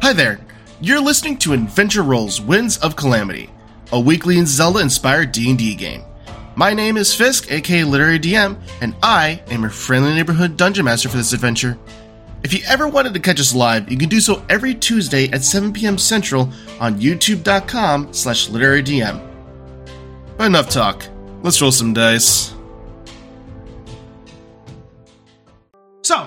Hi there. You're listening to Adventure Roll's Winds of Calamity, a weekly Zelda-inspired D&D game. My name is Fisk, aka Literary DM, and I am your friendly neighborhood dungeon master for this adventure. If you ever wanted to catch us live, you can do so every Tuesday at 7 p.m. Central on youtube.com slash literary DM. But enough talk. Let's roll some dice. So,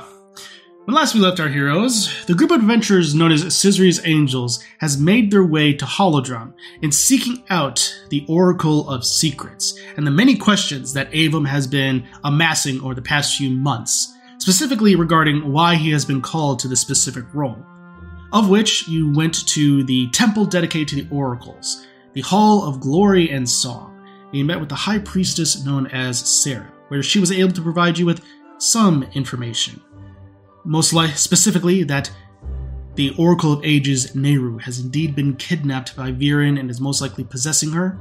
when last we left our heroes, the group of adventurers known as Scissory's Angels has made their way to Holodron in seeking out the Oracle of Secrets and the many questions that Avum has been amassing over the past few months, specifically regarding why he has been called to this specific role. Of which you went to the temple dedicated to the Oracles, the Hall of Glory and Song, and you met with the High Priestess known as Sarah, where she was able to provide you with some information most li- specifically that the Oracle of Ages, Neru, has indeed been kidnapped by Viren and is most likely possessing her,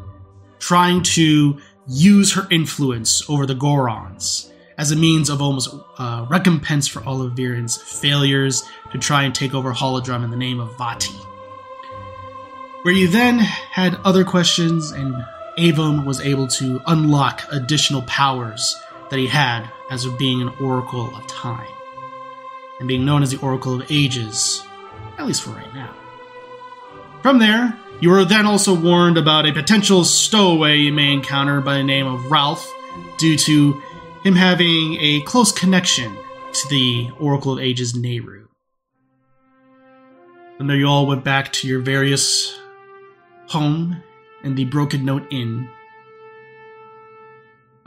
trying to use her influence over the Gorons as a means of almost uh, recompense for all of Viren's failures to try and take over Holodrum in the name of Vati. Where you then had other questions, and Avum was able to unlock additional powers that he had as of being an Oracle of Time and being known as the Oracle of Ages, at least for right now. From there, you were then also warned about a potential stowaway you may encounter by the name of Ralph, due to him having a close connection to the Oracle of Ages Nehru. And there you all went back to your various home and the Broken Note Inn.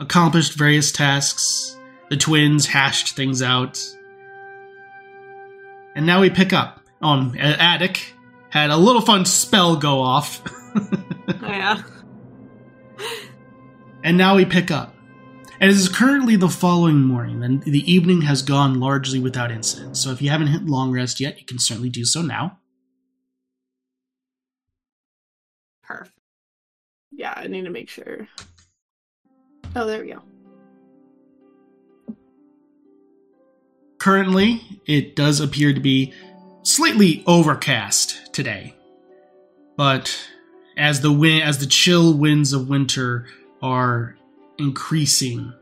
Accomplished various tasks. The twins hashed things out. And now we pick up on A- Attic. Had a little fun spell go off. Yeah. and now we pick up. And it is currently the following morning, and the evening has gone largely without incident. So if you haven't hit long rest yet, you can certainly do so now. Perf. Yeah, I need to make sure. Oh, there we go. Currently, it does appear to be slightly overcast today. But as the wind as the chill winds of winter are increasing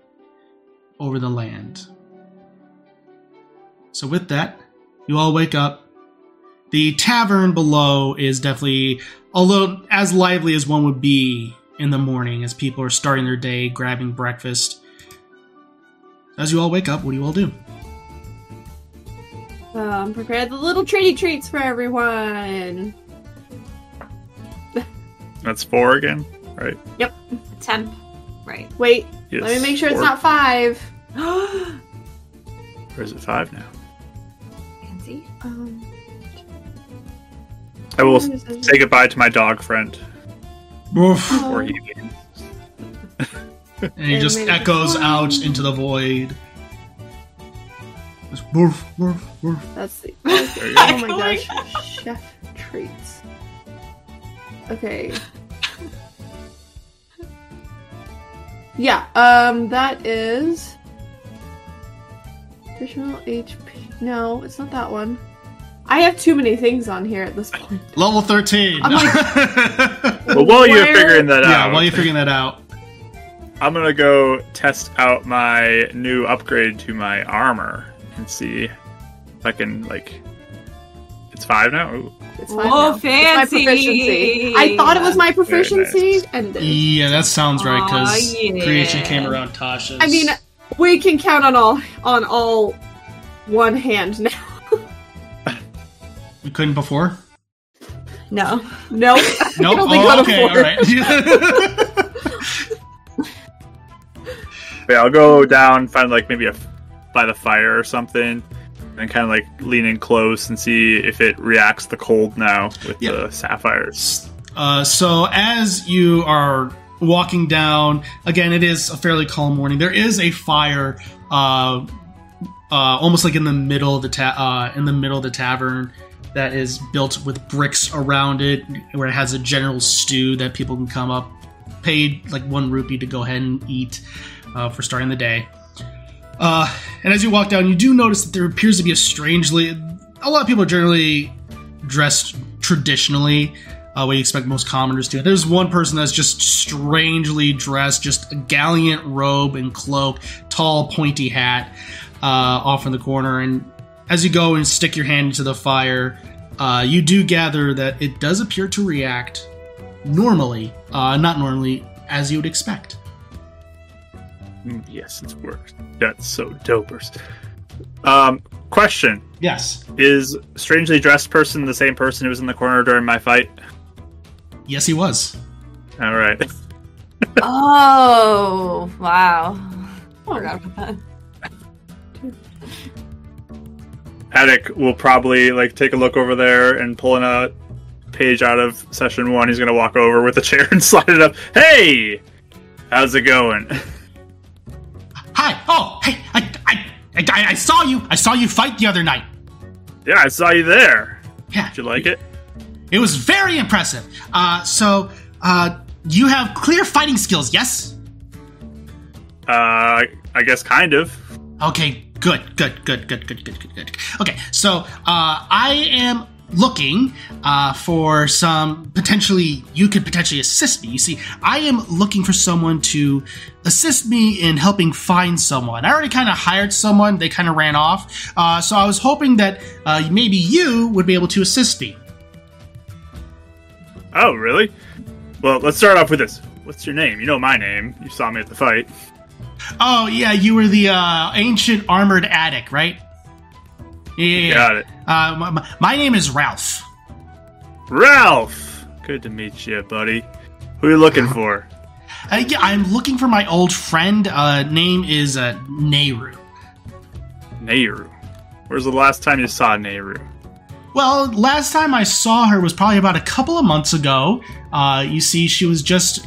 over the land. So with that, you all wake up. The tavern below is definitely although as lively as one would be in the morning as people are starting their day grabbing breakfast. As you all wake up, what do you all do? Um, prepare the little treaty treats for everyone. That's four again. Temp. Right. Wait, Yes. let me make sure it's four. not five. Or is it five now? Fancy. um, I will where is it? say goodbye to my dog friend Oof. Oh, before he begins. and it just And then- echoes out into the void. Just woof, woof, woof. That's the. There you Oh go. my Echoing. gosh, chef treats. Okay. Yeah, um, that is. Additional HP. No, it's not that one. I have too many things on here at this point. Level 13. I'm But while you're Where- figuring that yeah, out, while you're figuring that out, I'm gonna go test out my new upgrade to my armor and see if I can like. It's five now. Ooh. It's fine. Whoa, now. It's fancy. my proficiency. I thought it was my proficiency, nice. and it is. yeah, that sounds right because Aw, yeah. creation came around Tasha's. I mean, we can count on all on all one hand now. we couldn't before. No. No, Nope. only Oh, got a okay, four. all right. But yeah, I'll go down, find like maybe a by the fire or something, and kind of like lean in close and see if it reacts the cold now with Yeah. the sapphires. Uh, so as you are walking down, again, it is a fairly calm morning. There is a fire, uh, uh, almost like in the middle of the ta- uh, in the middle of the tavern that is built with bricks around it, where it has a general stew that people can come up, paid like one rupee to go ahead and eat uh, for starting the day. Uh, and as you walk down, you do notice that there appears to be a strangely a lot of people are generally dressed traditionally, uh, what you expect most commoners to. There's one person that's just strangely dressed, just a gallant robe and cloak, tall, pointy hat, uh, off in the corner. And as you go and stick your hand into the fire, uh, you do gather that it does appear to react normally, uh, not normally as you would expect. Mm, Yes, it's worked. That's so dopers. Um, question: Yes. Is strangely dressed person the same person who was in the corner during my fight? Yes, he was. All right. Oh, wow. Oh. Forgot about that. Attic will probably like take a look over there and pull in a page out of session one. He's gonna walk over with a chair and slide it up. Hey, how's it going? Hi. Oh, hey. I, I, I, I saw you. I saw you fight the other night. Yeah, I saw you there. Yeah. Did you like it? It was very impressive. Uh, so, uh, you have clear fighting skills, yes? Uh, I guess kind of. Okay, good, good, good, good, good, good, good, good. Okay, so uh, I am looking uh, for some potentially, you could potentially assist me. You see, I am looking for someone to assist me in helping find someone. I already kind of hired someone, they kind of ran off. Uh, so I was hoping that uh, maybe you would be able to assist me. Oh, really? Well, let's start off with this. What's your name? You know my name. You saw me at the fight. Oh yeah, you were the uh, ancient armored addict, right? Yeah. yeah, yeah. Got it. Uh, my- my, my name is Ralph. Ralph! Good to meet you, buddy. Who you looking for? Uh, yeah, I'm looking for my old friend. Uh, name is uh, Nehru. Nehru. Where's the last time you saw Nehru? Well, last time I saw her was probably about a couple of months ago. Uh, you see, she was just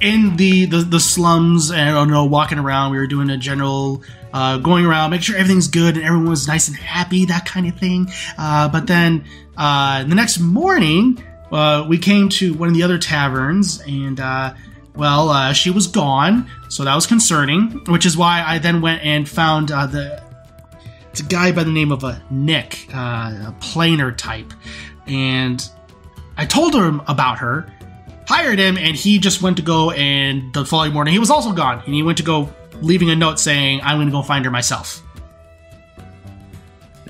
in the, the, the slums and I don't know, walking around. We were doing a general uh, going around, make sure everything's good and everyone was nice and happy, that kind of thing. Uh, but then uh, the next morning, uh, we came to one of the other taverns and. Uh, well, uh, she was gone, so that was concerning, which is why I then went and found uh, the it's a guy by the name of a Nick, uh, a planer type, and I told him about her, hired him, and he just went to go and the following morning he was also gone, and he went to go leaving a note saying I'm going to go find her myself.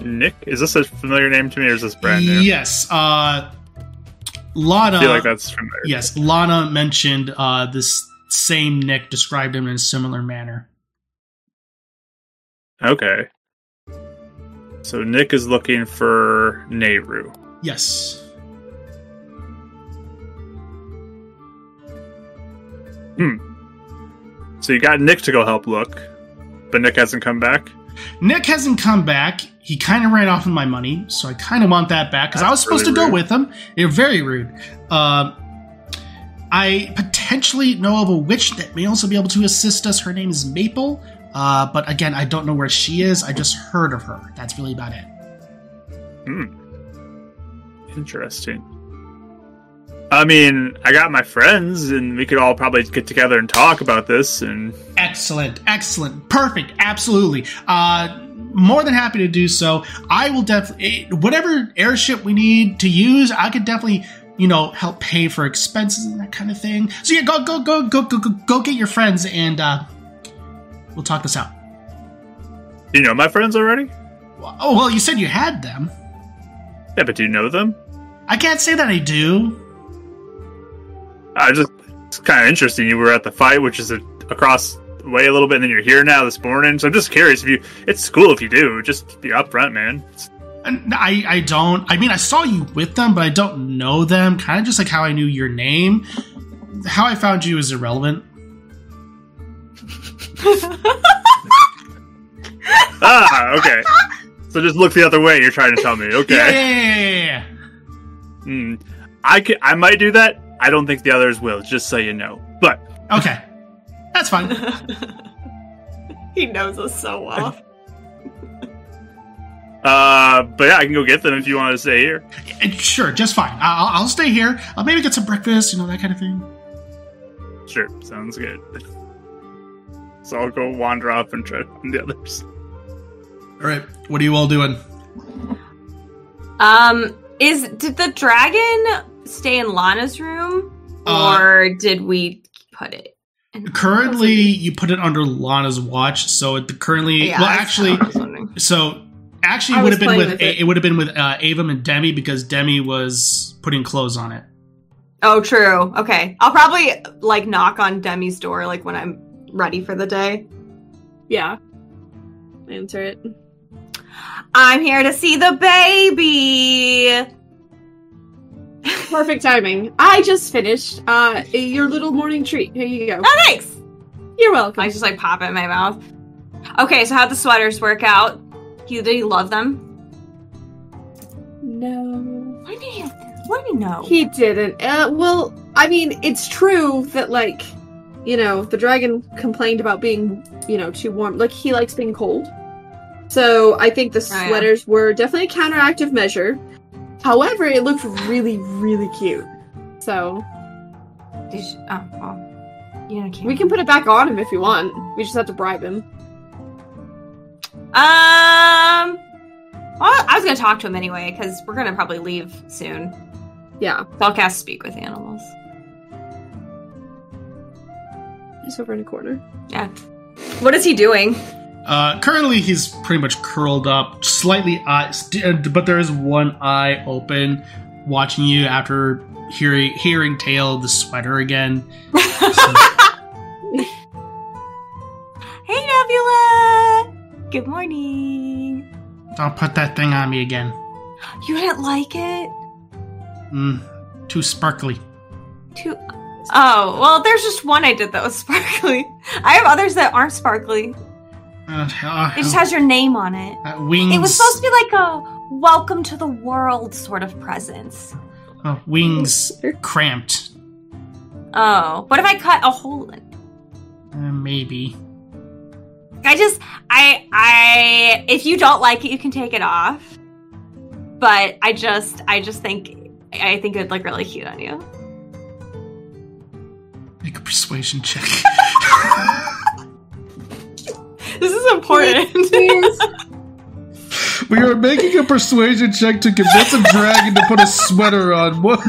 Nick? Is this a familiar name to me or is this brand new? Yes, uh, Lana. I feel like that's familiar. Yes, Lana mentioned uh, this same Nick described him in a similar manner. Okay. So Nick is looking for Nehru. Yes. So you got Nick to go help look, but Nick hasn't come back? Nick hasn't come back. He kind of ran off with my money, so I kind of want that back because I was That's supposed really to go rude. with him. You're very rude. Um, I potentially know of a witch that may also be able to assist us. Her name is Maple, uh, but again, I don't know where she is. I just heard of her. That's really about it. Interesting. I mean, I got my friends, and we could all probably get together and talk about this. And Excellent, excellent, perfect, absolutely. Uh, more than happy to do so. I will definitely whatever airship we need to use. I could definitely you know help pay for expenses and that kind of thing. So yeah, go go go go go go, go get your friends and uh, we'll talk this out. do you know my friends already? Oh well, you said you had them. Yeah, but do you know them? I can't say that I do. I just it's kind of interesting. You were at the fight, which is a, across the way a little bit, and then you're here now this morning. So I'm just curious if you. It's cool if you do. Just be upfront, man. It's- And I I don't. I mean, I saw you with them, but I don't know them. Kind of just like how I knew your name. How I found you is irrelevant. ah, okay. So just look the other way. You're trying to tell me. Okay. Yeah, yeah, yeah, yeah, yeah, yeah. Hmm. I could, I might do that. I don't think the others will. Just so you know. But Okay. That's fine. Uh, he knows us so well. uh, but yeah, I can go get them if you want to stay here. Uh, Sure, just fine. I- I'll, I'll stay here. I'll maybe get some breakfast, you know, that kind of thing. Sure, sounds good. So I'll go wander off and try to find the others. All right. What are you all doing? Um, is did the dragon stay in Lana's room, Uh, or did we put it? in- Currently, you put it under Lana's watch, so it currently. Yeah, well, I was- actually, I was wondering. so actually, I it would was have been playing with, with A- it. it would have been with uh, Avum and Demi because Demi was putting clothes on it. Oh, true. Okay, I'll probably like knock on Demi's door like when I'm ready for the day. Yeah. Answer it. I'm here to see the baby. Perfect timing. I just finished uh your little morning treat. Here you go. Oh, thanks. You're welcome. I just like pop it in my mouth. Okay, so how'd the sweaters work out? He did he love them? No. What do you what do you know? He didn't. Uh, well, I mean, it's true that like, you know, the dragon complained about being, you know, too warm. Like he likes being cold. So I think the Right. sweaters were definitely a counteractive measure. However, it looked really, really cute. So Did you, oh, well, you know, can't. we can put it back on him if you want. We just have to bribe him. Um. Well, I was gonna talk to him anyway because we're gonna probably leave soon. Yeah. So I'll cast Speak with Animals. He's over in a corner. Yeah. What is he doing? Uh, currently, he's pretty much curled up, slightly, eye, st- but there is one eye open, watching you after hearing hearing tale of the sweater again. So- Hey, Nebula. Good morning. Don't put that thing on me again. You didn't like it? Mm, too sparkly. Too. Oh well, there's just one I did that was sparkly. I have others that aren't sparkly. Uh, uh, It just has your name on it. uh, wings. It was supposed to be like a welcome to the world sort of presence. uh, wings cramped. Oh, what if I cut a hole in Uh, maybe. I just I I if you don't like it, you can take it off. But I just I just think I think it'd look really cute on you. Make a persuasion check. This is important. Cheers. We are making a persuasion check to convince a dragon to put a sweater on. What?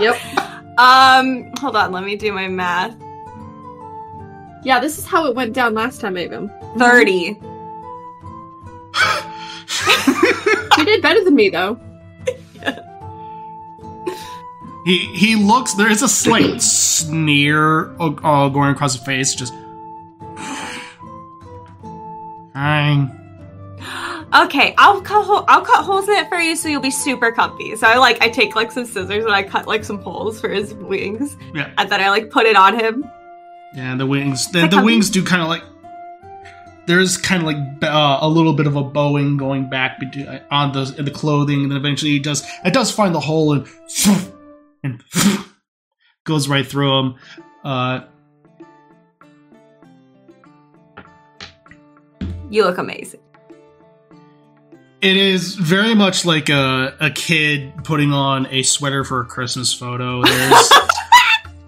yep. um, hold on, let me do my math. Yeah, this is how it went down last time, Avum. Thirty. You did better than me, though. he he looks. There is a slight sneer uh, uh, going across the face. Just. Fine. Okay, I'll cut hole, I'll cut holes in it for you, so you'll be super comfy. So I like I take like some scissors and I cut like some holes for his wings, Yeah. and then I like put it on him. Yeah, the wings. The, Like the a- wings do kind of like. There's kind of like uh, a little bit of a bowing going back between, uh, on the in the clothing, and then eventually it does it does find the hole and and goes right through him. Uh, You look amazing. it is very much like a a kid putting on a sweater for a Christmas photo. There's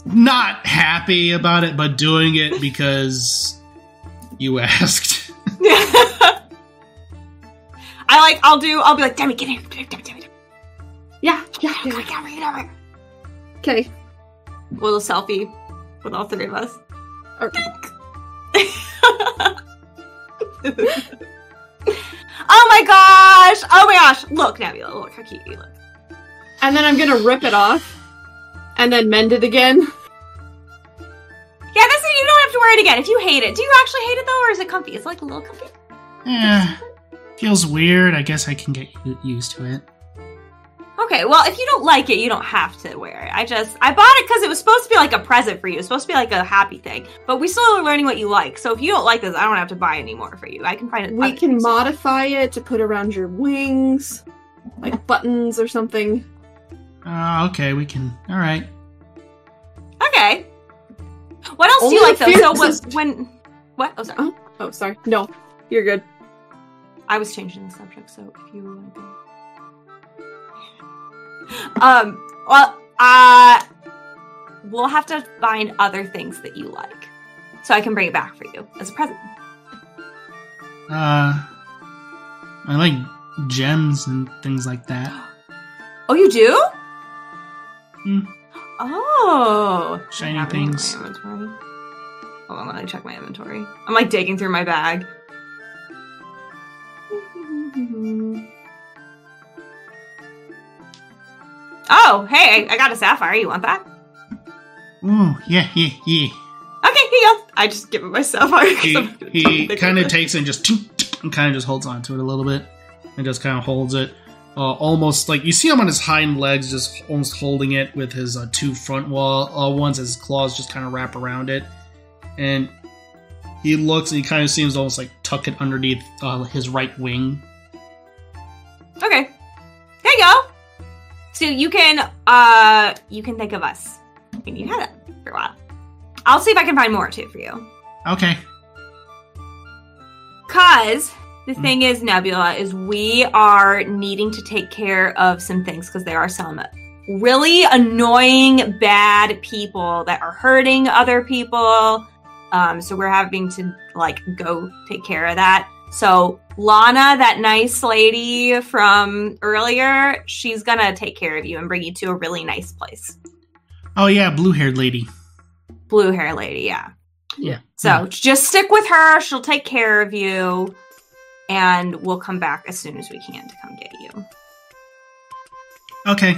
not happy about it, but doing it because you asked. I like I'll do I'll be like Demi, get here, get here, Demi, Demi, Demi. Yeah, yeah, Come yeah. on, come on, come on. Okay. little selfie with all three of us. Or- oh my gosh! Oh my gosh! Look, Nebula, look how cute you look. And then I'm gonna rip it off, and then mend it again. Yeah, this is, you don't have to wear it again if you hate it. Do you actually hate it though, or is it comfy? It's like a little comfy. Yeah, Eh, feels weird. I guess I can get u- used to it. Okay, well, if you don't like it, you don't have to wear it. I just I bought it because it was supposed to be like a present for you. It was supposed to be like a happy thing. But we still are learning what you like. So if you don't like this, I don't have to buy any more for you. I can find it. We other can things. modify it to put around your wings, like buttons or something. Ah, okay, we can. All right. Okay. What else do Only you like the though? So fiercest- what, when what? Oh sorry. Oh. Oh, sorry. No, you're good. I was changing the subject, so if you want to go. Um, well, uh, we'll have to find other things that you like. So I can bring it back for you as a present. Uh, I like gems and things like that. Oh, you do? Hmm. Oh. Shiny I have any in my things. inventory. Hold on, let me check my inventory. I'm like digging through my bag. Oh, hey, I I got a sapphire. You want that? Oh, yeah, yeah, yeah. Okay, here you go. I just give it my sapphire. 'cause He, I'm- he Digging kind through of takes it and just tink, tink, and kind of just holds on to it a little bit and just kind of holds it. Uh, almost like you see him on his hind legs, just almost holding it with his uh, two front wall uh, ones as his claws just kind of wrap around it. And he looks and he kind of seems almost like tuck it underneath uh, his right wing. Okay. There you go. So you can uh you can think of us. And you had it for a while. I'll see if I can find more too for you. Okay. Cause the thing is, Nebula, is we are needing to take care of some things because there are some really annoying bad people that are hurting other people. Um, so we're having to like go take care of that. So Lana, that nice lady from earlier, she's gonna take care of you and bring you to a really nice place. Oh yeah, blue haired lady. Blue hair lady, yeah. Yeah. So just stick with her. She'll take care of you. And we'll come back as soon as we can to come get you. Okay.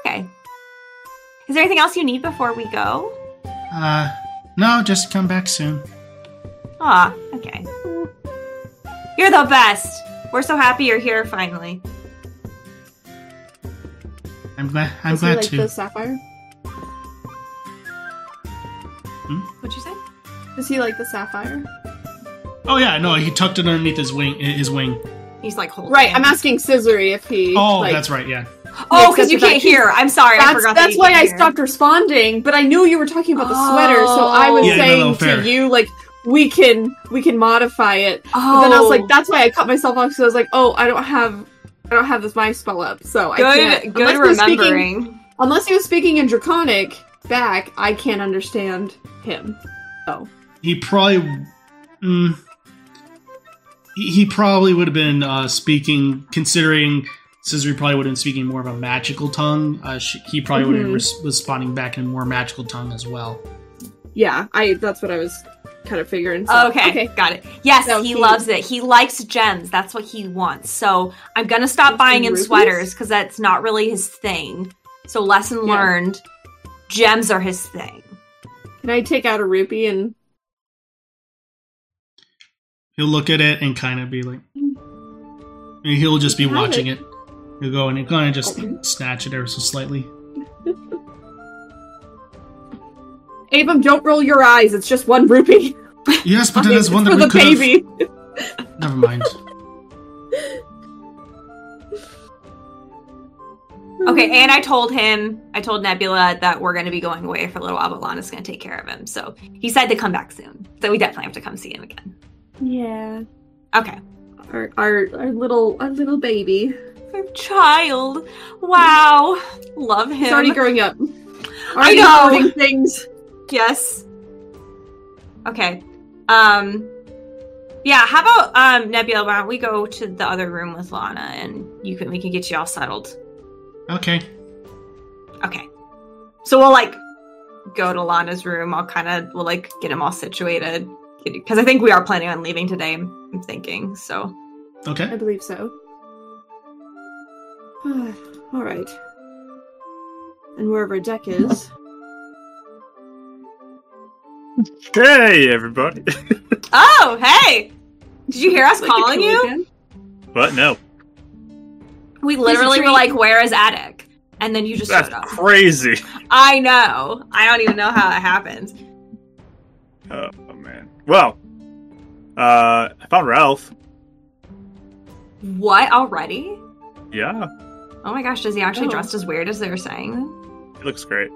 Okay. Is there anything else you need before we go? Uh, no, just come back soon. Aw, okay. You're the best. We're so happy you're here finally. I'm glad. I'm Is he glad like to. the sapphire? What'd you say? Is he like the sapphire? Oh yeah, no, he tucked it underneath his wing. His wing. He's like holding. Right, it. I'm asking Scissory if he. Oh, like- that's right. Yeah. Oh, Except because you for that can't he's- hear. I'm sorry. I That's, forgot. that that's you why can't I hear. stopped responding, but I knew you were talking about the sweater, so I was Oh. Yeah, no, saying no, fair. to you like we can we can modify it. Oh, But then I was like, that's why I cut myself off because I was like, oh, I don't have I don't have this my spell up, so I good. can't. Good he was Speaking, remembering. unless he was speaking in Draconic back, I can't understand him. So He probably. Mm, he he probably would have been uh, speaking, considering Scissory probably would have been speaking more of a magical tongue. Uh, she, he probably would have been Mhm. res- responding back in a more magical tongue as well. yeah, I that's what I was kind of figuring. So, Okay, got it. Yes, So he, he- loves it. He likes gems. That's what he wants. So I'm gonna stop Gems buying and him rubies? sweaters because that's not really his thing. So lesson Yeah. learned, gems are his thing. Can I take out a rupee and He'll look at it and kind of be like. and He'll just be Have watching it. He'll go and he'll kind of just Mhm. snatch it ever so slightly. Abram, don't roll your eyes. It's just one rupee. Yes, but that It's is one that for we the could have. baby. Never mind. Mm-hmm. Okay, and I told him, I told Nebula that we're gonna be going away for a little while, but Lana's gonna take care of him. So he said to come back soon. So we definitely have to come see him again. Yeah. Okay. Our, our our little our little baby. Our child. Wow. Love him. He's already growing up. Already know. learning things. Yes. Okay. Um yeah, how about um Nebula, why don't we go to the other room with Lana and you can we can get you all settled. Okay. Okay. So we'll like go to Lana's room. I'll kind of we'll like get them all situated because I think we are planning on leaving today. I'm, I'm thinking. So Okay. I believe so. All right. And wherever Deck is, Hey, everybody. Oh, hey. Did you hear us calling you? What? No. We literally were treat. like where is Attic? And then you just That's showed up. crazy. I know. I don't even know how that happened. Oh, man. Well, uh, I found Ralph. What already? Yeah, Oh my gosh, does he actually Oh. dressed as weird as they were saying? he looks great.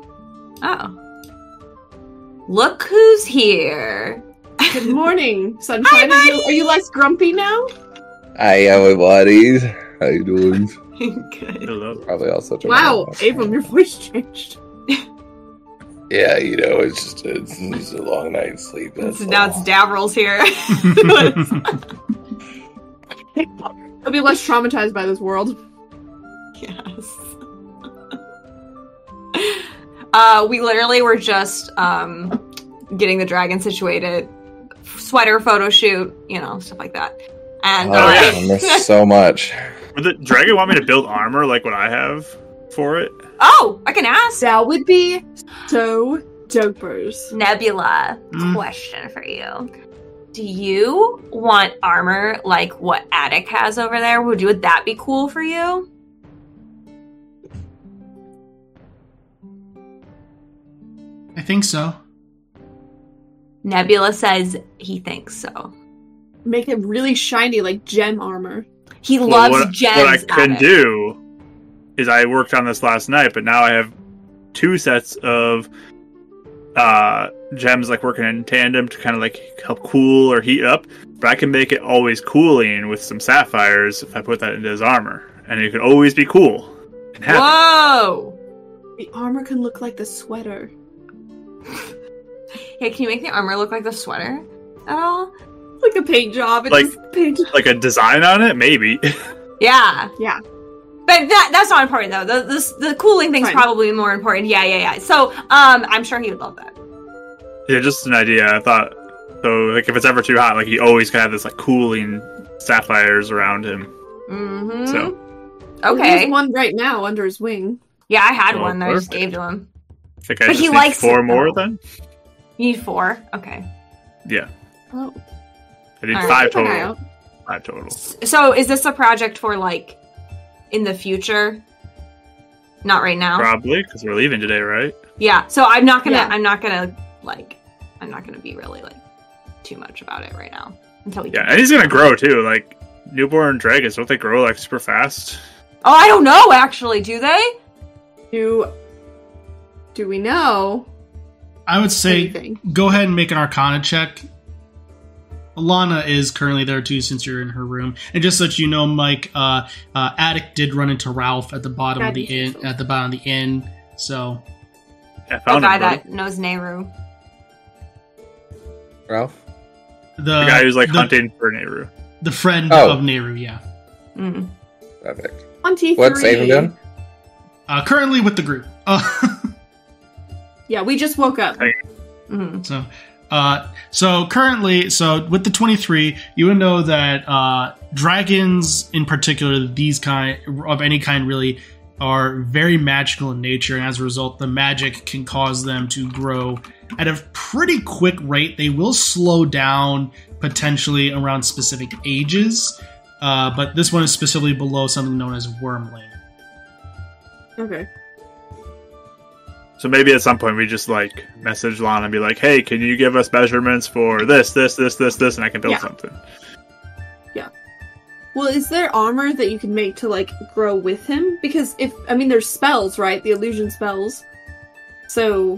Oh. Look who's here. Good morning, sunshine. are, you, are you less grumpy now? Hey, everybody. How you doing? Good. Hello. Probably all such a Wow, long- Abram, your voice changed. Yeah, you know, it's just it's, it's a long night's sleep. That's So now it's all. Davril's here. He'll be less traumatized by this world. Yes. uh, we literally were just um, getting the dragon situated, sweater photo shoot, you know, stuff like that. And Oh, uh, yeah. I miss so much. Would the dragon want me to build armor like what I have for it? oh, I can ask That would be so dopers. Nebula. Mm. Question for you. Do you want armor like what Attic has over there? Would you would that be cool for you? I think so. Nebula says he thinks so. Make it really shiny, like gem armor. He Well, loves what, gems. What I can Attic. do is I worked on this last night, but now I have two sets of uh gems like working in tandem to kind of like help cool or heat up. But I can make it always cooling with some sapphires if I put that into his armor, and it can always be cool and happy. Whoa! The armor can look like the sweater. Yeah, can you make the armor look like the sweater at all? Like a paint job. It's Like- just paint job. Like a design on it, maybe. Yeah. Yeah. But that that's not important though. The this, the cooling thing's Fine. probably more important. Yeah, yeah, yeah. So um I'm sure he would love that. yeah, just an idea. I thought so. Like if it's ever too hot, like he always can have this like cooling sapphires around him. Mm-hmm. So. Okay. There's one right now under his wing. Yeah, I had Oh, one that I just perfect. gave to him. I think I But just he need likes it, four more though. then. You need four. Okay. Yeah. Oh. I did All right. five Keep an eye total. out. Five total. S- So is this a project for like in the future? Not right now. Probably because we're leaving today, right? Yeah. So I'm not gonna Yeah. I'm not gonna like I'm not gonna be really like too much about it right now. Until we Yeah, and he's gonna grow too. Like newborn dragons, don't they grow like super fast? Oh, I don't know actually, do they? Do do we know I would say anything? go ahead and make an arcana check. Alana is currently there too, since you're in her room. And just so that you know, Mike, uh, uh, Attic did run into Ralph at the bottom of the inn. At the bottom of the inn, so I The found guy him. buddy. that knows Nehru. Ralph? the, The guy who's like Uh, the, hunting for Nehru. the friend Oh. of Nehru, yeah, Mm. Perfect. Twenty-three. What's Avon doing? uh, currently with the group. Uh, Yeah, we just woke up. Mm. So, uh, so currently, so with the twenty three, you would know that uh, dragons, in particular, these kind of any kind, really are very magical in nature, and as a result, the magic can cause them to grow at a pretty quick rate. They will slow down potentially around specific ages, uh, but this one is specifically below something known as wormling. Okay. So maybe at some point we just like message Lana and be like, "Hey, can you give us measurements for this, this, this, this, this, and I can build Yeah. something." Well, is there armor that you can make to like grow with him? Because if I mean, there's spells, right? The illusion spells. So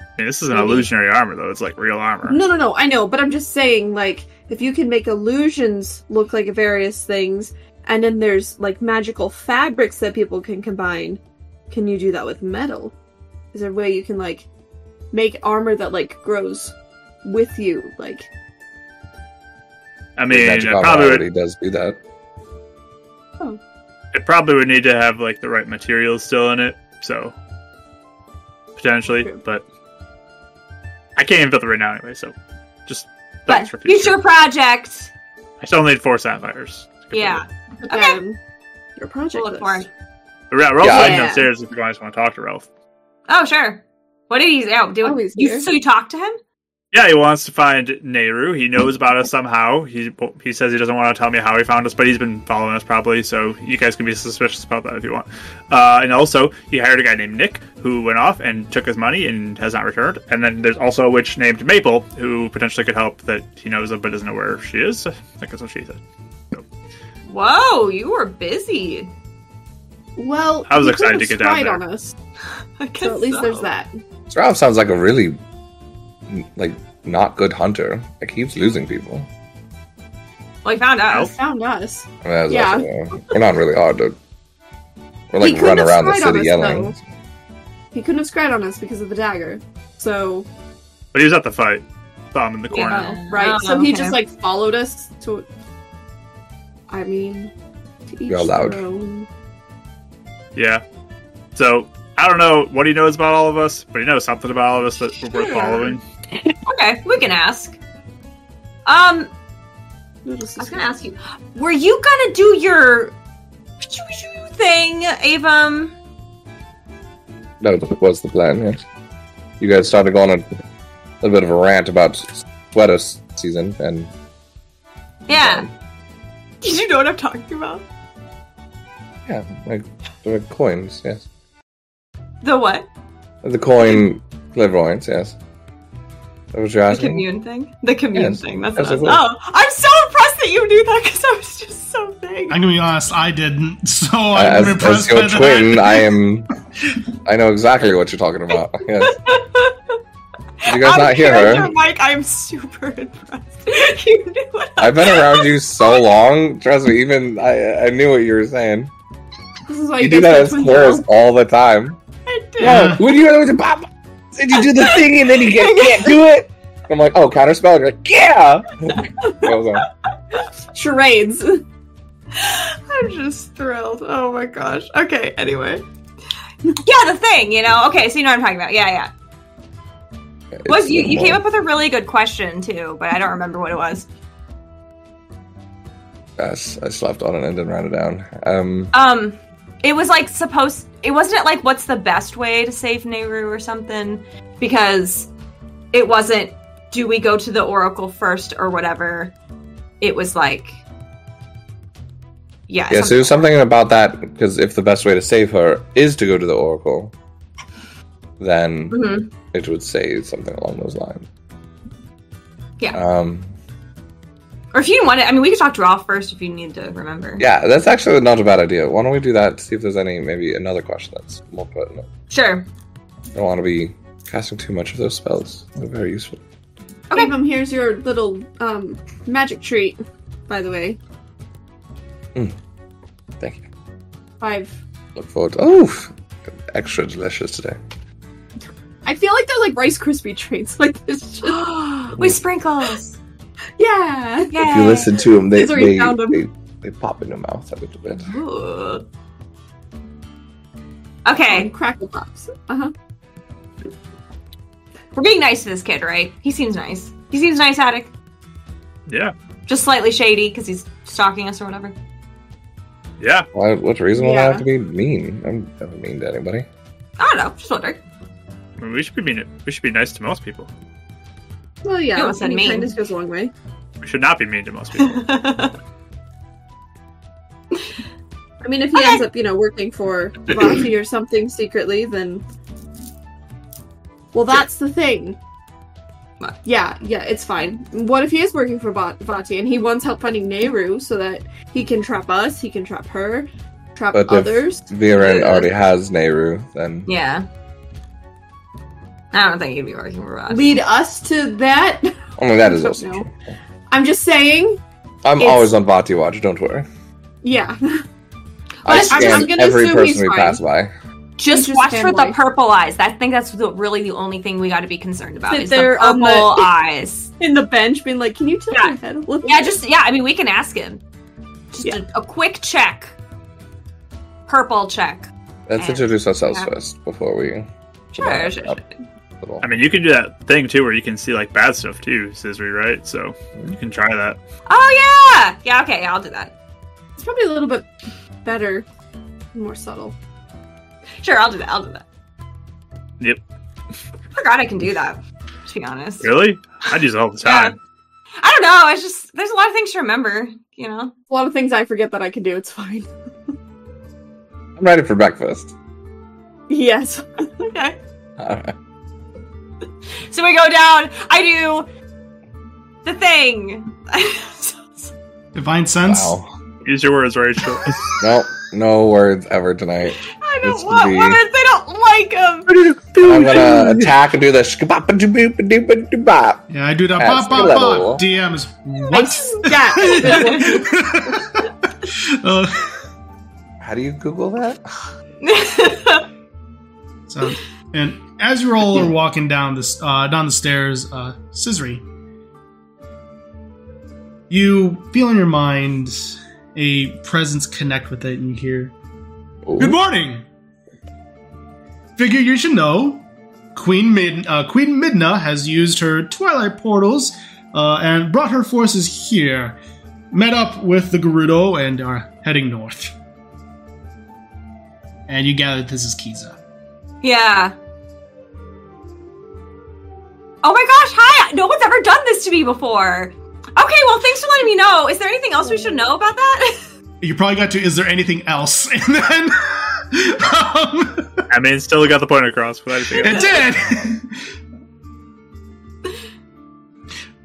I mean, this is an Maybe. illusionary armor though; it's like real armor. no, no, no. I know, but I'm just saying, like, if you can make illusions look like various things, and then there's like magical fabrics that people can combine. Can you do that with metal? Is there a way you can like make armor that like grows with you? Like, I mean, it Magic Armor probably would already does do that. it probably would need to have like the right materials still in it, so potentially, True. but I can't even build it right now anyway, so just But that's for future. future project. I still need four sapphires. to complete Yeah. it. put Okay. that on um, your project We'll look list. for it. But yeah, we're also Yeah, heading I- upstairs if you guys want to talk to Ralph. Oh sure. What did he say? Oh, do Oh, he's you, here. so you talked to him? Yeah, he wants to find Nehru. He knows about us somehow. He he says he doesn't want to tell me how he found us, but he's been following us probably. So you guys can be suspicious about that if you want. Uh, and also, he hired a guy named Nick who went off and took his money and has not returned. And then there's also a witch named Maple who potentially could help that he knows of but doesn't know where she is. I think that's what she said. Whoa, you were busy. Well, I was he could excited have to get down spied there. on us, I guess so at least so. there's that. So Ralph sounds like a really, like, not good hunter. Like, he keeps losing people. Well, he found Well, us. Found us. I mean, that's Yeah. also, uh, we're not really hard to. He We're like couldn't run have around the spied on city us, yelling. He couldn't have scryed on us because of the dagger. So But he was at the fight. Saw him in the corner. Yeah. Oh, right. Oh, so he okay. just like followed us to. I mean, To each You're allowed. their own. Yeah. So I don't know what he knows about all of us, but he knows something about all of us that we're worth following. Okay, we can ask. Um, Notice I was is gonna ask you, were you gonna do your thing, Avum? No, that was the plan, yes. You guys started going on a little bit of a rant about sweater s- season, and Yeah. Did you know what I'm talking about? yeah, like there were coins, yes. The what? The coin clairvoyance, yes. That was your The asking? commune thing? The commune Yes, thing. That's what I was. absolutely. Oh, I'm so impressed that you knew that because I was just so big. I'm gonna be honest, I didn't. So I'm Uh, as, as impressed your by that. twin, I am. I know exactly what you're talking about. Yes. Did you guys Out of not hear character, her? Mike, I'm super impressed. you knew what I I've been around you so long. Trust me, even I, I knew what you were saying. This is why You do that as chorus all the time. did. Yeah. When you with the pop, and you do the thing, and then you get, can't do it. I'm like, oh, counterspell. You're like, yeah. That was all. charades. I'm just thrilled. Oh my gosh. Okay, anyway. Yeah, the thing, you know. Okay, so you know what I'm talking about. Yeah, yeah. Was It's you you more- came up with a really good question too, but I don't remember what it was. Yes, I slept on it and didn't write it down. Um, Um it was like supposed it wasn't it like what's the best way to save Nehru or something? Because it wasn't do we go to the Oracle first or whatever. It was like Yeah. yeah, so something- there's something about that because if the best way to save her is to go to the oracle, then Mhm. it would say something along those lines. Yeah. Um, Or if you want to I mean we could talk to Ralph first if you need to remember. yeah, that's actually not a bad idea. Why don't we do that? See if there's any maybe another question that's more pertinent. Sure. I don't want to be casting too much of those spells. They're very useful. Okay. Okay, Avum, here's your little um magic treat, by the way. Thank you. Five. Look forward. To- oh, extra delicious today. I feel like they're like Rice Krispie treats. Like it's just we sprinkles. yeah. Yeah. If you listen to them, they That's where you they, found 'em. they they pop in your mouth a little bit. Okay, Crackle pops. Uh huh. we're being nice to this kid, right? He seems nice. He seems nice, Attic. Yeah. Just slightly shady because he's stalking us or whatever. Yeah. Why, what reason would I Yeah. have to be mean? I'm never mean to anybody. I don't know. Just wondering. I mean, we should be mean, we should be nice to most people. Well, yeah. You almost said I mean, mean. Kindness goes a long way. We should not be mean to most people. I mean, if he Okay. ends up, you know, working for Vati or something secretly, then. Well, that's the thing. What? Yeah, yeah, it's fine. What if he is working for Va- Vati and he wants help finding Nehru so that he can trap us, he can trap her, trap But if- others? Viren Yeah. already has Nehru, then yeah. I don't think he'd be working for us. Lead us to that? only that is also No. true. I'm just saying. I'm It's- always on Vati watch, don't worry. Yeah. I But I'm- scan I'm gonna every assume person he's we fine. pass by. Just Just watch for the family. purple eyes. I think that's the, really the only thing we got to be concerned about. That Is the they're on purple the- eyes. In the bench, being like, can you tilt Yeah. your head a little Yeah, bit?" just yeah. I mean, we can ask him. Just Yeah. a, a quick check. Purple check. Let's Yeah. introduce ourselves Yeah. first before we. Sure, sure, sure. I mean, you can do that thing too, where you can see like bad stuff too, Scissory, right? So you can try that. Oh yeah, yeah. Okay, I'll do that. It's probably a little bit better, more subtle. Sure, I'll do that. I'll do that. Yep. I forgot I can do that. To be honest, Really? I do that all the time. I don't know. It's just there's a lot of things to remember. You know. A lot of things I forget that I can do. It's fine. I'm ready for breakfast. Yes. Okay. Alright. So we go down. I do the thing. Divine sense. Wow. Use your words, Rachel. Nope. No words ever tonight. I This don't would want be- words. They don't like them. I'm gonna attack and do the shkabapa Yeah, I do that. That's Pop, pop, level. pop. DM is what? Yeah. uh, How do you Google that? so, and as you all are walking down this uh, down the stairs, uh, Scissory, you feel in your mind a presence connect with it, and you hear, Ooh. "Good morning." Figure you should know, Queen Mid- uh, Queen Midna has used her twilight portals uh, and brought her forces here. Met up with the Gerudo and are heading north. And you gather this is Kiza. Yeah. Oh my gosh, hi! No one's ever done this to me before. Okay, well, thanks for letting me know. Is there anything else we should know about that? You probably got to. Is there anything else? And then um, I mean, still got the point across. But I think it did.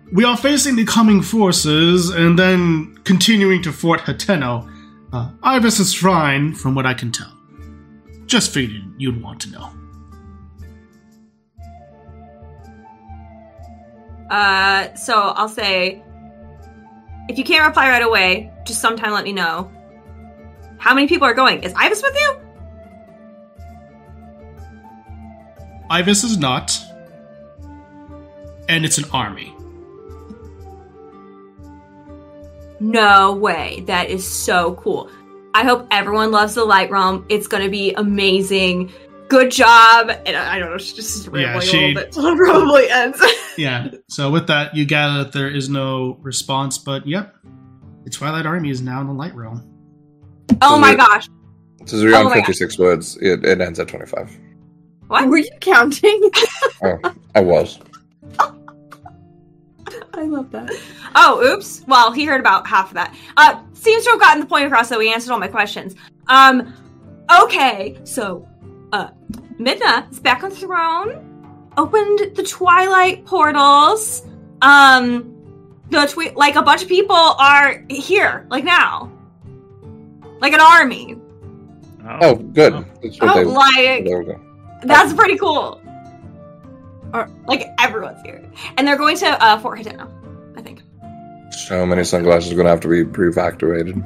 we are facing the coming forces, and then continuing to Fort Hateno, uh, Ibis's shrine, from what I can tell. Just figured you'd want to know. Uh, so I'll say, if you can't reply right away, just sometime let me know. How many people are going? Is Ibis with you? Ibis is not, and it's an army. No way. That is so cool. I hope everyone loves the light realm. It's gonna be amazing. Good job. And I I don't know, she's just rambling she- a little bit. So it probably ends. Yeah. So with that, you gather that there is no response, but yep, the Twilight Army is now in the Light Realm. oh my we're- gosh. This is around Oh my 56 words. It, it ends at 25. What? Were you counting? Oh, I was. I love that. Oh, oops. Well, he heard about half of that. Uh, seems to have gotten the point across that we answered all my questions. Um, okay. So, uh, Midna is back on the throne, opened the Twilight portals. Um, the twi- like a bunch of people are here, like now, like an army. Oh, good. That's Oh, what they, like there we go. that's pretty cool. Or like everyone's here, and they're going to uh, Fort Hideno, I think. So many sunglasses are going to have to be pre-factorated.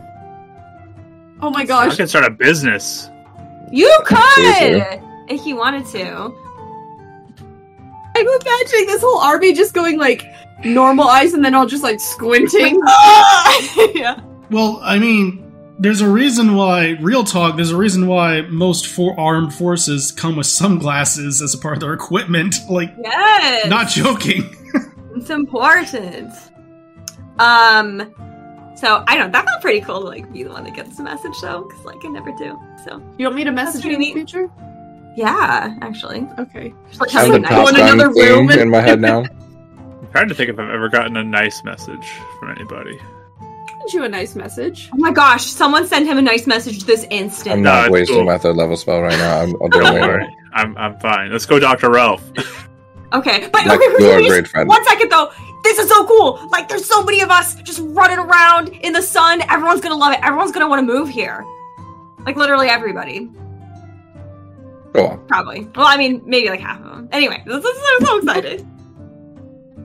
Oh my I gosh. can start a business. You Seriously? could if you wanted to. I'm imagining this whole army just going like normal eyes and then all just like squinting. yeah. Well, I mean, there's a reason why, real talk, there's a reason why most for armed forces come with sunglasses as a part of their equipment. Like, Yes. not joking. it's important. Um so I don't that felt pretty cool to like be the one that gets the message though, because like I never do. So You want me to message you in the future? yeah, actually. Okay. Just, like, I'm have the some nice- top in another gun room thing and- in my head now. I'm trying to think if I've ever gotten a nice message from anybody. Send you a nice message. Oh my gosh, someone send him a nice message this instant. I'm No, not it's wasting cool. my third level spell right now. I'm, I'll do it Don't worry, later. I'm I'm fine. Let's go, Doctor Ralph. Okay, but Like, okay, wait, you are a wait, great friend. One second though. This is so cool. Like there's so many of us just running around in the sun. Everyone's gonna love it. Everyone's gonna want to move here. Like literally everybody, Go on. probably. Well, I mean, maybe like half of them. Anyway, this is I'm so excited.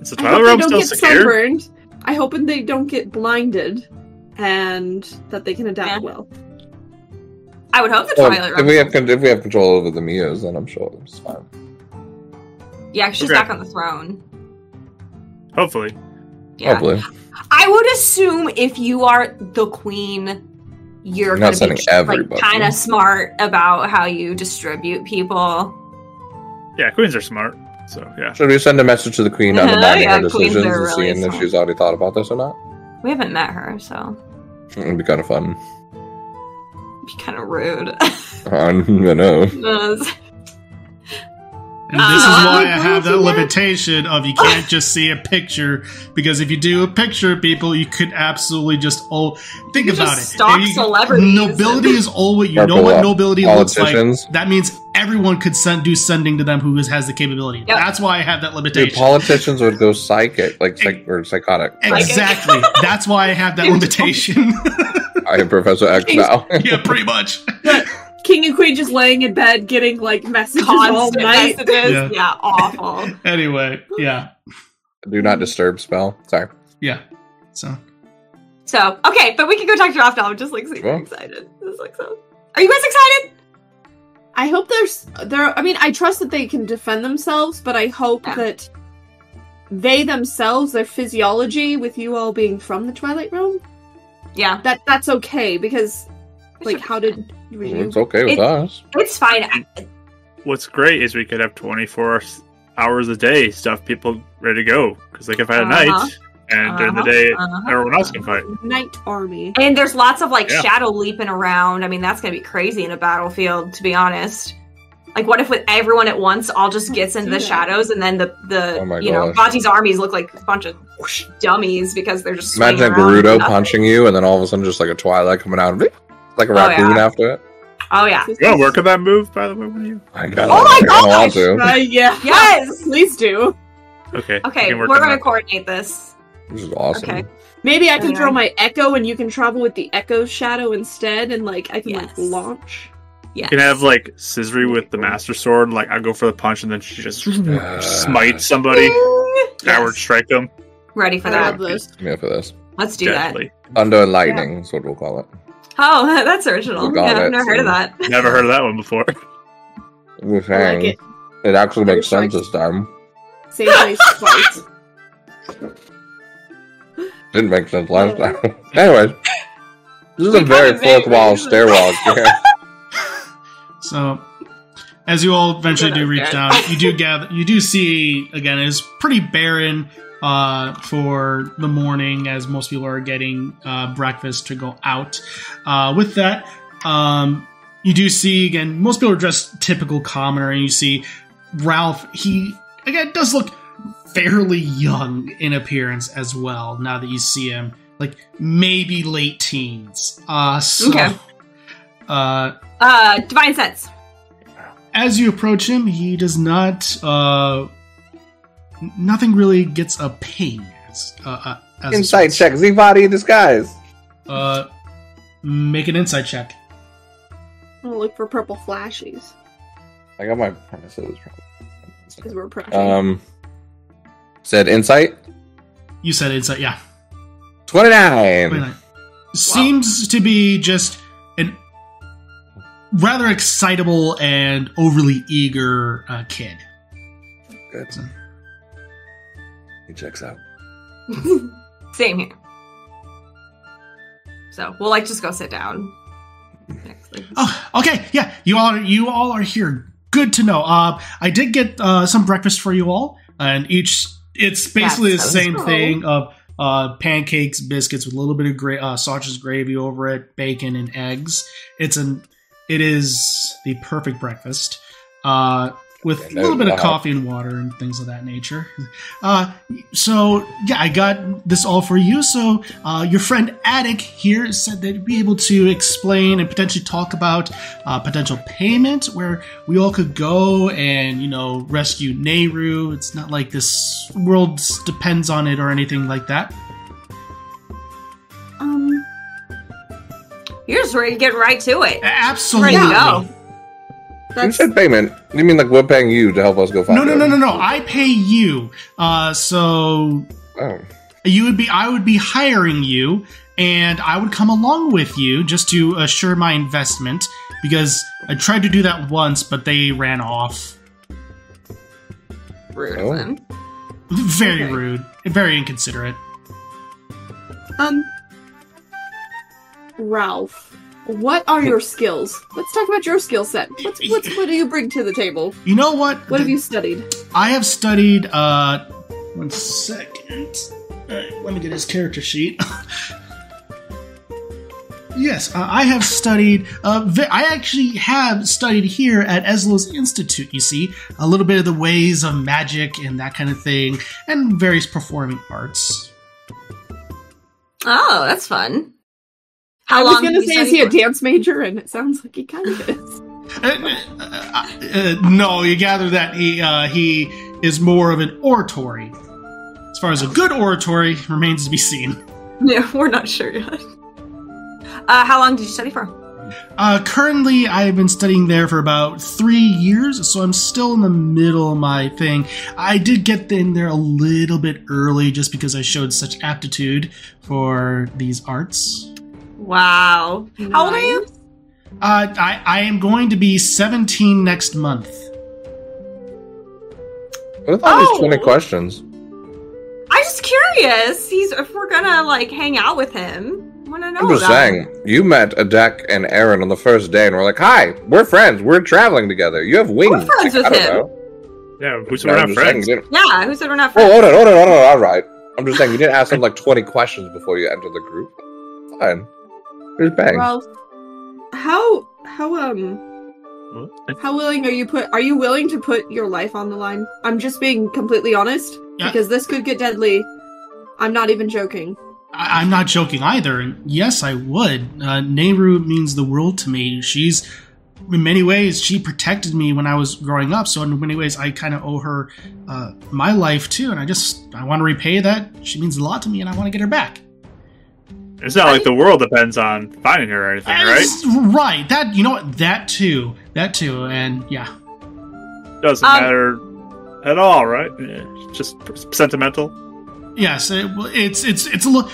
Is the I hope Twilight they Realm don't still get secure? sunburned. I hope they don't get blinded and that they can adapt Yeah. well. I would hope the Well, Twilight if Realm. Oh, we have con- if we have control over the Mios, then I'm sure it's fine. yeah, she's Okay. back on the throne. Hopefully, Oh, Yeah, Probably. I would assume if you are the queen, you're You're gonna not be sending just, like, everybody. kind of smart about how you distribute people. yeah, queens are smart. So yeah, Should we send a message to the Queen Uh-huh, undermining yeah, her queens decisions are and really seeing if smart. she's already thought about this or not? We haven't met her, so It'd be kind of fun. it'd be kind of rude. I don't know. And this is why I Ah. have that limitation of you can't just see a picture, because if you do a picture, people, you could absolutely just all think You could about just it. stalk If you- celebrities. Nobility is all what you Or know what poli- nobility looks like. Politicians. That means everyone could send do sending to them who is- has the capability. Yep. That's why I have that Dude, limitation. politicians would go psychic, like psych- or psychotic. Like- Exactly. That's why I have that Dude. limitation. I am Professor X now. yeah, pretty much. King and Queen just laying in bed getting like messages all constant night. messages. Yeah, Yeah. awful. Anyway, yeah, Do not disturb spell. Sorry. yeah. So So okay, but we can go talk to Ralph now. I'm just like super Yeah. excited. This looks so. Are you guys excited? I hope there's there. I mean, I trust that they can defend themselves, but I hope Yeah. that they themselves, their physiology, with you all being from the Twilight Realm, Yeah, That that's okay because like how did were you It's okay with It- us. it's fine. I- What's great is we could have 24 hours a day stuff people ready to go because they can fight at Uh-huh. night, and during the Uh-huh, day, uh-huh. everyone else can fight. knight army? And there's lots of like Yeah. shadow leaping around. I mean, that's gonna be crazy in a battlefield, to be honest. Like, what if with everyone at once all just gets into the Yeah. shadows, and then the the Oh my you know gosh. Baji's armies look like a bunch of whoosh dummies because they're just swinging Imagine a around and Gerudo nothing. punching you, and then all of a sudden, just like a Twilight coming out of it, like a Oh, yeah. raccoon after it. Oh yeah, This You is- want to work on that move, by the way, when you? I got Oh my gosh! want to. Uh, yeah. yes. Please do. Okay. we Okay, can we're work on gonna that. coordinate this. This is awesome. Okay. Maybe I can Yeah. throw my echo and you can travel with the echo shadow instead and like I can Yes. like launch. Yeah. You can have like Scissory with the Master Sword, like I go for the punch and then she just Uh, smite somebody, downward strike them. Ready for I that? love this. I'm here for this. Let's do that. Deadly. Thunder and lightning is what we'll call it. Oh, that's original. We Yeah, got it, I've never heard of so- that. Never heard of that one before. We're I saying like it. it. actually makes Thunder sense this time. Same place twice. Didn't make sense last time. Anyways, this is a very kinda vague fourth wall reasons. stairwell. here. So, as you all eventually do reach down, you do gather, you do see again. It's pretty barren uh, for the morning, as most people are getting uh, breakfast to go out. Uh, with that, um, you do see again. Most people are dressed typical commoner, and you see Ralph. He again does look fairly young in appearance as well. Now that you see him, like maybe late teens. Uh, so, Okay. Uh, Uh, divine sense. as you approach him, he does not. Uh, n- nothing really gets a ping. As, uh, uh, as Insight check. Z body in disguise. Uh, make an insight check. I'm gonna look for purple flashies I got my premises. because we're approaching. Um, said insight You said insight, yeah. twenty nine. 29. Seems to be just an rather excitable and overly eager uh, kid. Good. He checks out. Same here. So we'll like just go sit down. Next, like- Oh, okay. Yeah, you all are, you all are here. Good to know. Uh, I did get uh, some breakfast for you all, and each it's basically That the sounds same cool. thing of uh, pancakes, biscuits with a little bit of gra- uh, sausage gravy over it, bacon and eggs. It's an it is the perfect breakfast. Uh, with a Yeah, little bit of wow. coffee and water and things of that nature. Uh, so yeah, I got this all for you. So uh, your friend Attic here said they'd be able to explain and potentially talk about uh, potential payment where we all could go and you know rescue Nehru. It's not like this world depends on it or anything like that. Um, You're just ready to get right to it. Absolutely. Ready to go. You that's said payment. You mean like we're paying you to help us go find? No, no, her? no, no, no. I pay you. Uh, so Oh, you would be i would be hiring you and i would come along with you just to assure my investment because i tried to do that once but they ran off Rude Oh. of them. very Okay. rude very inconsiderate um. Ralph, what are your skills? Let's talk about your skill set. What's, what's what do you bring to the table? you know what What have you studied? i have studied uh one second All right, let me get his character sheet Yes, uh, I have studied. Uh, ve- I actually have studied here at Eslo's Institute. You see, a little bit of the ways of magic and that kind of thing, and various performing arts. Oh, that's fun. How I was long? gonna did you say, is study he a for? dance major? And it sounds like he kind of is. Uh, uh, uh, no, you gather that he uh, he is more of an oratory. As far as a good oratory remains to be seen. Yeah, we're not sure yet. Uh, how long did you study for? Uh, currently, I have been studying there for about three years, so I'm still in the middle of my thing. I did get in there a little bit early just because I showed such aptitude for these arts. Wow. How old are you? Uh, I, I am going to be 17 next month. what if I Oh. was twenty questions? I'm just curious. He's if we're gonna like hang out with him. want to know I'm just about saying, you met Adak and Aaron on the first day, and we're like, "Hi, we're friends. We're traveling together. You have wings." friends with Like, I him. don't know. Yeah, who's No, we're not I'm just saying, friends. you didn't- him. Yeah, who said we're not Oh, friends? hold on, hold on, hold on. All right. I'm just saying, you didn't ask him like 20 questions before you entered the group. Fine. Here's bang. Well, how how um how willing are you put are you willing to put your life on the line? I'm just being completely honest Yeah. because this could get deadly. I'm not even joking. I- I'm not joking either. And yes, I would. Uh, Nehru means the world to me. She's, in many ways, she protected me when I was growing up. So in many ways, I kind of owe her uh, my life too. And I just I want to repay that. She means a lot to me, and I want to get her back. It's not like the world depends on finding her or anything, right? It's- right. That you know what? That too. That too. And yeah. Doesn't Um, matter at all, right? Yeah, it's just sentimental. Yes. It, well, it's it's it's a little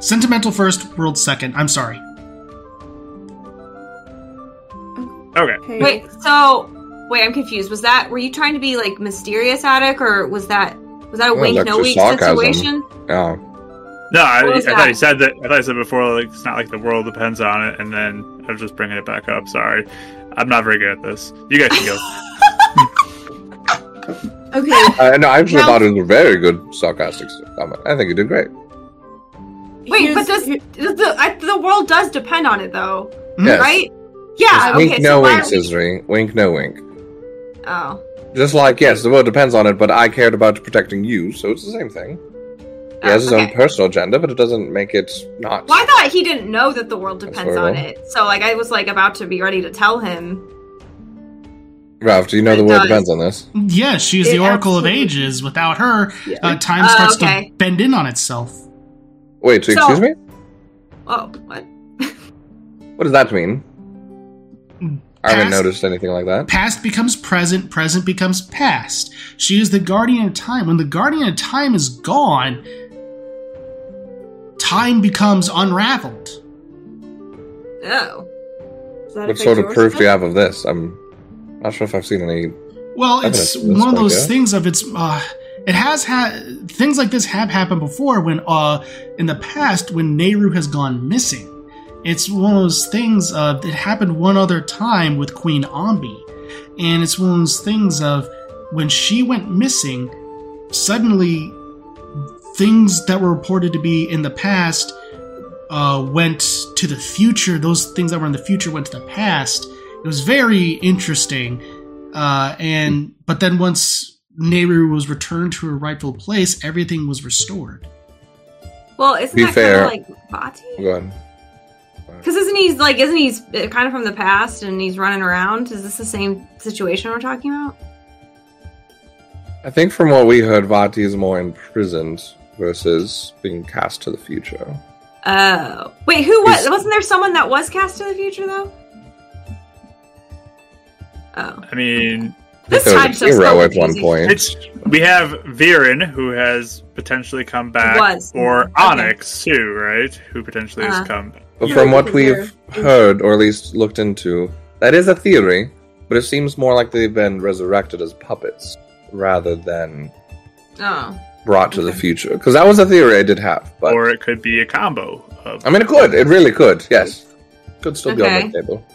sentimental first, world second. I'm sorry. Okay. Okay. Wait, so wait, I'm confused. Was that were you trying to be like mysterious attic, or was that was that a Yeah, wink that's no just wink sarcasm. situation? Yeah. No, I, What I was thought he that? said that. I thought he said before, like it's not like the world depends on it. And then I was just bringing it back up. Sorry, I'm not very good at this. You guys can go. Okay. Uh, no, I actually Well- thought it was a very good sarcastic comment. I think you did great. Mm-hmm. Wait, but here's- does, does the I, the world does depend on it though, Yes. right? Yeah. Just okay. wink, no so why wink, are we- Scissory. Wink, no wink. Oh. Just like, yes, the world depends on it, but I cared about protecting you, so it's the same thing. He has his Oh, own okay. personal agenda, but it doesn't make it not. Well, I thought he didn't know that the world That's depends very on well. it. So like I was like about to be ready to tell him. Ralph, do you know It the world does. depends on this? Yeah, she is the It Oracle of absolutely- Ages. Without her, Yeah. uh, time Oh, starts okay. to bend in on itself. Wait, so So- excuse me? Oh, what? What does that mean? I haven't Past- noticed anything like that. Past becomes present, present becomes past. She is the guardian of time. When the guardian of time is gone, time becomes unraveled. Oh. Is that What affect sort of yours? proof do you have of this? I'm not sure if I've seen any. Well, I've it's noticed this one of bug, those yeah. things of it's. Uh, it has had things like this have happened before when, uh, in the past, when Nehru has gone missing. It's one of those things of it happened one other time with Queen Ambi, and it's one of those things of when she went missing, suddenly things that were reported to be in the past uh, went to the future. Those things that were in the future went to the past. It was very interesting. Uh, and but then once Nehru was returned to her rightful place, everything was restored. Well, isn't Be that fair. kind of like Bati? Go ahead. Because isn't he like isn't he kind of from the past and he's running around? Is this the same situation we're talking about? I think from what we heard, Vati is more imprisoned versus being cast to the future. Oh, wait, who was? Is- Wasn't there someone that was cast to the future though? Oh, I mean, I This think there time was a so hero slow at one confusing. point. it's we have Viren who has potentially come back, Was. Uh, or Okay. Onyx too, right? Who potentially Uh-huh. has come. back. But Yeah, from I what think we've they're- heard, or at least looked into, that is a theory, but it seems more like they've been resurrected as puppets rather than oh, brought to the future. Because that was a theory I did have, but or it could be a combo. Of, I mean, it could, it really could, yes, could still be Okay. on the table.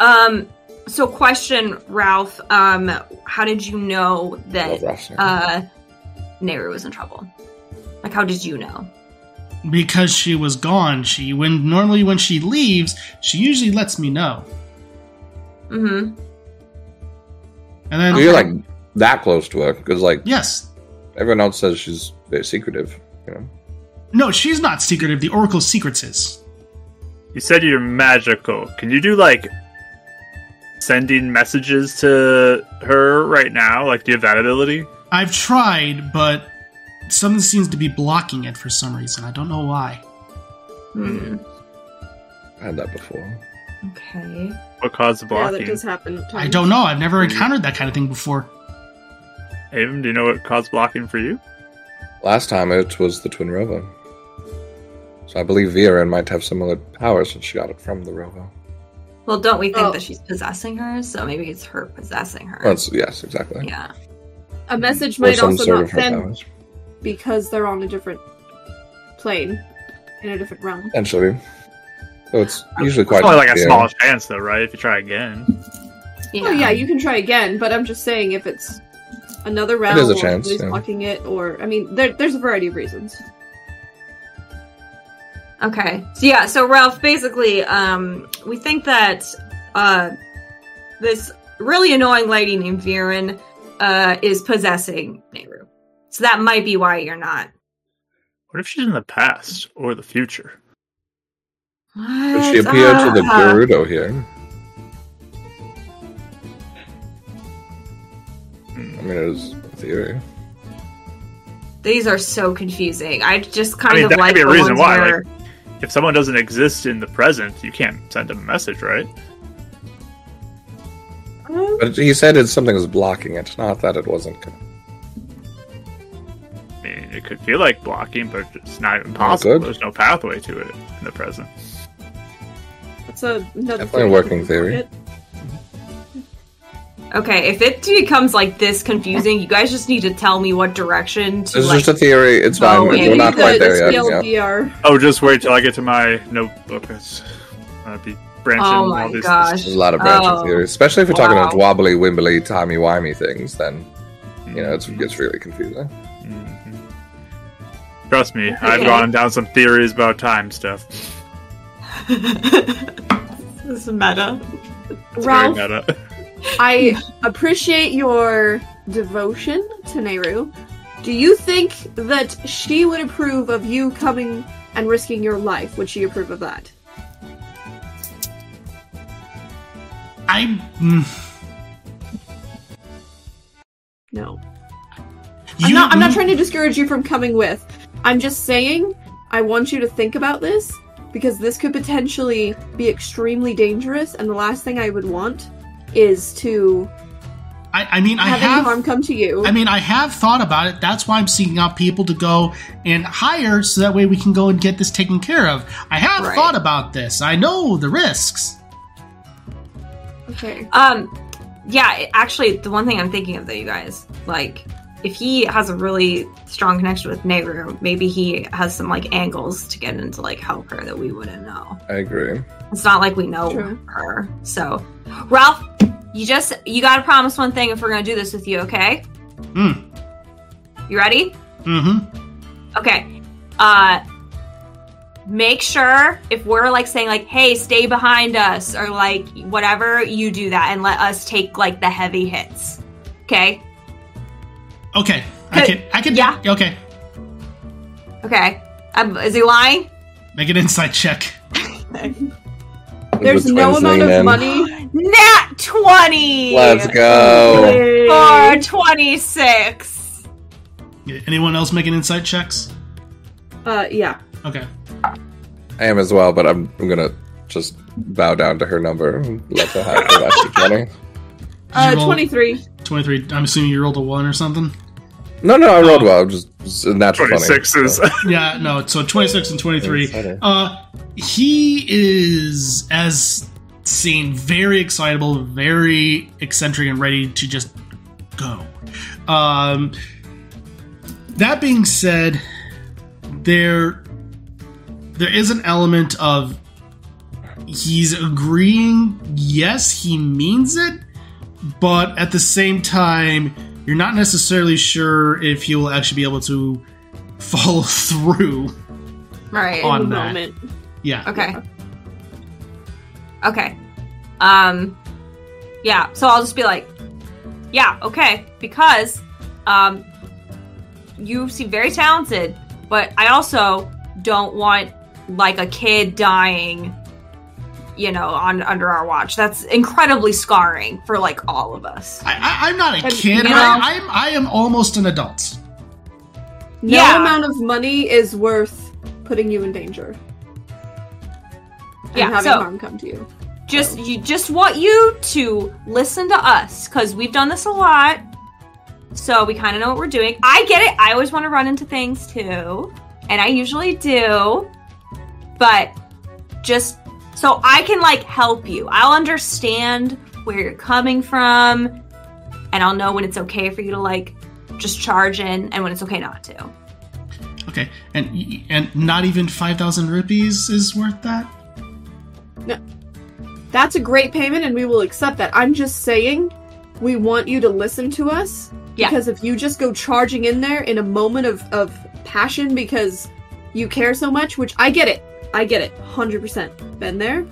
um. So, question, Ralph. Um, how did you know that Love Rashomon. uh, Nehru was in trouble? Like, how did you know? Because she was gone, she when normally when she leaves, she usually lets me know. Mm-hmm. And then So You're like that close to her, because like yes, everyone else says she's very secretive. You know, no, she's not secretive. The Oracle secrets is. you said you're magical. Can you do like sending messages to her right now? Like, do you have that ability? I've tried, but something seems to be blocking it for some reason. I don't know why. Hmm, I had that before. Okay. What caused the Yeah, blocking? that does happen. at I times. don't know. I've never encountered that kind of thing before. Avon, do you know what caused blocking for you? Last time it was the twin rover. So I believe Vera might have similar powers since she got it from the rover. Well, don't we think Oh. that she's possessing her? So maybe it's her possessing her. Well, it's, yes, exactly. yeah. A message Or might some also sort not of her send powers. because they're on a different plane. in a different realm. Potentially. So it's usually It's quite only like a yeah. small chance, though, right? If you try again, Yeah. Well, yeah, you can try again, but I'm just saying if it's another realm, is a or chance, somebody's yeah. blocking it, or I mean, there, there's a variety of reasons. Okay. So yeah, so Ralph, basically, um, we think that uh, this really annoying lady named Viren uh, is possessing Nehru. So that might be why you're not. what if she's in the past or the future? But she appeared to the Ah. Gerudo here. Hmm. I mean, it was a theory. These are so confusing. I just kind I mean, of that could like be a the reason ones why, Where... If someone doesn't exist in the present, you can't send them a message, right? But he said it's something was blocking it, not that it wasn't. I mean, it could feel like blocking, but it's not impossible. Oh, good. There's no pathway to it in the present. That's a, another Definitely a working theory. Okay, if it becomes like this confusing, you guys just need to tell me what direction to It's like. just a theory. It's Oh, fine. yeah, We're not the- quite the there yet. yeah. TLDR. Oh, just wait till I get to my notebook. It's- I'll be branching Oh all my these. gosh. There's a lot of branching Oh. theories, especially if we're talking Wow. about wobbly, wimbly, timey wimey things. Then you know it's, it gets really confusing. Mhm. Trust me, I've Okay. gone down some theories about time stuff. this is meta. It's very Ralph, meta. I appreciate your devotion to Nehru. Do you think that she would approve of you coming and risking your life? Would she approve of that? I. Mm, No. you, I'm not, I'm not trying to discourage you from coming with. I'm just saying, I want you to think about this because this could potentially be extremely dangerous, and the last thing I would want is to I, I mean, I have, any harm have. come to you. I mean, I have thought about it. That's why I'm seeking out people to go and hire, so that way we can go and get this taken care of. I have Right. thought about this. I know the risks. okay. Um, yeah, it- actually, the one thing I'm thinking of though, you guys, like, if he has a really strong connection with Nehru, maybe he has some like angles to get into like help her that we wouldn't know. I agree. It's not like we know True. her. So, Ralph, you just you gotta promise one thing if we're gonna do this with you, okay? Mm. You ready? Mm-hmm. Okay. Uh make sure if we're like saying like, "Hey, stay behind us" or like whatever, you do that and let us take like the heavy hits. Okay? Okay. I can. I can. Yeah. Okay. Okay. Um, is he lying? Make an insight check. There's The no twins amount lean of in. money. Nat 20. Let's go. Oh. For 26. Anyone else making insight checks? Uh, yeah. Okay. I am as well, but I'm, I'm gonna just bow down to her number and let her have the rest of money. Uh, roll- 23. 23. I'm assuming you rolled a 1 or something. No, no, I rolled Oh. well. I'm just it's a natural Twenty funny. sixes. Yeah, no, so 26 and 23. Exciting. Uh, he is, as seen, very excitable, very eccentric, and ready to just go. Um, that being said, there there is an element of he's agreeing, yes, he means it, but at the same time, you're not necessarily sure if he will actually be able to follow through. Right. On In the that. moment. Yeah. Okay. Okay. Um yeah, so I'll just be like yeah, okay, because um you seem very talented, but I also don't want like a kid dying you know on under our watch. That's incredibly scarring for like all of us. I, I, I'm not a And, kid. you know- I, I'm I am almost an adult. No Yeah. amount of money is worth putting you in danger. And Yeah, having so- harm come to you. just you just want you to listen to us because we've done this a lot so we kind of know what we're doing i get it i always want to run into things too and i usually do but just so i can like help you i'll understand where you're coming from and i'll know when it's okay for you to like just charge in and when it's okay not to Okay, and y- and not even five thousand rupees is worth that. That's a great payment and we will accept that. I'm just saying we want you to listen to us. Yeah. Because if you just go charging in there in a moment of, of passion because you care so much, which I get it. I get it. 100%. Been there.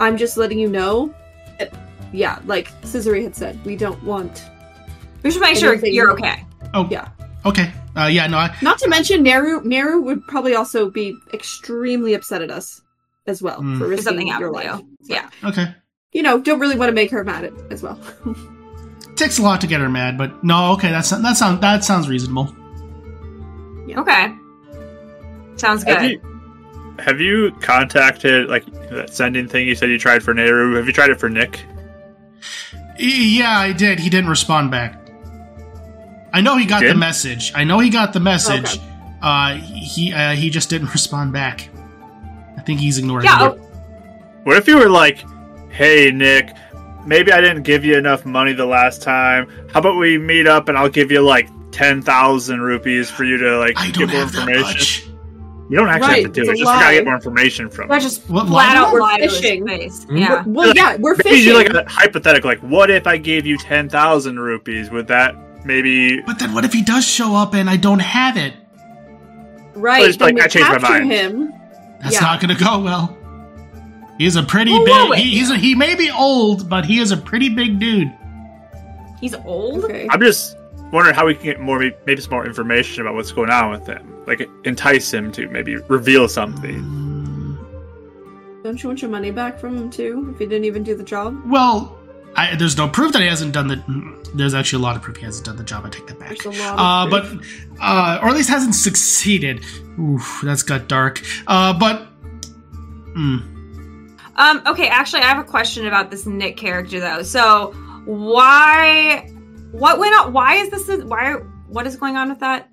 I'm just letting you know. that- yeah, like Cesare had said, we don't want. We should make And sure if they- you're okay. Oh Yeah. Okay. Uh, yeah. No. I, Not to mention, Neru, Neru would probably also be extremely upset at us as well Hmm. for If risking something your happened to life. you. Yeah. okay. You know, don't really want to make her mad at, as well. Takes a lot to get her mad, but no. Okay. That's that sounds that sounds reasonable. Okay. Sounds Have good. you, have you contacted like that sending thing you said you tried for Nehru? Have you tried it for Nick? E- Yeah, I did. He didn't respond back. I know he got the Didn't? message. I know he got the message. Uh, he uh, he just didn't respond back. I think he's ignoring. Yeah, it. oh, What if you were like, "Hey Nick, maybe I didn't give you enough money the last time. How about we meet up and I'll give you like ten thousand rupees for you to like I get don't more have that information? much. You don't actually Right, have to it's do a it. Just we gotta lie. get more information from. that just What, flat out We're lie to his fishing. face. Yeah. Well, yeah, we're Maybe fishing. you like a hypothetical, like what if I gave you ten thousand rupees? Would that maybe? But then what if he does show up and I don't have it? Right. Well, it's then like, we I changed my capture mind. Him. That's Yeah. not going to go well. He's a pretty Well, big. wait. He, he's a, he may be old, but he is a pretty big dude. He's old. Okay. I'm just wondering how we can get more, maybe some more information about what's going on with him. Like entice him to maybe reveal something. Don't you want your money back from him too? If he didn't even do the job, Well, I, there's no proof that he hasn't done the. mm, There's actually a lot of proof he hasn't done the job. I take that back. there's a lot. Uh, Of but, uh, or at least hasn't succeeded. Oof, that's got dark. Uh, but, mm, Um, okay, actually, I have a question about this Nick character though. So, why, what went on? Why is this? Why? What is going on with that?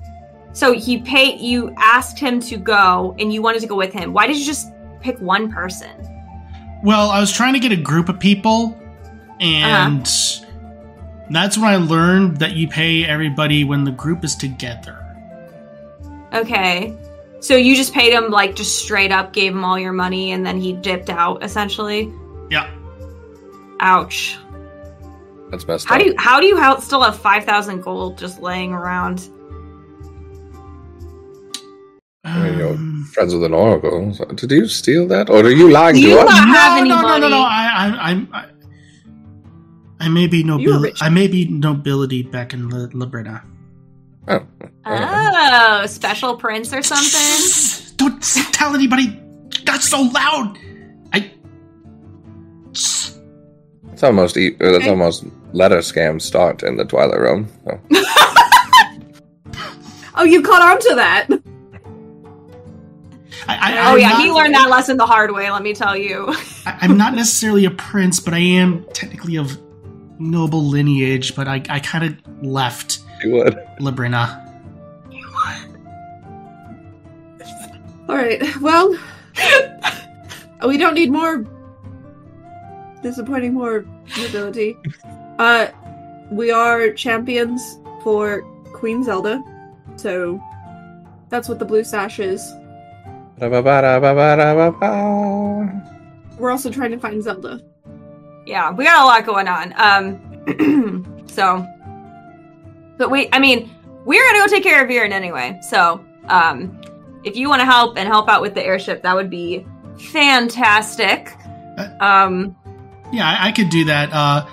So he paid. You asked him to go, and you wanted to go with him. Why did you just pick one person? well, I was trying to get a group of people, and Uh-huh. that's when I learned that you pay everybody when the group is together. Okay, so you just paid him like just straight up, gave him all your money, and then he dipped out essentially. Yeah. Ouch. That's messed How up. do you how do you have, still have five thousand gold just laying around? There you go. Um, Friends with an oracle. So, did you steal that, or are you lying Do to you us? lie? have no, any no, no, no, money. no. I, I, I'm. I, I may be You were nobility. rich. I may be nobility back in Li- Librina. Oh, Oh, special prince or something. Don't tell anybody. That's so loud. I. that's how most e- uh, that's Okay. how most letter scams start in the Twilight Realm. So, oh, you caught on to that. I, I Oh I'm yeah, not, he learned that lesson the hard way. Let me tell you. I, I'm not necessarily a prince, but I am technically of noble lineage. But I, I kind of left you would. Librina. All right. Well, we don't need more disappointing more nobility. Uh, we are champions for Queen Zelda, so that's what the blue sash is. Oh Ba-ba-ba-da-ba-ba-da-ba-ba. We're also trying to find Zelda. Yeah, we got a lot going on. Um, so, but we, I mean, we're gonna go take care of Viren anyway. So, um, if you want to help and help out with the airship, that would be fantastic. Uh, Um, Yeah, I, I could do that. Uh, I-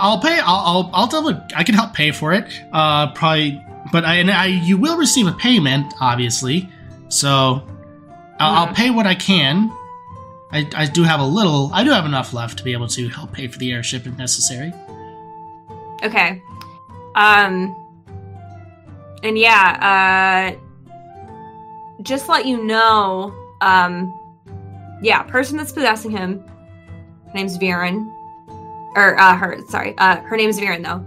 I'll pay. I'll, I'll, I'll double. I can help pay for it. Uh, probably, but I, and I, you will receive a payment, obviously. So I'll, I'll pay what I can. I, I do have a little. I do have enough left to be able to help pay for the airship if necessary. okay. Um, and yeah, uh, just let you know, um, yeah, person that's possessing him, her name's Viren, or uh, her, sorry, uh, her name's Viren though,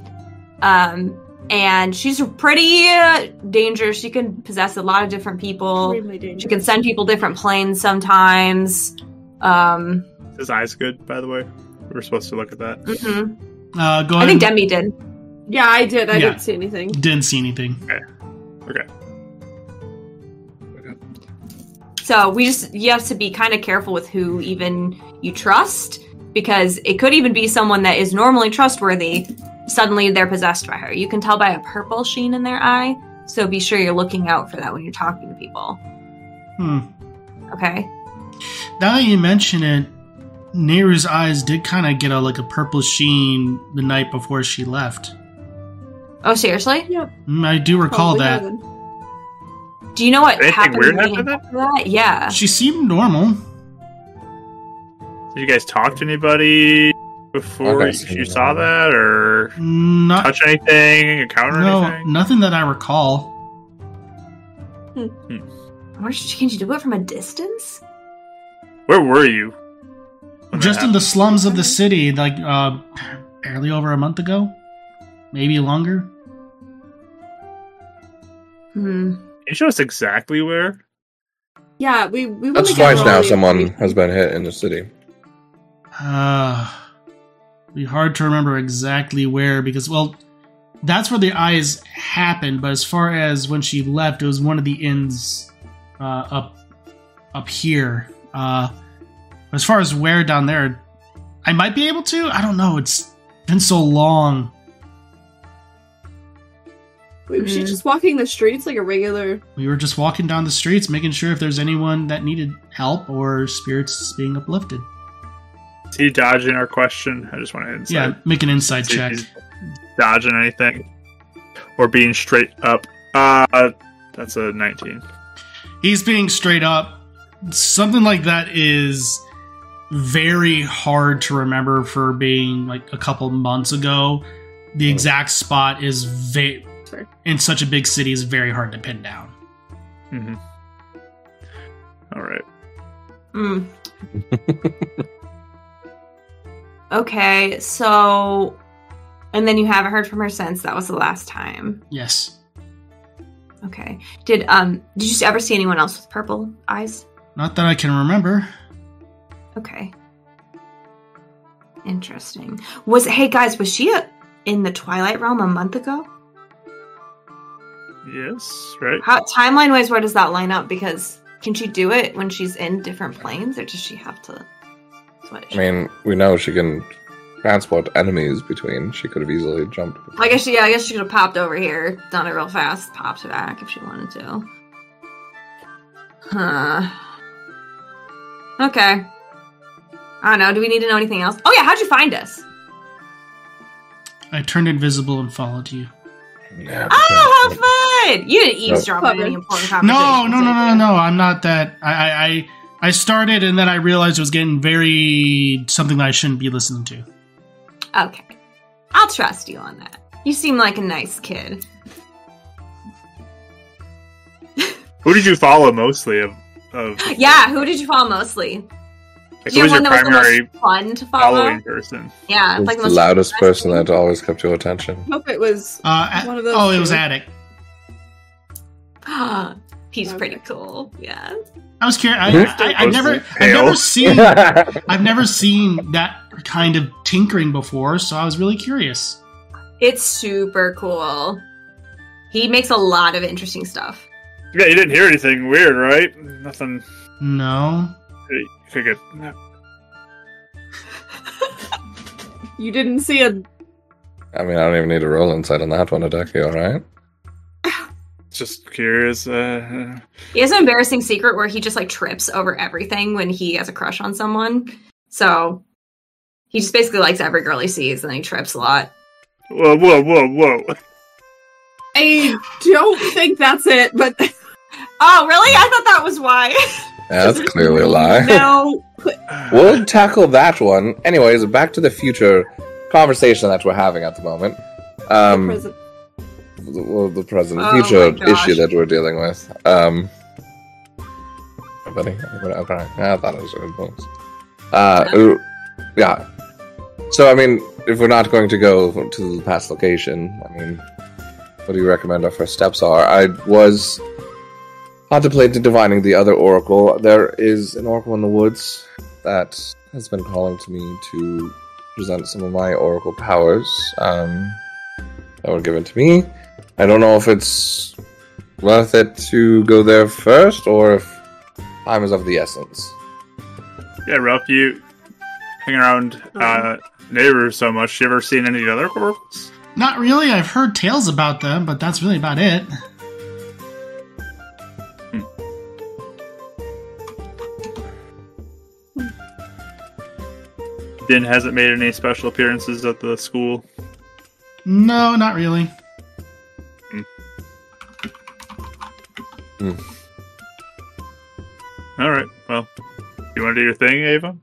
um, and she's pretty uh, dangerous. She can possess a lot of different people. Extremely dangerous. She can send people different planes sometimes. Um, His eyes good, by the way. We were supposed to look at that. mhm. Uh, go I ahead. think Demi did. Yeah, I did. I Yeah. didn't see anything. didn't see anything. So we just you have to be kind of careful with who even you trust because it could even be someone that is normally trustworthy. Suddenly they're possessed by her. You can tell by a purple sheen in their eye. So be sure you're looking out for that when you're talking to people. Hmm. Okay. Now that you mention it, Nehru's eyes did kind of get a like a purple sheen the night before she left. Oh, seriously? Mm, I do recall Oh, Probably that. not. Do you know what Anything happened weird immediately happened after that? Yeah. She seemed normal. Did you guys talk to anybody before Okay. you saw that or Not touch anything, encounter no, anything? nothing that I recall. I wonder, Can you do it from a distance? Where were you? when that Just in happened? the slums of the city, like uh, barely over a month ago, maybe longer. Hmm. Can you show us exactly where? Yeah, we we That's wanna twice get now Raleigh. someone has been hit in the city. Uh, be hard to remember exactly where because well, that's where the eyes happened. But as far as when she left, it was one of the inns uh, up up here. Uh, as far as where down there, I might be able to. I don't know. It's been so long. We- Mm. She's just walking the streets like a regular. We were just walking down the streets, making sure if there's anyone that needed help or spirits being uplifted. Is he dodging our question? I just want to insight. Yeah, make an inside See if check. he's Dodging anything. Or being straight up. Uh that's a nineteen. he's being straight up. Something like that is very hard to remember for being like a couple months ago. The exact spot is va- Sure. in such a big city is very hard to pin down. Mm-hmm. Alright. Hmm. okay, so. And then you haven't heard from her since. That was the last time. Yes, Okay. Did um did you ever see anyone else with purple eyes? not that I can remember. Okay. Interesting. Was hey guys, was she a, in the Twilight Realm a month ago? Yes, right? How timeline wise, where does that line up? Because can she do it when she's in different planes, or does she have to switch? I mean, we know she can transport enemies between. She could have easily jumped. I guess she, yeah, I guess she could have popped over here, done it real fast, popped back if she wanted to. Huh. Okay. I don't know. Do we need to know anything else? Oh yeah, how'd you find us? I turned invisible and followed you. Yeah, Oh, how fun! You didn't eavesdrop on Clever. any important No, conversations. no, no, did no, you? no. I'm not that. I, I, I- I started and then I realized it was getting very something that I shouldn't be listening to. Okay. I'll trust you on that. You seem like a nice kid. Who did you follow mostly of, of Yeah, who did you follow mostly? like, Did who you have was one that your was the primary most fun to follow? following person? Yeah, Who's like the loudest person that always kept your attention. Hope it was. Uh, a- One of those oh, it was two. attic. He's Okay. pretty cool. Yeah. I was curious. I, Who's I, I, the I've never, mostly I've never pale? seen I've never seen that kind of tinkering before, so I was really curious. It's super cool. He makes a lot of interesting stuff. Yeah, you didn't hear anything weird, right? Nothing No. you could get You didn't see a. I mean, I don't even need a roll insight on that one, Adeki, alright? just curious, uh He has an embarrassing secret where he just like trips over everything when he has a crush on someone. So he just basically likes every girl he sees and he trips a lot. whoa, whoa, whoa, whoa. I don't think that's it, but Oh, really? I thought that was why. Yeah, that's clearly a lie. no. We'll tackle that one. Anyways, back to the future conversation that we're having at the moment. Um, Present. the, well, the present, Oh future my gosh. issue that we're dealing with. Um, everybody, everybody, okay. Yeah, I thought it was a good point. Uh, ooh, yeah. So, I mean, if we're not going to go to the past location, I mean, what do you recommend our first steps are? I was contemplating divining the other oracle. There is an oracle in the woods that has been calling to me to present some of my oracle powers um, that were given to me. I don't know if it's worth it to go there first or if Time is of the essence. Yeah, Ralph, you hang around uh, Nehru so much. You ever seen any of the other corals? Not really. I've heard tales about them, but that's really about it. Din hasn't made any special appearances at the school. No, not really. All right. Well, you want to do your thing, Ava?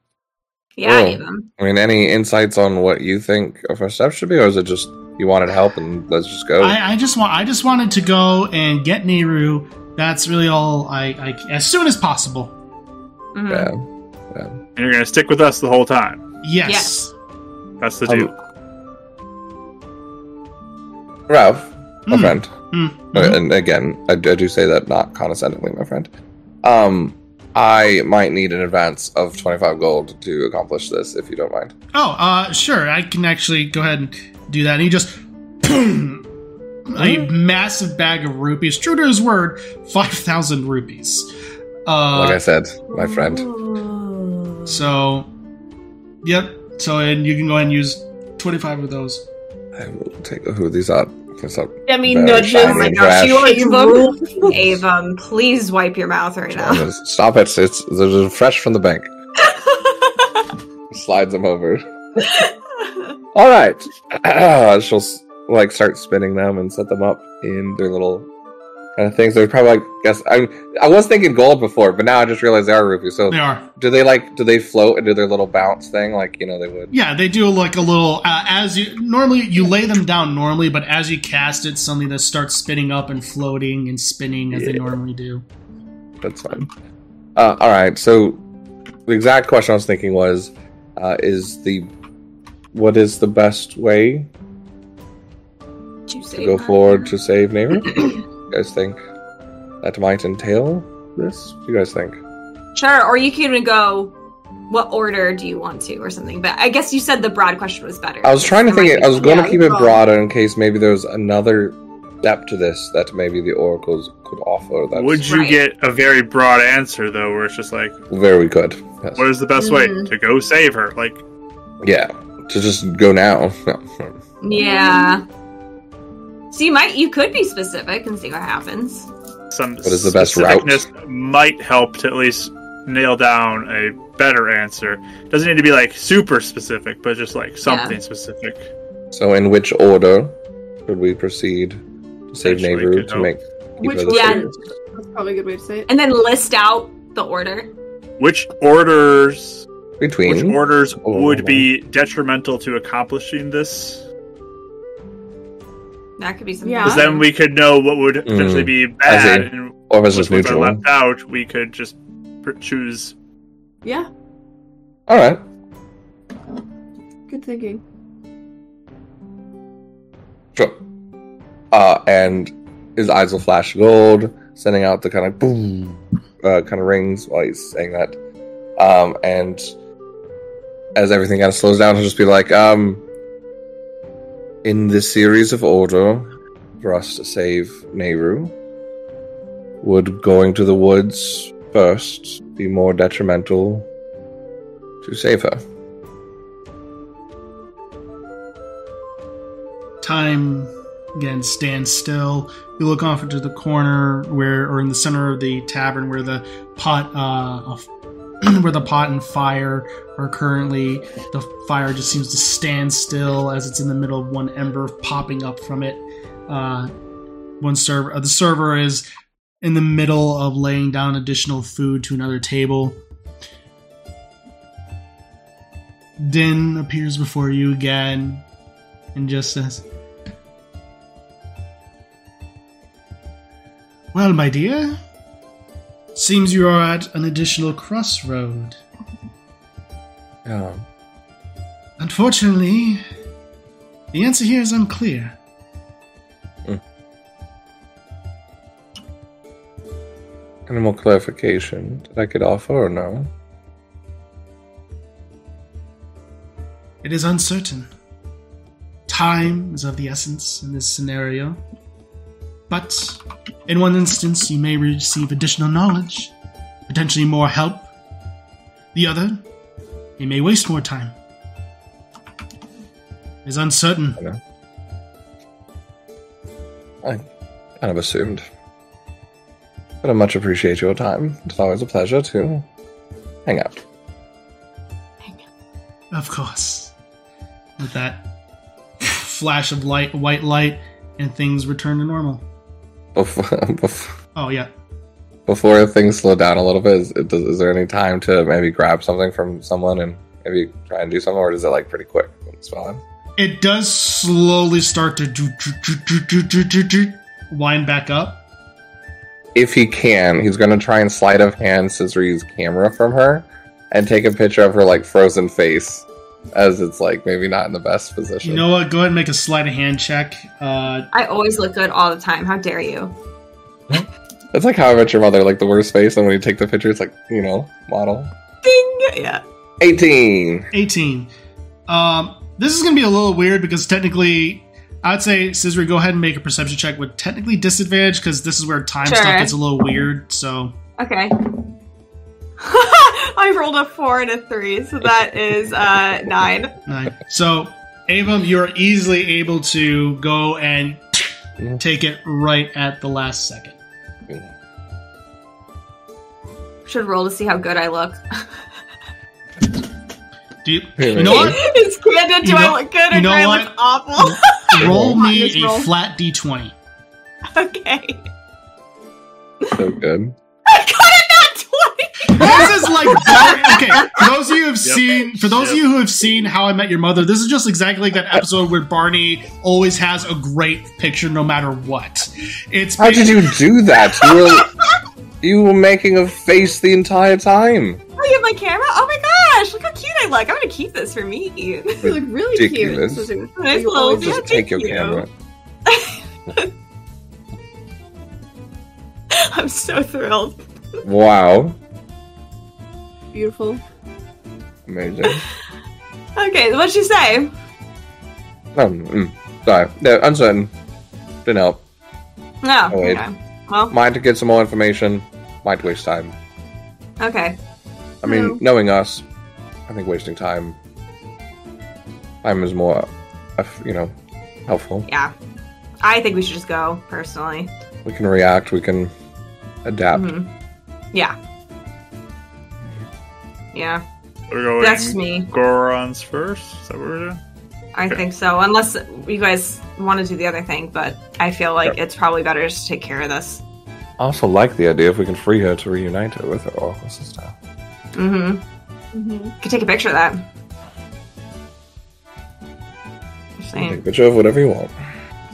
Yeah, Oh. I gave him. I mean, any insights on what you think a first step should be, or is it just you wanted help and let's just go? I, I just want. I just wanted to go and get Nehru. That's really all. I, I as soon as possible. um, Mhm. yeah. And you're gonna stick with us the whole time. Yes. Yes. That's the Um, deal. Ralph, my Mm. friend. Mm. Uh, and again, I, I do say that not condescendingly, my friend. Um, I might need an advance of twenty-five gold to accomplish this, if you don't mind. Oh, uh, sure. I can actually go ahead and do that. And he just, boom, a massive bag of rupees. True to his word, five thousand rupees. Uh, Like I said, my friend. Ooh. So, yep. So, and you can go ahead and use twenty-five of those. I will take who these are. Guess I'll- Demi Very nudges. shiny Oh my trash. gosh, you are You rule. evil. Avum, please wipe your mouth right now. Stop it! It's they're fresh from the bank. Slides them over. All right, she'll like start spinning them and set them up in their little kind of things. They're probably like guess I I was thinking gold before, but now I just realized they are rupees. So They are. do they like do they float and do their little bounce thing like you know they would? Yeah, they do like a little uh, as you normally you lay them down normally, but as you cast it, suddenly they start spinning up and floating and spinning as they Yeah. normally do. That's fine. Uh, all right. So the exact question I was thinking was, uh, is the what is the best way Did you to say go that? forward to save neighbor? you guys think that might entail this? What do you guys think? Sure, or you can even go. What order do you want to, or something? But I guess you said the broad question was better. I was trying to There think. might It, be I was going some- to keep it yeah, broader in case maybe there was another step to this that maybe the oracles could offer. That's Would you Right. get a very broad answer though, where it's just like, very good. Yes. what is the best way to go save her? Like, Yeah, to just go now. Yeah. So you might, you could be specific and see what happens. some What is the best route? specificness might help to at least nail down a better answer. Doesn't need to be like super specific, but just like something specific. so, in which order should we proceed to save Actually, Nehru good to help. make? Which her the Yeah. safest? That's probably a good way to say it. And then list out the order. Which orders? between Which orders Oh, would no. be detrimental to accomplishing this? That could be something. Yeah. Because then we could know what Hmm. would potentially be bad, and or was which it ones are neutral? left out. We could just pr- choose. Yeah, All right. good thinking. Sure. Uh, and his eyes will flash gold, sending out the kind of boom, uh, kind of rings while he's saying that. Um, and as everything kind of slows down, he'll just be like, um, in this series of order for us to save Nehru, would going to the woods first be more detrimental to save her? Time again stands still. You look off into the corner where, or in the center of the tavern where the pot uh, of, where the pot and fire are currently. The fire just seems to stand still as it's in the middle of one ember popping up from it. Uh, one server, uh, the server is in the middle of laying down additional food to another table. Din appears before you again and just says, Well, my dear, seems you are at an additional crossroad. Yeah. Unfortunately, the answer here is unclear. Any more clarification that I could offer or no? It is uncertain. Time is of the essence in this scenario. But in one instance, you may receive additional knowledge, potentially more help. The other, he may waste more time. It's uncertain. I kind of assumed. But I much appreciate your time. It's always a pleasure to hang out. Of course. With that flash of light, white light, and things return to normal. Before, before, Oh, yeah. before things slow down a little bit, is, it- does- is there any time to maybe grab something from someone and maybe try and do something, or is it like pretty quick? when it's falling? It does slowly start to do, do, do, do, do, do, do, do, wind back up. If he can, he's going to try and sleight of hand Scissory's camera from her and take a picture of her like frozen face as it's like maybe not in the best position. You know what? Go ahead and make a sleight of hand check. Uh, I always look good all the time. How dare you? That's like how I met your mother, like the worst face, and when you take the picture, it's like, you know, model. Ding! Yeah. 18! 18. Um, this is going to be a little weird because technically, I'd say, Scissory, go ahead and make a perception check with technically disadvantage because this is where time Sure. stuff gets a little weird. So Okay. I rolled a four and a three, so that is uh nine. Nine. So, Avum, you're easily able to go and Yeah. take it right at the last second. Should roll to see how good I look. Do you, Wait, you wait, know wait. what? it's candid. Do You I know- look good or you know do I what? look awful? Roll Just me a roll. flat d20. okay. So good. I got a nat This is like bar- okay. For those of you who have Yep. seen, for those of Yep. you who have seen How I Met Your Mother, this is just exactly like that episode where Barney always has a great picture no matter what. It's How did you do that? You were, you were making a face the entire time. 20. I have my camera. Oh my gosh! Look how cute I look. I'm gonna keep this for me. nice You look really Ridiculous. cute. Scissor. Nice You little- always- yeah, Just thank take your you. camera. I'm so thrilled. Wow. beautiful. Amazing. Okay, what'd you say? Um, mm, sorry. No, uncertain. Didn't help. No. Oh, wait. okay. Well, Might get some more information. Might waste time. okay. I mean, No. knowing us, I think wasting time. Time is more, uh, you know, helpful. Yeah. I think we should just go personally. We can react. We can adapt. Mhm. Yeah. Yeah. We're going That's me. Gorons first. Is that what we're doing? I Okay. think so. Unless you guys want to do the other thing, but I feel like it's probably better just to take care of this. I also like the idea if we can free her to reunite her with her oracle sister. Mm-hmm. hmm Could take a picture of that. Just You can saying. Take a picture of whatever you want.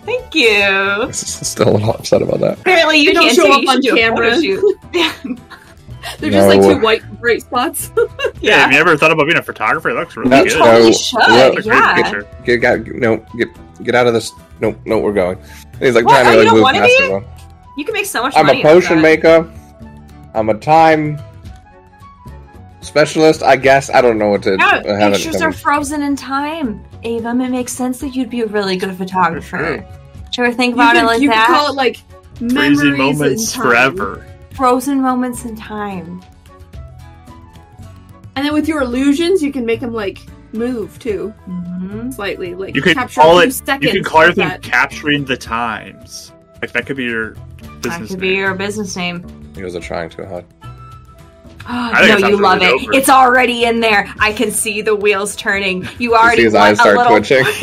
Thank you. I'm still a little upset about that. Apparently, you They don't can't show see it. up You on should do a camera. photo shoot. yeah. They're just like No. two white bright spots. Yeah. Have you ever thought about being a photographer? It looks really No, good. no. totally Look, should. It's a great yeah. picture. Get out! No, get get out of this. No, no, we're going. And he's like What? trying Oh, to you like don't move wanna past be? everyone. You can make so much I'm money. a off potion that. maker. I'm a time specialist. I guess I don't know what to. Yeah, I haven't pictures done- are frozen in time. Avum, it makes sense that you'd be a really good photographer. Should we think You about could, it like you could that? call it like memories Crazy in moments time. forever. frozen moments in time. And then with your illusions, you can make them like move too Mhm. slightly, like You could capture call a few it. seconds. You could call your of thing that. capturing the times. Like that could be your That business. could be name. your business name. You guys are trying too hard. think no, it's you absolutely love it. over. It's already in there. I can see the wheels turning. You You see already his want eyes a start little. twitching.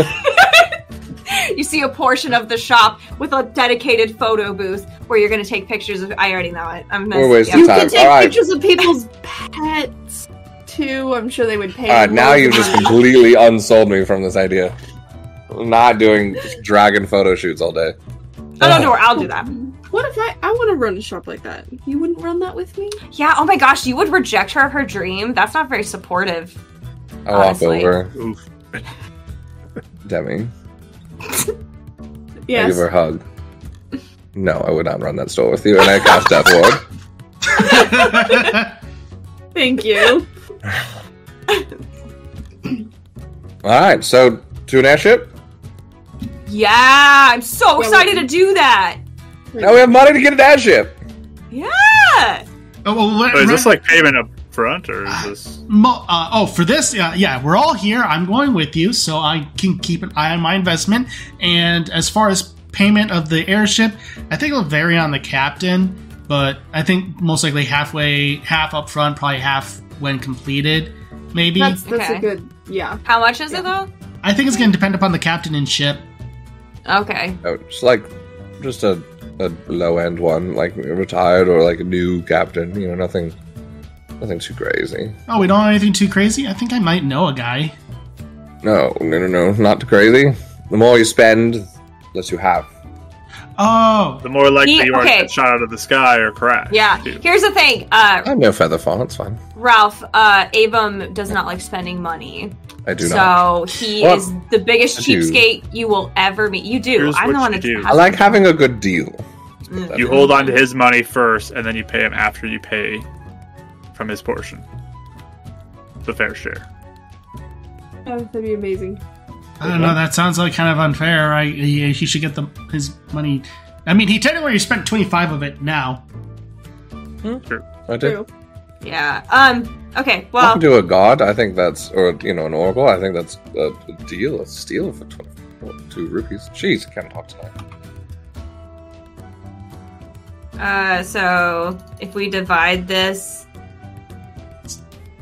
You see a portion of the shop with a dedicated photo booth where you're going to take pictures of. I already know it. I'm We're messing wasting up. You time. can take All right. pictures of people's pets too. I'm sure they would pay. Uh, you now more you've than just money. completely unsold me from this idea. I'm not doing dragon photo shoots all day. Oh, no, don't worry. I'll do that. What if I I want to run a shop like that? You wouldn't run that with me? Yeah. Oh my gosh, you would reject her of her dream. That's not very supportive. I walk Honestly. over, Oof. Demi. I give Yes. her a hug. No, I would not run that store with you, and I cast Death Ward. Thank you. All right, so to an airship. Yeah, I'm so Yeah, excited to do that. Now we have money to get an airship. Yeah. Oh, well, But is this Ren- like payment up front, or is this? Mo- uh, oh, for this, yeah, yeah, we're all here. I'm going with you, so I can keep an eye on my investment. And as far as payment of the airship, I think it'll vary on the captain, but I think most likely halfway, half up front, probably half when completed, maybe. That's that's Okay. a good yeah. How much is it though? I think it's going to depend upon the captain and ship. Okay. Oh, It's like just a, a low end one, like retired or like a new captain. You know, nothing, nothing too crazy. Oh, we don't have anything too crazy. I think I might know a guy. No, no, no, no, not too crazy. The more you spend, the less you have. Oh, The more likely He- you are okay. to get shot out of the sky or crash. Yeah. too. Here's the thing, uh, I'm no feather fall. It's fine. Ralph. Uh, Abum does not like spending money, I do so not. he Well, is the biggest I do. cheapskate you will ever meet. You do. Here's I'm the what one you that's do. I like having a good deal. Mm. You hold on to his money first, and then you pay him after you pay from his portion. The fair share. Oh, that'd be amazing. I don't know. That sounds like kind of unfair. I he, he should get the his money. I mean, he technically spent twenty five of it now. I do. True. Yeah. Um. Okay. I Well. can do a god. I think that's, or you know, an oracle. I think that's a, a deal, a steal for twenty two rupees. Jeez, I can't talk tonight. Uh. So if we divide this,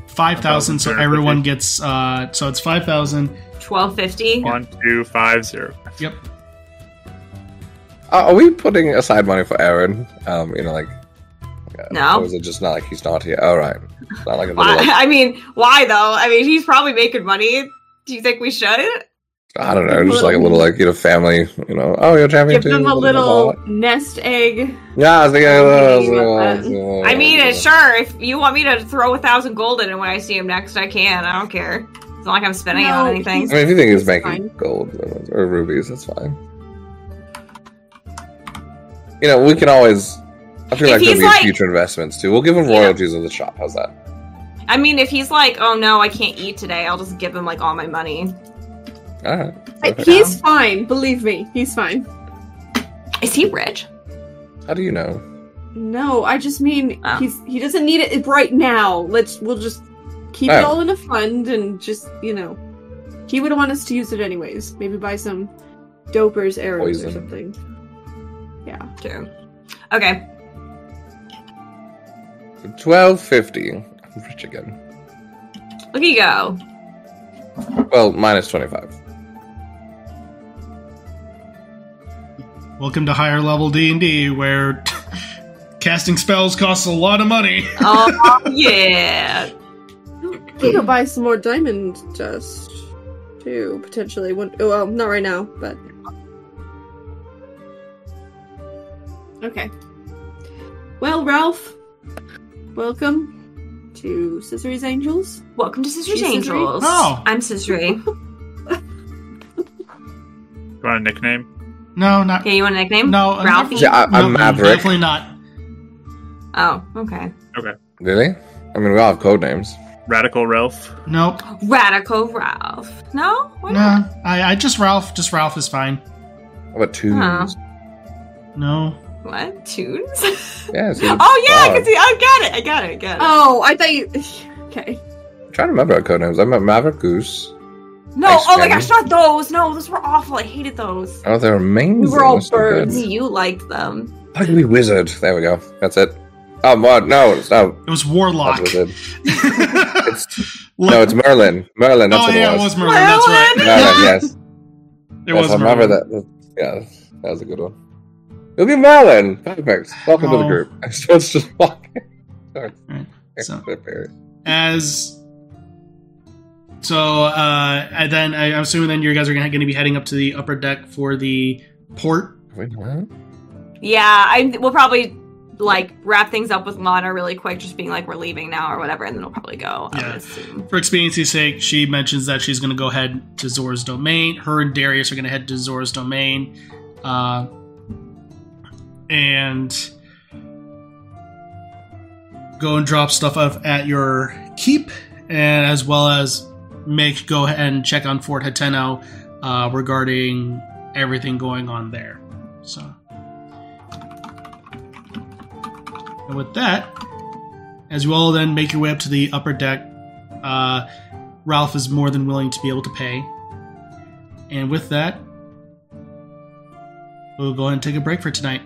Five thousand, so 1,000, everyone okay. gets. uh So it's five thousand. twelve fifty. One, two, five, zero. Yep. Uh, Are are we putting aside money for Aaron? Um, you know, like uh, No. Or is it just not like he's not here? All right, It's not like a little. Why? Like, I mean, why though? I mean, he's probably making money. Do you think we should? I don't know, just like a little like you know family. You know, oh, you're champion Give too. them a blah, blah, blah, little blah. nest egg. Yeah, I was thinking. Maybe uh, about uh, I mean, uh, uh, sure. If you want me to throw a thousand gold in it when I see him next, I can. I don't care. It's not like I'm spending it on No, anything. I mean, if you think he's It's making fine. gold then- or rubies, that's fine. You know, we can always. I feel If like there'll he's be like- future investments too. We'll give him Yeah. royalties of the shop. How's that? I mean, if he's like, "Oh no, I can't eat today," I'll just give him like all my money. All right. Hey, perfect. He's fine, believe me, he's fine. Is he rich? How do you know? No, I just mean Oh. he's he doesn't need it right now. Let's we'll just keep it Oh. all in a fund and just you know. He would want us to use it anyways. Maybe buy some dopers arrows Poison. or something. Yeah. True. Okay. Twelve fifty. I'm rich again. Look at you go. Well, minus 25. Welcome to higher level D and D, where casting spells costs a lot of money. Oh yeah. We could buy some more diamond dust too, potentially. One- oh, Well, not right now, but okay. Well, Ralph, welcome to Scissory's Angels. Welcome to Sisters She's Scissory? Angels. Oh. I'm Scissory. You want a nickname? No, not Yeah, you want a nickname? no. I'm Ralphie? definitely- Yeah, I, I'm no, Maverick. Definitely not. Oh, okay. Really? I mean, we all have code names. Radical Ralph. Nope. Oh, Radical Ralph. No. Why not? No, I, I just Ralph. Just Ralph is fine. How about two? Huh. No. What tunes? Yeah, see, Oh yeah, I dog. can see. I got it. I got it. I got it. Oh, I thought you. Okay. I'm trying to remember our code names. I'm at Maverick Goose. no! Thanks, oh my Jenny. gosh, not those. No, those were awful. I hated those. Oh, they're amazing. We were all They're so good. birds. You liked them. Ugly wizard. There we go. That's it. Oh, what? No, it's not. It was Warlock. That's wizard. No, Like- it's Merlin. Merlin. That's oh what yeah, it was. Merlin. That's right. Merlin? Merlin. Yes. It yes, was I remember Merlin. that. that- Yeah, that was a good one. It'll be Merlin. Perfect. Welcome to the Oh. group. I starts just walking. Right, so- Sorry. as so uh and then I, i'm assuming then you guys are gonna, gonna be heading up to the upper deck for the port Wait, what? Yeah, I we'll probably like wrap things up with Lana really quick, just being like we're leaving now or whatever, and then we'll probably go. I Yeah. would assume. for expediency's sake she mentions that she's gonna go head to zora's domain her and darius are gonna head to zora's domain uh and go and drop stuff off at your keep and as well as make go ahead and check on fort hateno uh regarding everything going on there so And with that, As you all then make your way up to the upper deck, uh, Ralph is more than willing to be able to pay. And with that, we'll go ahead and take a break for tonight.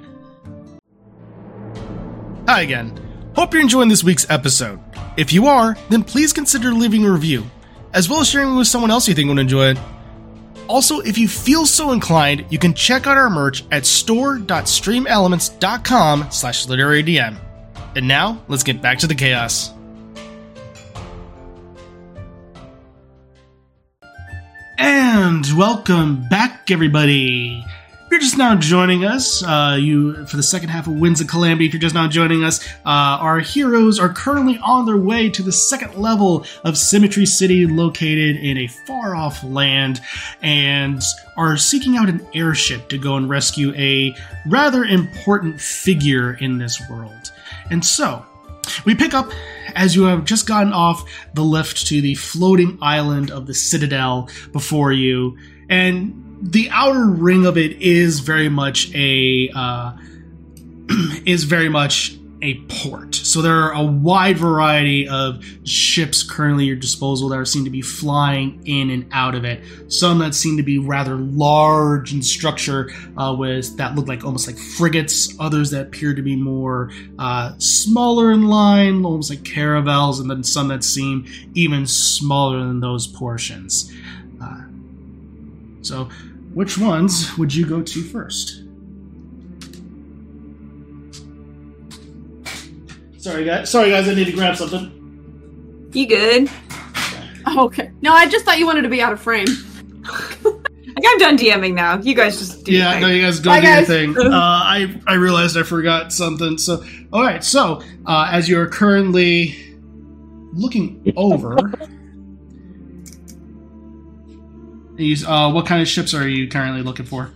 Hi again. Hope you're enjoying this week's episode. If you are, then please consider leaving a review, as well as sharing it with someone else you think would enjoy it. Also, if you feel so inclined, you can check out our merch at store.streamelements.com slash literary DM. And now, let's get back to the chaos. And welcome back, everybody. If you're just now joining us, uh, you for the second half of Winds of Calamity. If you're just now joining us, uh, our heroes are currently on their way to the second level of Symmetry City, located in a far-off land, and are seeking out an airship to go and rescue a rather important figure in this world. And so, we pick up as you have just gotten off the lift to the floating island of the citadel before you, and the outer ring of it is very much a uh, is very much a port. So there are a wide variety of ships currently at your disposal that are seem to be flying in and out of it. Some that seem to be rather large in structure, uh, with that look like almost like frigates. Others that appear to be more uh, smaller in line, almost like caravels, and then some that seem even smaller than those portions. Uh, so, which ones would you go to first? Sorry, guys. Sorry, guys. I need to grab something. You good? Oh, okay. No, I just thought you wanted to be out of frame. Like I'm done DMing now. You guys just do yeah, your no, thing. you guys don't Bye, do guys. anything. Uh, I I realized I forgot something. So, all right. So, uh, as you are currently looking over, these uh, what kind of ships are you currently looking for?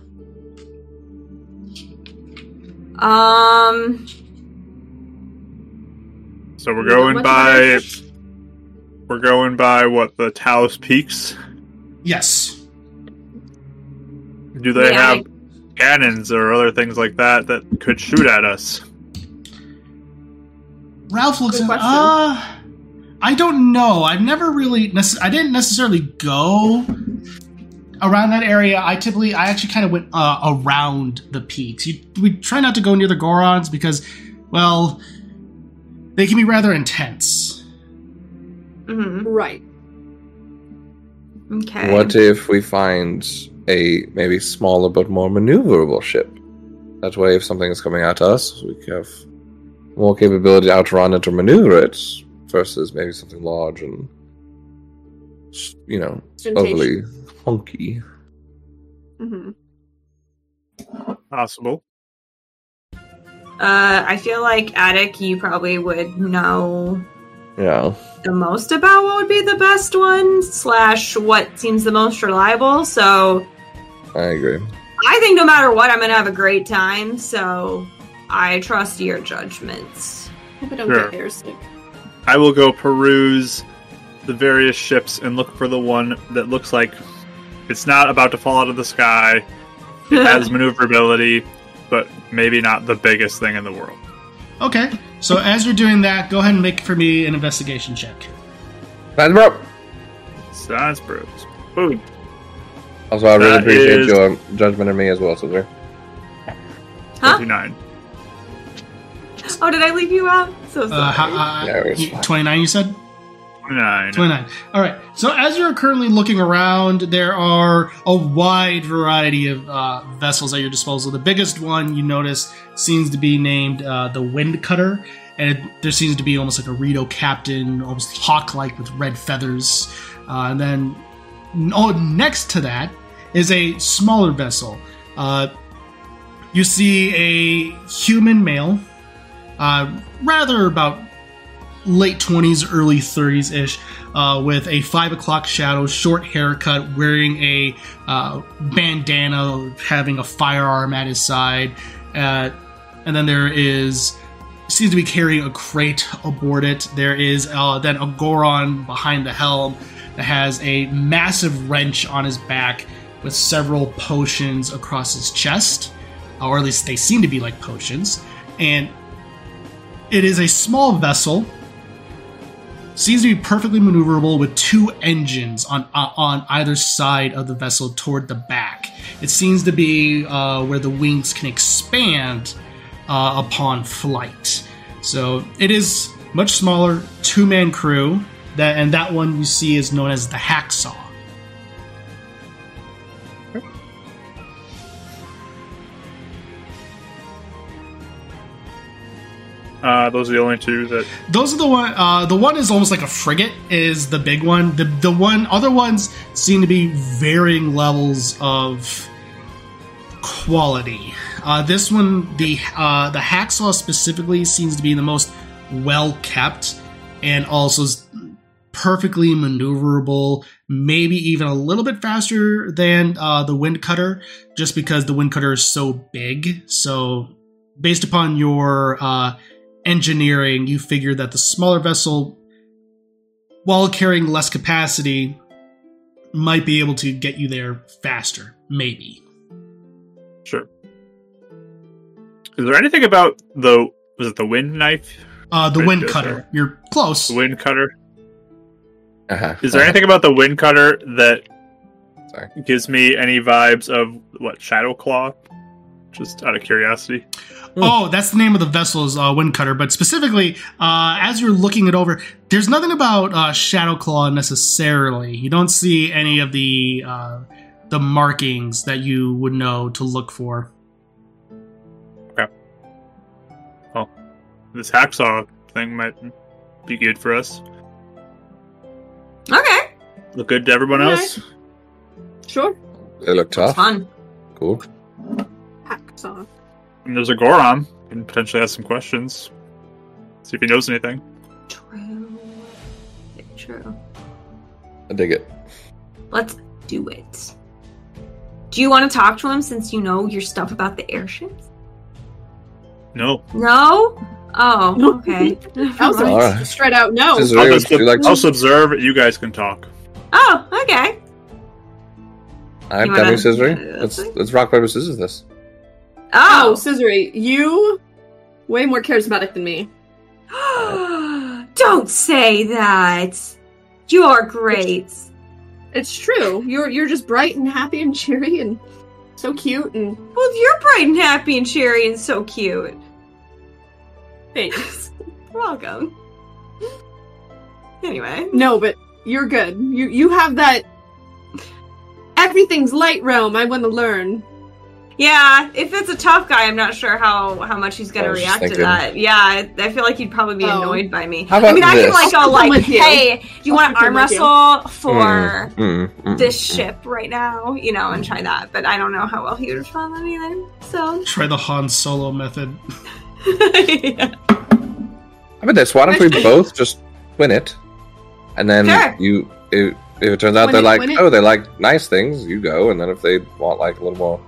Um, So we're You know going what by time we're going by what the Taos Peaks. Yes. Do they Yeah, have cannons or other things like that that could shoot at us? Ralph looks Good at. question. Uh, I don't know. I've never really. Nece- I didn't necessarily go around that area. I typically, I actually kind of went uh, around the peaks. You, we try not to go near the Gorons because, well, they can be rather intense. mhm. Right. okay. What if we find a maybe smaller but more maneuverable ship? That way, if something is coming at us, we have more capability to outrun it or maneuver it versus maybe something large and, you know, overly funky. hmm Possible. Uh, I feel like Attic, you probably would know Yeah. the most about what would be the best one slash what seems the most reliable. So I agree. I think no matter what, I'm gonna have a great time. So I trust your judgments. Hope I don't Sure. get air sick. I will go peruse the various ships and look for the one that looks like it's not about to fall out of the sky. It has maneuverability, but maybe not the biggest thing in the world. Okay. So as you're doing that, go ahead and make for me an investigation check. That's bro. Science proves. Boom. Also, I really That appreciate is- your judgment of me as well, Silver. Huh? 29. Oh, did I leave you out? So sorry. Uh, ha- Yeah, it's uh, fine. Twenty nine, you said. 29. 29. All right. So as you're currently looking around, there are a wide variety of uh, vessels at your disposal. The biggest one you notice seems to be named uh, the Wind Cutter, and it, there seems to be almost like a Rito captain, almost hawk-like with red feathers. Uh, and then oh, next to that is a smaller vessel. Uh, you see a human male, uh, rather about late 20s, early 30s ish, uh, with a five o'clock shadow, short haircut, wearing a uh, bandana, having a firearm at his side. Uh, and then there is, seems to be carrying a crate aboard it. There is uh, then a Goron behind the helm that has a massive wrench on his back with several potions across his chest, or at least they seem to be like potions. And it is a small vessel seems to be perfectly maneuverable with two engines on uh, on either side of the vessel toward the back. It seems to be uh, where the wings can expand uh, upon flight. So it is much smaller, two man crew. That and that one you see is known as the hacksaw. Uh, those are the only two that Those are the one. Uh, the one is almost like a frigate. Is the big one. The the one other ones seem to be varying levels of quality. Uh, this one, the uh, the hacksaw specifically, seems to be the most well kept and also s- perfectly maneuverable. Maybe even a little bit faster than uh, the wind cutter, just because the wind cutter is so big. So, based upon your uh, engineering, you figure that the smaller vessel, while carrying less capacity, might be able to get you there faster. Maybe. sure. Is there anything about the was it the wind knife, Uh, the Right, wind yes, cutter. You're close. the wind cutter? Uh-huh. Is there anything about the wind cutter that Sorry. gives me any vibes of what Shadow Claw? Just out of curiosity. Oh, that's the name of the vessel's uh, wind cutter. But specifically, uh, as you're looking it over, there's nothing about uh, Shadow Claw necessarily. You don't see any of the uh, the markings that you would know to look for. This hacksaw thing might be good for us. Okay, Look good to everyone Okay. else. Sure. They look that's tough. fun. Cool. Hacksaw. And there's a Goron. Can potentially ask some questions. See if he knows anything. True. True. I dig it. Let's do it. Do you want to talk to him since you know your stuff about the airships? No. No. Oh, okay. Never That was mind. All right. a straight out no. This is I'll really- just, you like- I'll just observe. You guys can talk. oh, okay. I'm wanna- coming, Scissory. uh, Let's that's- let's rock paper scissors this. Oh, Oh. Scissory, you way more charismatic than me. Don't say that. You're great. It's true. You're you're just bright and happy and cheery and so cute and Well, you're bright and happy and cheery and so cute. thanks. You're welcome. Anyway. no, but you're good. You you have that everything's light realm. I want to learn. Yeah, if it's a tough guy, I'm not sure how how much he's gonna I was Oh, just react to thinking. that. Yeah, I, I feel like he'd probably be Oh. annoyed by me. How about I mean, I can this? like go I'll like, come with you. hey, do you I'll want to come arm with you." wrestle for Mm, mm, mm. this ship right now? You know, and try that. But I don't know how well he would respond to that either. So. Try the Han Solo method. Yeah. I bet that's why don't we both just win it, and then Sure. you if, if it turns out Win they it, like win it. oh they like nice things, you go, and then if they want like a little more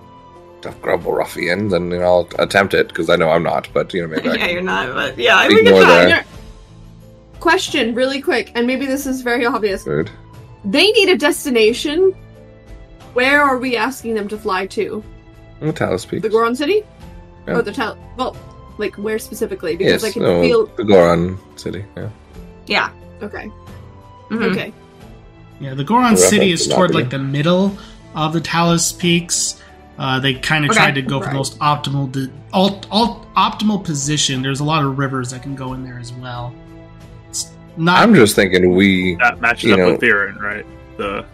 tough grumble ruffian, then you know, I'll attempt it because I know I'm not, but you know maybe I yeah, can you're not, but yeah, I think ignore it's their Question really quick, and maybe this is very obvious. food. They need a destination. Where are we asking them to fly to? Mm, Talus Peaks. The Goron City? Yeah. Or the town? Well, like where specifically? Because yes, I can oh, feel. the Goron city. Yeah. Yeah. Okay. Hmm. Mhm. Okay. Yeah, the Goron The City reference is would not toward be- like the middle of the Talus Peaks. Uh, they kind of Okay. tried to go for the Right. most optimal, di- alt, alt, optimal position. There's a lot of rivers that can go in there as well. It's not I'm just thinking we. That matches You up know- with Theron, right? The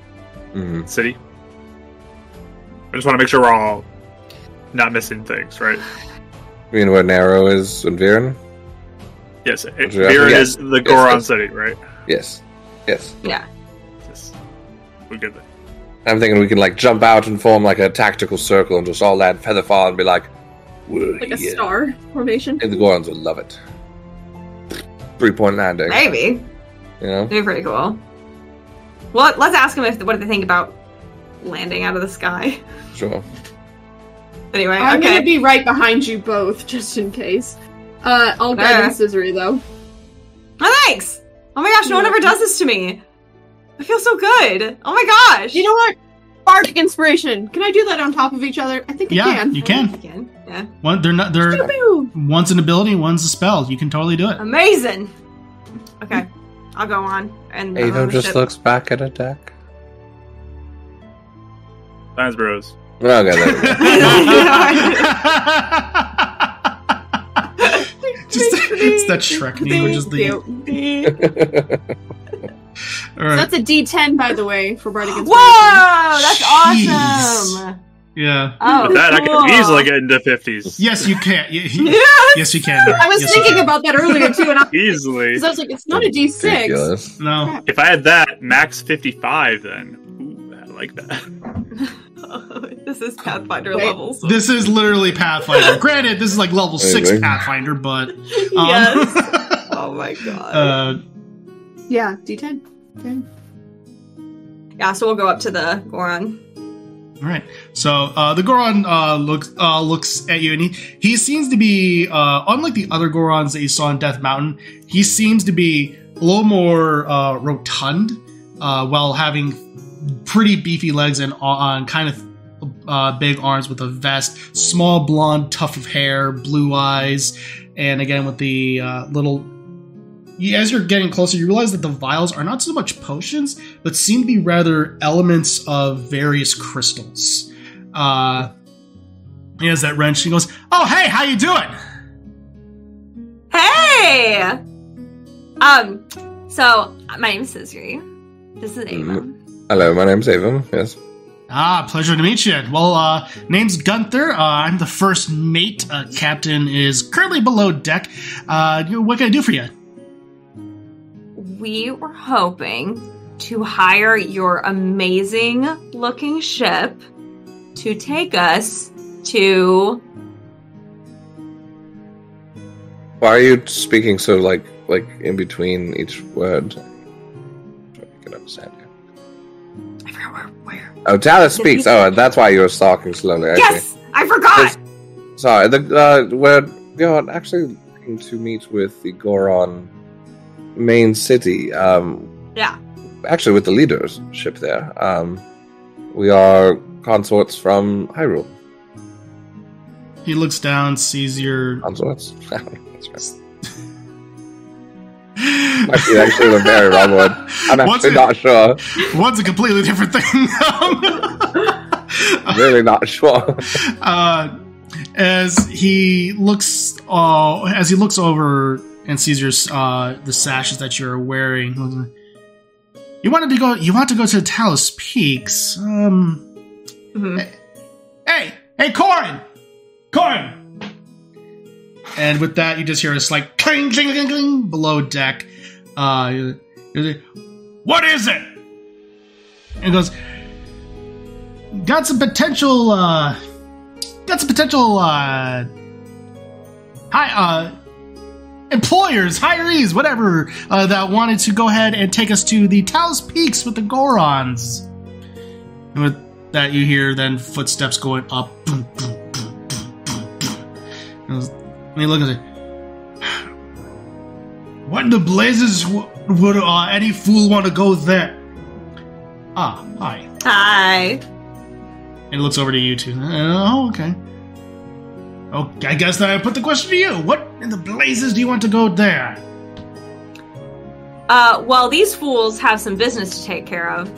Mm, city. I just want to make sure we're all not missing things, right? you know where Narrow is in Viren? Yes, it, Yeah. Viren Yes. is the Goron yes. city, right? Yes. Yes. Yes. We're good. then. I'm thinking we can like jump out and form like a tactical circle and just all land feather far and be like, we're Like a here. star formation. And the Gorons would love it. Three point landing. Maybe. You know? That'd be pretty cool. Well, let's ask them if what do they think about landing out of the sky. Sure. Anyway, I'm okay. gonna be right behind you both, just in case. Uh, I'll Fair. guide and scissory though. oh, thanks. Oh my gosh, no one ever does this to me. I feel so good. Oh my gosh. You know what? Bardic inspiration. Can I do that on top of each other? I think I yeah, can. you can. Again. Yeah. One, they're not. They're Pew, pew. Um, one's an ability, one's a spell. You can totally do it. Amazing. Okay. I'll go on. And um, I'll Ado have the just ship. looks back at a deck. Science bros. Okay, there we go. Just, it's that Shrek meme, which is the. All So right. that's a D10, by the way, for Bardic Inspiration. Whoa, that's Jeez. awesome. Yeah. Oh, With that, I cool. can easily get into 50s. Yes, you can. y- y- Yes! yes, you can. Nora. I was Yes, you thinking can. about that earlier too, and I, 'cause Easily. I was like, it's not a D6. Ridiculous. No. If I had that, max 55 then. Ooh, I like that. this is Pathfinder Wait. levels. This is literally Pathfinder. Granted, this is like level six Amazing. Pathfinder, but um, Yes. Oh my god. uh, Yeah, D10. yeah, so we'll go up to the Goron. All right. So uh, the Goron uh, looks uh, looks at you, and he he seems to be uh, unlike the other Gorons that you saw in Death Mountain. He seems to be a little more uh, rotund, uh, while having pretty beefy legs and uh, on kind of uh, big arms with a vest, small blonde tuft of hair, blue eyes, and again with the uh, little. you- As you're getting closer, you realize that the vials are not so much potions, but seem to be rather elements of various crystals. Uh, he has that wrench. He goes, "Oh, hey, how you doing?" Hey! Um, so my name's Sisri. This is Ava. Hello, my name's Avon. Yes. Ah, pleasure to meet you. Well, uh, name's Gunther. Uh, I'm the first mate. Uh, captain is currently below deck. Uh, you- what can I do for you? We were hoping to hire your amazing looking ship to take us to Why are you speaking so like like in between each word? I can understand you. I forgot where where. Oh, Dallas speaks. Oh, that's why you're talking slowly. I see. Yes! I forgot! Sorry, the uh, we're going actually looking to meet with the Goron main city. Um, Yeah. actually, with the leadership there. Um, we are consorts from Hyrule. He looks down, sees your. Consorts. That's right. Might be actually the very wrong word. I'm What's actually it? not sure. One's a completely different thing. Really not sure. uh, as he looks uh, as he looks over and sees your uh, the sashes that you're wearing. You wanted to go. You want to go to Talos Peaks. Um. Mhm. Hey, hey, Corin, Corin. And with that, you just hear a slight cling, cling, cling, cling below deck. Uh, you- you- what is it? And it goes. Got some potential. Uh, got some potential uh hi uh employers hirees whatever uh, that wanted to go ahead and take us to the taos peaks with the gorons and with that you hear then footsteps going up boom, boom, boom, boom, boom, boom. And it was- and you look at it what in the blazes w- would uh, any fool want to go there ah hi Hi. and looks over to you two. Uh, oh, okay. Oh, I guess I put the question to you. What in the blazes do you want to go there? Uh, well, these fools have some business to take care of.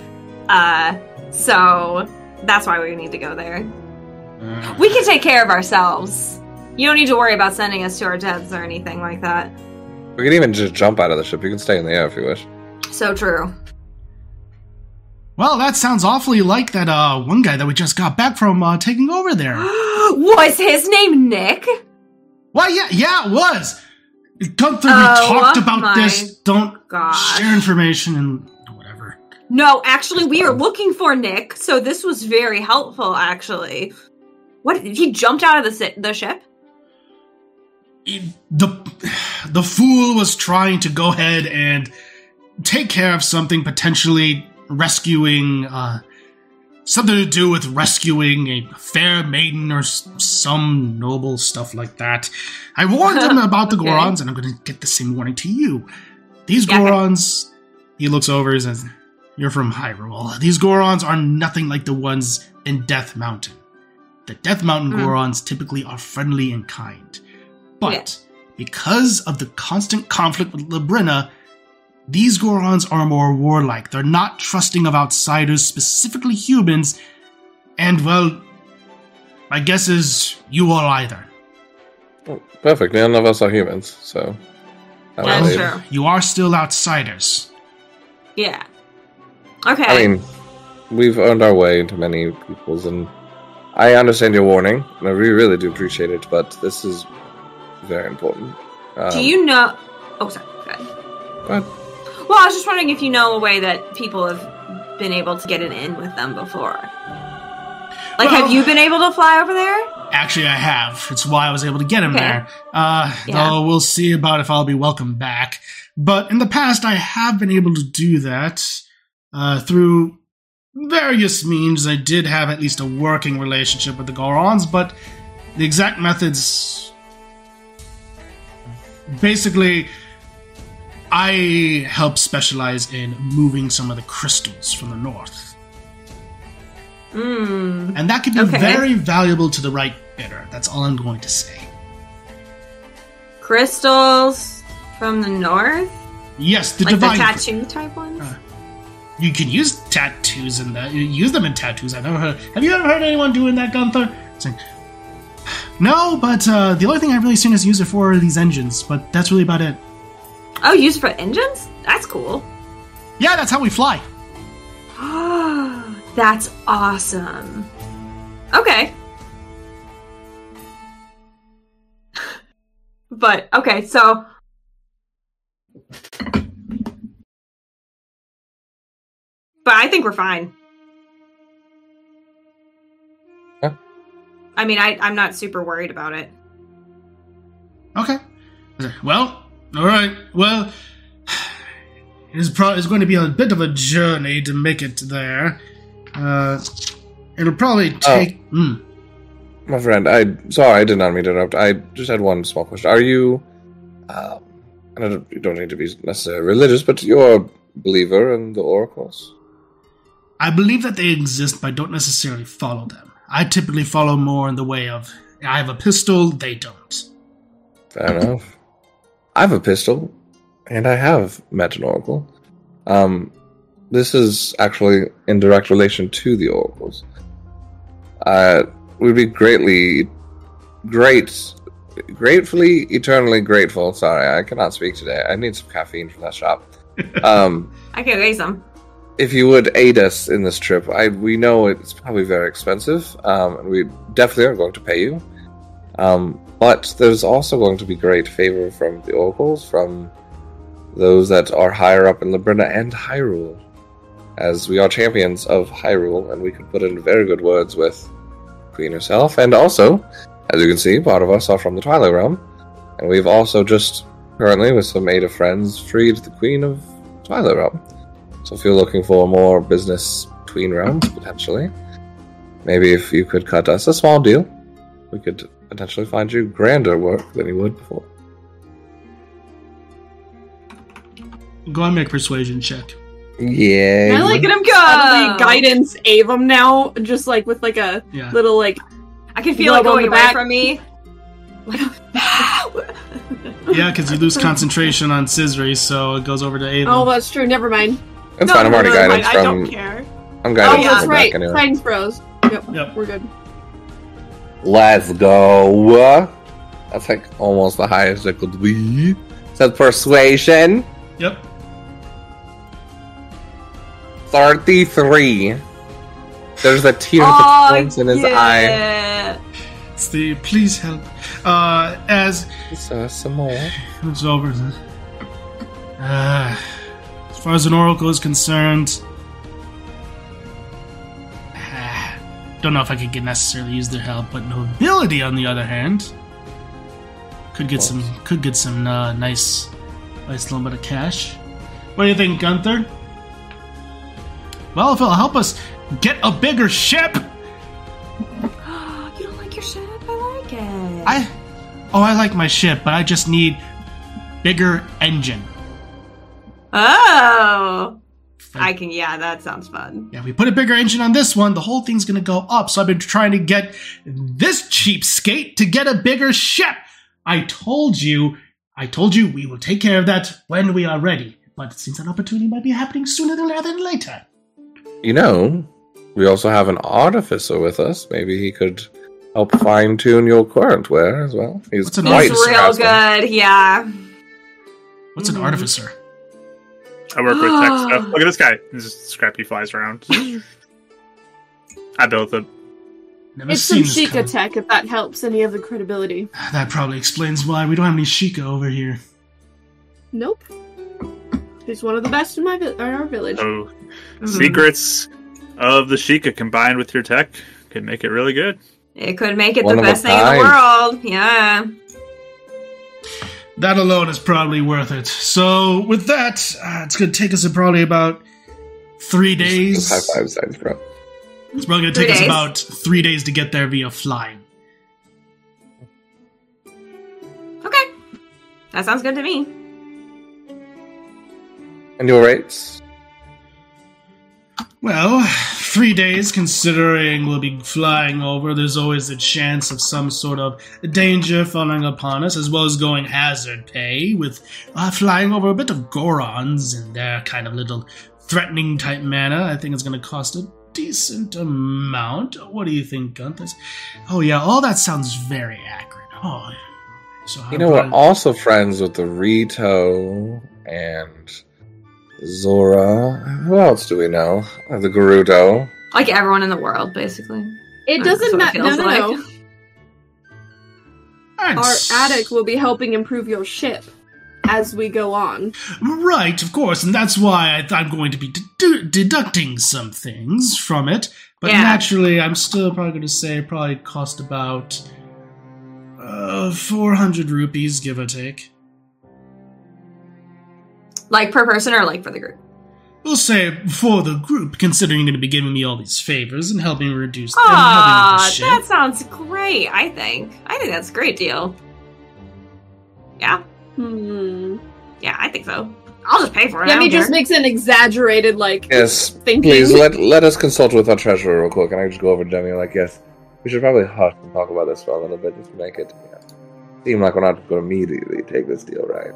Uh, so that's why we need to go there. Uh, We can take care of ourselves. You don't need to worry about sending us to our deaths or anything like that. We can even just jump out of the ship. You can stay in the air if you wish. So true. well, that sounds awfully like that uh, one guy that we just got back from uh, taking over there. Was his name Nick? Well, yeah, yeah, it was. Gunther, Oh, we talked about my this. Don't Gosh. share information and whatever. No, actually, we were looking for Nick, so this was very helpful, actually. What? He jumped out of the, si- the ship? It- the the fool was trying to go ahead and take care of something potentially rescuing uh, something to do with rescuing a fair maiden or s- some noble stuff like that. I warned him about the Okay. Gorons, and I'm going to get the same warning to you. These Yeah. Gorons, he looks over and says, "You're from Hyrule. These Gorons are nothing like the ones in Death Mountain. The Death Mountain Mm. Gorons typically are friendly and kind." But because of the constant conflict with Labrina, These Gorons are more warlike. They're not trusting of outsiders, specifically humans, and well, my guess is you all either. Perfect. None of us are humans, so. I That's believe. true. You are still outsiders. Yeah. Okay. I mean, we've earned our way into many peoples, and I understand your warning. and I re- really do appreciate it, but this is very important. Um, Do you know? Oh, sorry. Go ahead. ahead. Well, I was just wondering if you know a way that people have been able to get an in with them before. Like, Well- have you been able to fly over there? Actually, I have. It's why I was able to get him Okay. there. Uh, Yeah. Though we'll see about if I'll be welcome back. But in the past, I have been able to do that uh, through various means. I did have at least a working relationship with the Gorons, but the exact methods. Basically, I help specialize in moving some of the crystals from the north Hmm. and that could be Okay. very valuable to the right bidder. That's all I'm going to say. Crystals from the north, Yes, the like divine. the tattoo type ones. Uh, you can use tattoos in that. You use them in tattoos. I've never heard. Have you ever heard anyone doing that, Gunther? It's like, no, but uh, the only thing I've really seen is use it for are these engines. But that's really about it. oh, used for engines? That's cool. Yeah, that's how we fly. That's awesome. Okay. But okay, so But I think we're fine. Huh? I mean, I, I'm not super worried about it. Okay. Well, all right. Well, it is pro- it's going to be a bit of a journey to make it there. Uh, it'll probably take. Mm. My friend, I sorry, I did not mean to interrupt. I just had one small question. Are you, um, and I don't, you don't need to be necessarily religious, but you're a believer in the oracles? I believe that they exist, but I don't necessarily follow them. I typically follow more in the way of I have a pistol, they don't. Fair enough. I have a pistol, and I have met an oracle. Um, this is actually in direct relation to the oracles. Uh, we'd be greatly, great, gratefully, eternally grateful. Sorry, I cannot speak today. I need some caffeine from that shop. Um, I can raise them. if you would aid us in this trip, I we know it's probably very expensive, um, and we definitely are going to pay you. Um, but there's also going to be great favor from the oracles, from those that are higher up in Labrina and Hyrule, as we are champions of Hyrule, and we could put in very good words with Queen herself, and also, as you can see, part of us are from the Twilight Realm, and we've also just currently, with some aid of friends, freed the Queen of Twilight Realm. So if you're looking for more business between rounds, potentially, maybe if you could cut us a small deal, we could potentially find you grander work than you would before. Go ahead and make a persuasion check. Yeah. I like Look at him go! Oh. suddenly guidance Avum now, just like with like a Yeah. little like I can feel it Rub on going the away back. from me. Yeah, because you lose concentration on Sisri, so it goes over to Aiden. oh that's true, never mind. That's No, fine, I'm no, already no, guided I- I don't from. care. I'm Oh, guided yeah. from that's the right. back anyway. Signs bros. Yep, Yep. We're good. Let's go. That's like almost the highest it could be. So persuasion Yep. 33. There's a tear Oh, that forms in his eye. yeah. It's the please help. Uh, as So some more. it's over, uh, as far as an oracle is concerned, ah, don't know if I could get necessarily use their help, but nobility, on the other hand, could get some could get some uh, nice, nice little bit of cash. What do you think, Gunther? Well, if it'll help us get a bigger ship, you don't like your ship? I like it. I oh, I like my ship, but I just need bigger engine. Oh, I can. Yeah, that sounds fun. Yeah, we put a bigger engine on this one, the whole thing's gonna go up. So I've been trying to get this cheapskate to get a bigger ship. I told you, I told you we will take care of that when we are ready. but it seems an opportunity might be happening sooner than- rather than later. You know, we also have an artificer with us. Maybe he could help fine tune your current wear as well. He's What's an quite He's Lights, real craftsman. good. Yeah. What's an Mhm. artificer? I work with tech stuff. Look at this guy. He's just scrappy flies around. I built it. Never It's some seen this chic kind of- attack if that helps any of the credibility. That probably explains why we don't have any Sheikah over here. Nope. She's one of the best in my vi- in our village. So Mm-hmm. secrets of the Sheikah combined with your tech could make it really good. It could make it One the of a best thing in the world. Yeah. That alone is probably worth it. So, with that, uh, it's going to take us probably about three days. Just high five signs, bro. It's probably going to Three take us days. about three days to get there via flying. Okay. That sounds good to me. And your rates? Well, three days, considering we'll be flying over, there's always a chance of some sort of danger falling upon us, as well as going hazard pay, with uh, flying over a bit of Gorons in their kind of little threatening type manner. I think it's going to cost a decent amount. What do you think, Gunther? Oh, yeah, all that sounds very accurate. Oh, so how You know, we're about- also friends with the Rito and Zora. Who else do we know? Uh, the Gerudo. Like everyone in the world, basically. It That's doesn't what matter. it No, feels no, no. And Our s- attic will be helping improve your ship as we go on. Right, of course, and that's why I th- I'm going to be dedu- deducting some things from it. But Yeah. naturally, I'm still probably going to say it probably cost about uh, 400 rupees, give or take. Like per person or like for the group. We'll say for the group, considering you're going to be giving me all these favors and helping reduce and helping Aw, with the that ship. sounds great, I think. I think that's a great deal. Yeah. Hmm. Yeah, I think so. I'll just pay for it. I Let me don't just care. mix an exaggerated like Yes, thinking. Please let let us consult with our treasurer real quick, and I just go over to Demi like, yes, we should probably hush and talk about this for a little bit just to make it yeah, seem like we're not going to immediately take this deal, right?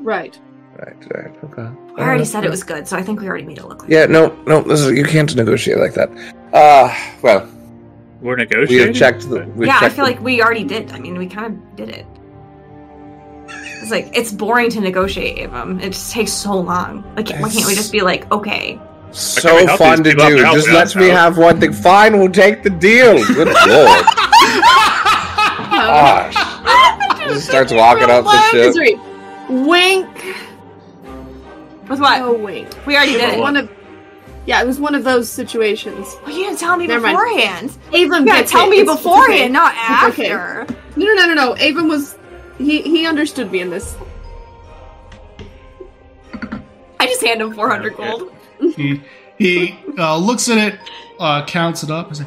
Right. Right, right, okay. I already said it was good, so I think we already made it look like Uh, Yeah, no, no, this is, you can't negotiate like that. Uh well, We're we negotiating. have checked the. We've yeah, I checked feel the- like we already did. I mean, we kind of did it. It's like it's boring to negotiate, Avum. It just takes so long. Like, why can't we just be like, okay? Why can't so we help fun these to people out? do. They're Just helping let us me out. have one thing. Fine, we'll take the deal. Good lord, gosh. Just starts walking up the ship. Misery. Wink. With what? Oh, wink. We already did It was it. one of. Yeah, it was one of those situations. Well, you didn't tell me Never mind. beforehand. Avram You gotta gets tell it. me It's- it's beforehand, okay. not It's okay. after. No, no, no, no, no. Avram was. He he understood me in this. I just hand him 400 gold. He, he uh, looks at it, uh, counts it up, and says,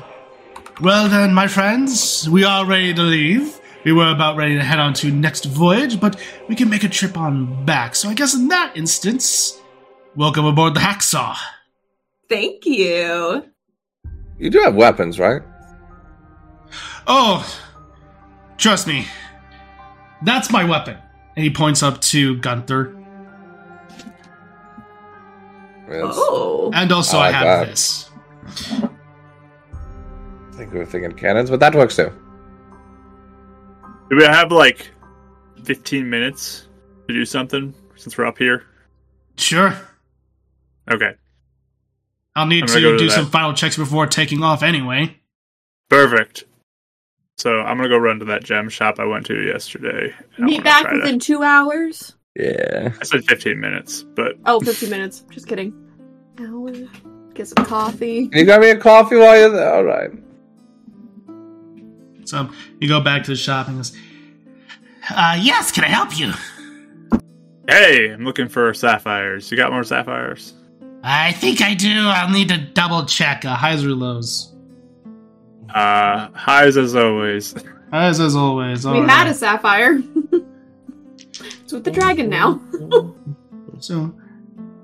Well then, my friends, we are ready to leave. We were about ready to head on to next voyage, but we can make a trip on back. So I guess in that instance, welcome aboard the Hacksaw. Thank you. You do have weapons, right? Oh, trust me, that's my weapon. And he points up to Gunther. Yes. Oh. And also, I I like have that. this. I think we were thinking cannons, but that works too. Do we have like 15 minutes to do something since we're up here? Sure. Okay. I'll need I'm to gonna go do to that. some final checks before taking off anyway. Perfect. So I'm gonna go run to that gem shop I went to yesterday. and I'm Meet gonna back try to- within two hours. Yeah. I said 15 minutes, but Oh, 50 minutes. Just kidding. Hour. Get some coffee. Can you grab me a coffee while you're there? All right. So you go back to the shop and goes, uh, Yes, can I help you? hey, I'm looking for sapphires. You got more sapphires? I think I do. I'll need to double check. Uh, highs or lows? Uh, highs as always. Oh, Highs as always. we alright. had a sapphire. it's with the dragon now. So,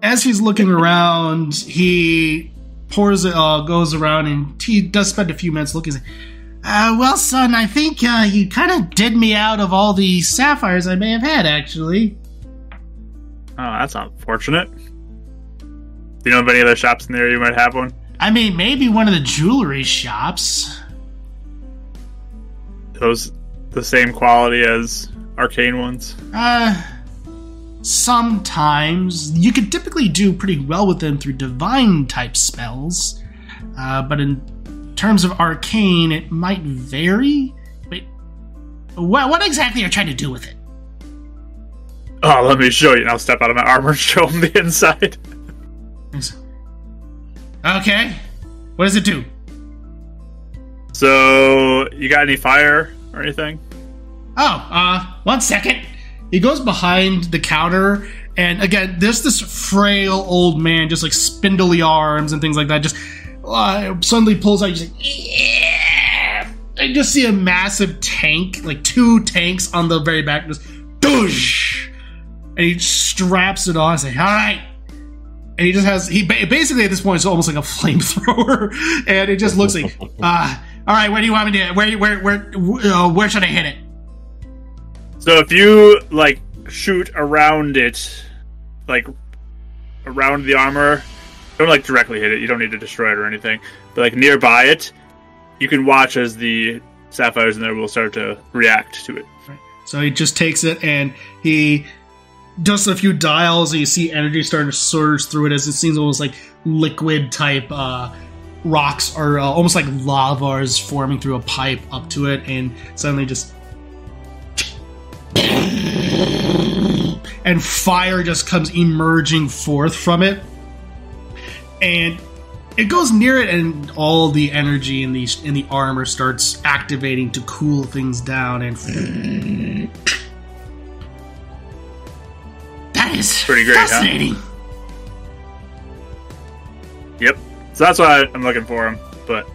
as he's looking around, he pours it, uh, goes around, and he does spend a few minutes looking. He's like, Uh, well, son, I think uh, you kind of did me out of all the sapphires I may have had, actually. Oh, Oh, that's unfortunate. Do you know of any other shops in the area you might have one? I mean, maybe one of the jewelry shops. Those the same quality as arcane ones. Uh, sometimes you can typically do pretty well with them through divine type spells, uh, but in terms of arcane, it might vary. But what, what exactly are you trying to do with it? Oh, let me show you. And I'll step out of my armor and show him the inside. Okay, what does it do? So, you got any fire or anything? Oh, uh, one second. He goes behind the counter, and again, there's this frail old man, just like spindly arms and things like that, just uh, suddenly pulls out, he's like, yeah! And just see a massive tank, like two tanks on the very back, just doosh! And he straps it on, saying, all right. And he just has, he ba- basically at this point, it's almost like a flamethrower, and it just looks like, ah, all right, where do you want me to, where, where, where, uh, where should I hit it? So if you like shoot around it, like around the armor, don't like directly hit it. You don't need to destroy it or anything. But like nearby it, you can watch as the sapphires in there will start to react to it. So he just takes it and he does a few dials, and you see energy starting to surge through it as it seems almost like liquid type uh, rocks or uh, almost like lava is forming through a pipe up to it, and suddenly just. And fire just comes emerging forth from it. And it goes near it, and all the energy in the, in the armor starts activating to cool things down. And that is Pretty great, huh? fascinating. Yep. So that's why I'm looking for them. But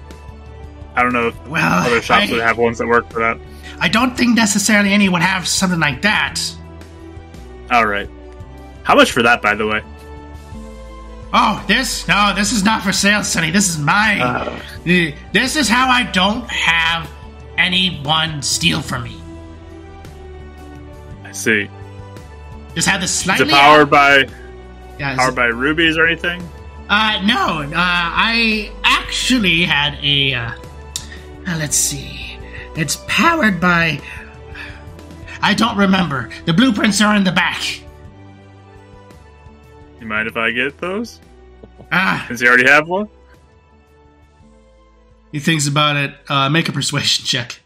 I don't know if other Well, shops would I, have ones that work for that. I don't think necessarily any would have something like that. All right. How much for that, by the way? Oh, this? No, this is not for sale, Sonny. This is mine. Uh. Eh, This is how I don't have anyone steal from me. I see. Just have this Is it slightly. powered by Yeah, it's- powered by rubies or anything? Uh, no, uh, I actually had a. Uh, uh, let's see. It's powered by. I don't remember. The blueprints are in the back. You mind if I get those? Ah, Since you already have one? he thinks about it. Uh, make a persuasion check.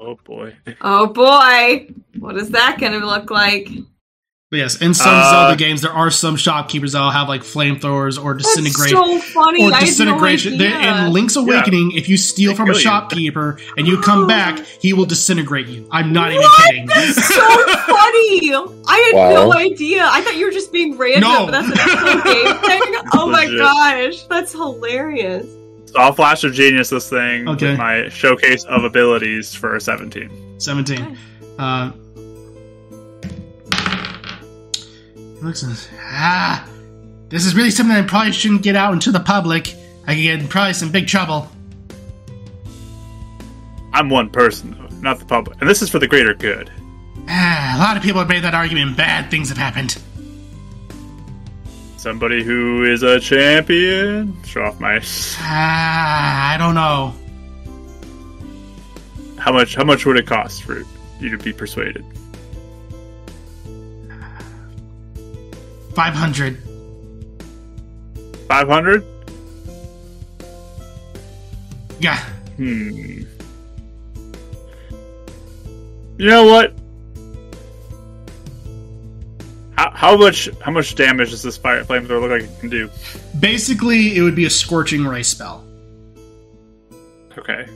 Oh boy. Oh boy, what is that going to look like? But yes, in some Uh, Zelda games, there are some shopkeepers that'll have like flamethrowers or That's disintegration. so funny. or I had no disintegration. They- idea. in Link's Awakening, if you steal from a kill you. shopkeeper and you come back, he will disintegrate you. I'm not even Oh. What? kidding. That's so funny. I had Wow. no idea. I thought you were just being random. No. But that's an actual game thing. Oh my Legit. gosh, that's hilarious. So I'll flash of genius this thing Okay. with my showcase of abilities for a 17. 17. Uh, looks at- ah, this is really something I probably shouldn't get out into the public. I could get in probably some big trouble. I'm one person, though, not the public. And this is for the greater good. Ah, a lot of people have made that argument. and Bad things have happened. Somebody who is a champion. Show off my. Ah, I don't know. How much? How much would it cost for you to be persuaded? 500. Five hundred. Yeah. Hmm. You know what? How, how much? How much damage does this fire flamethrower look like it can do? Basically, it would be a scorching ray spell. Okay.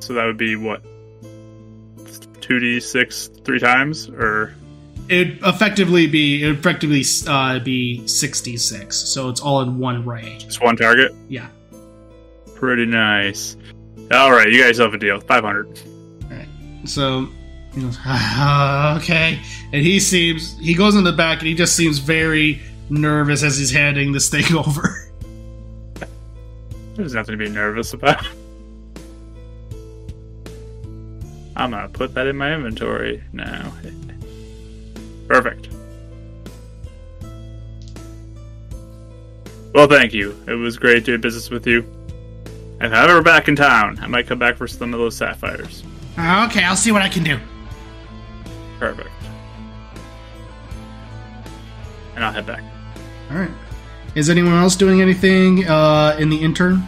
So that would be what? 2d6 three times? Or. It'd effectively be it'd effectively uh, be 66. So it's all in one ray. Just one target? Yeah. Pretty nice. Alright, you guys have a deal. 500. So, he goes, "Ah, okay. And he seems, he goes in the back and he just seems very nervous as he's handing this thing over. There's nothing to be nervous about. I'm gonna put that in my inventory now. Perfect. Well, thank you. It was great doing business with you. If I'm ever back in town, I might come back for some of those sapphires. Okay, I'll see what I can do. Perfect. And I'll head back. All right. Is anyone else doing anything uh, in the intern?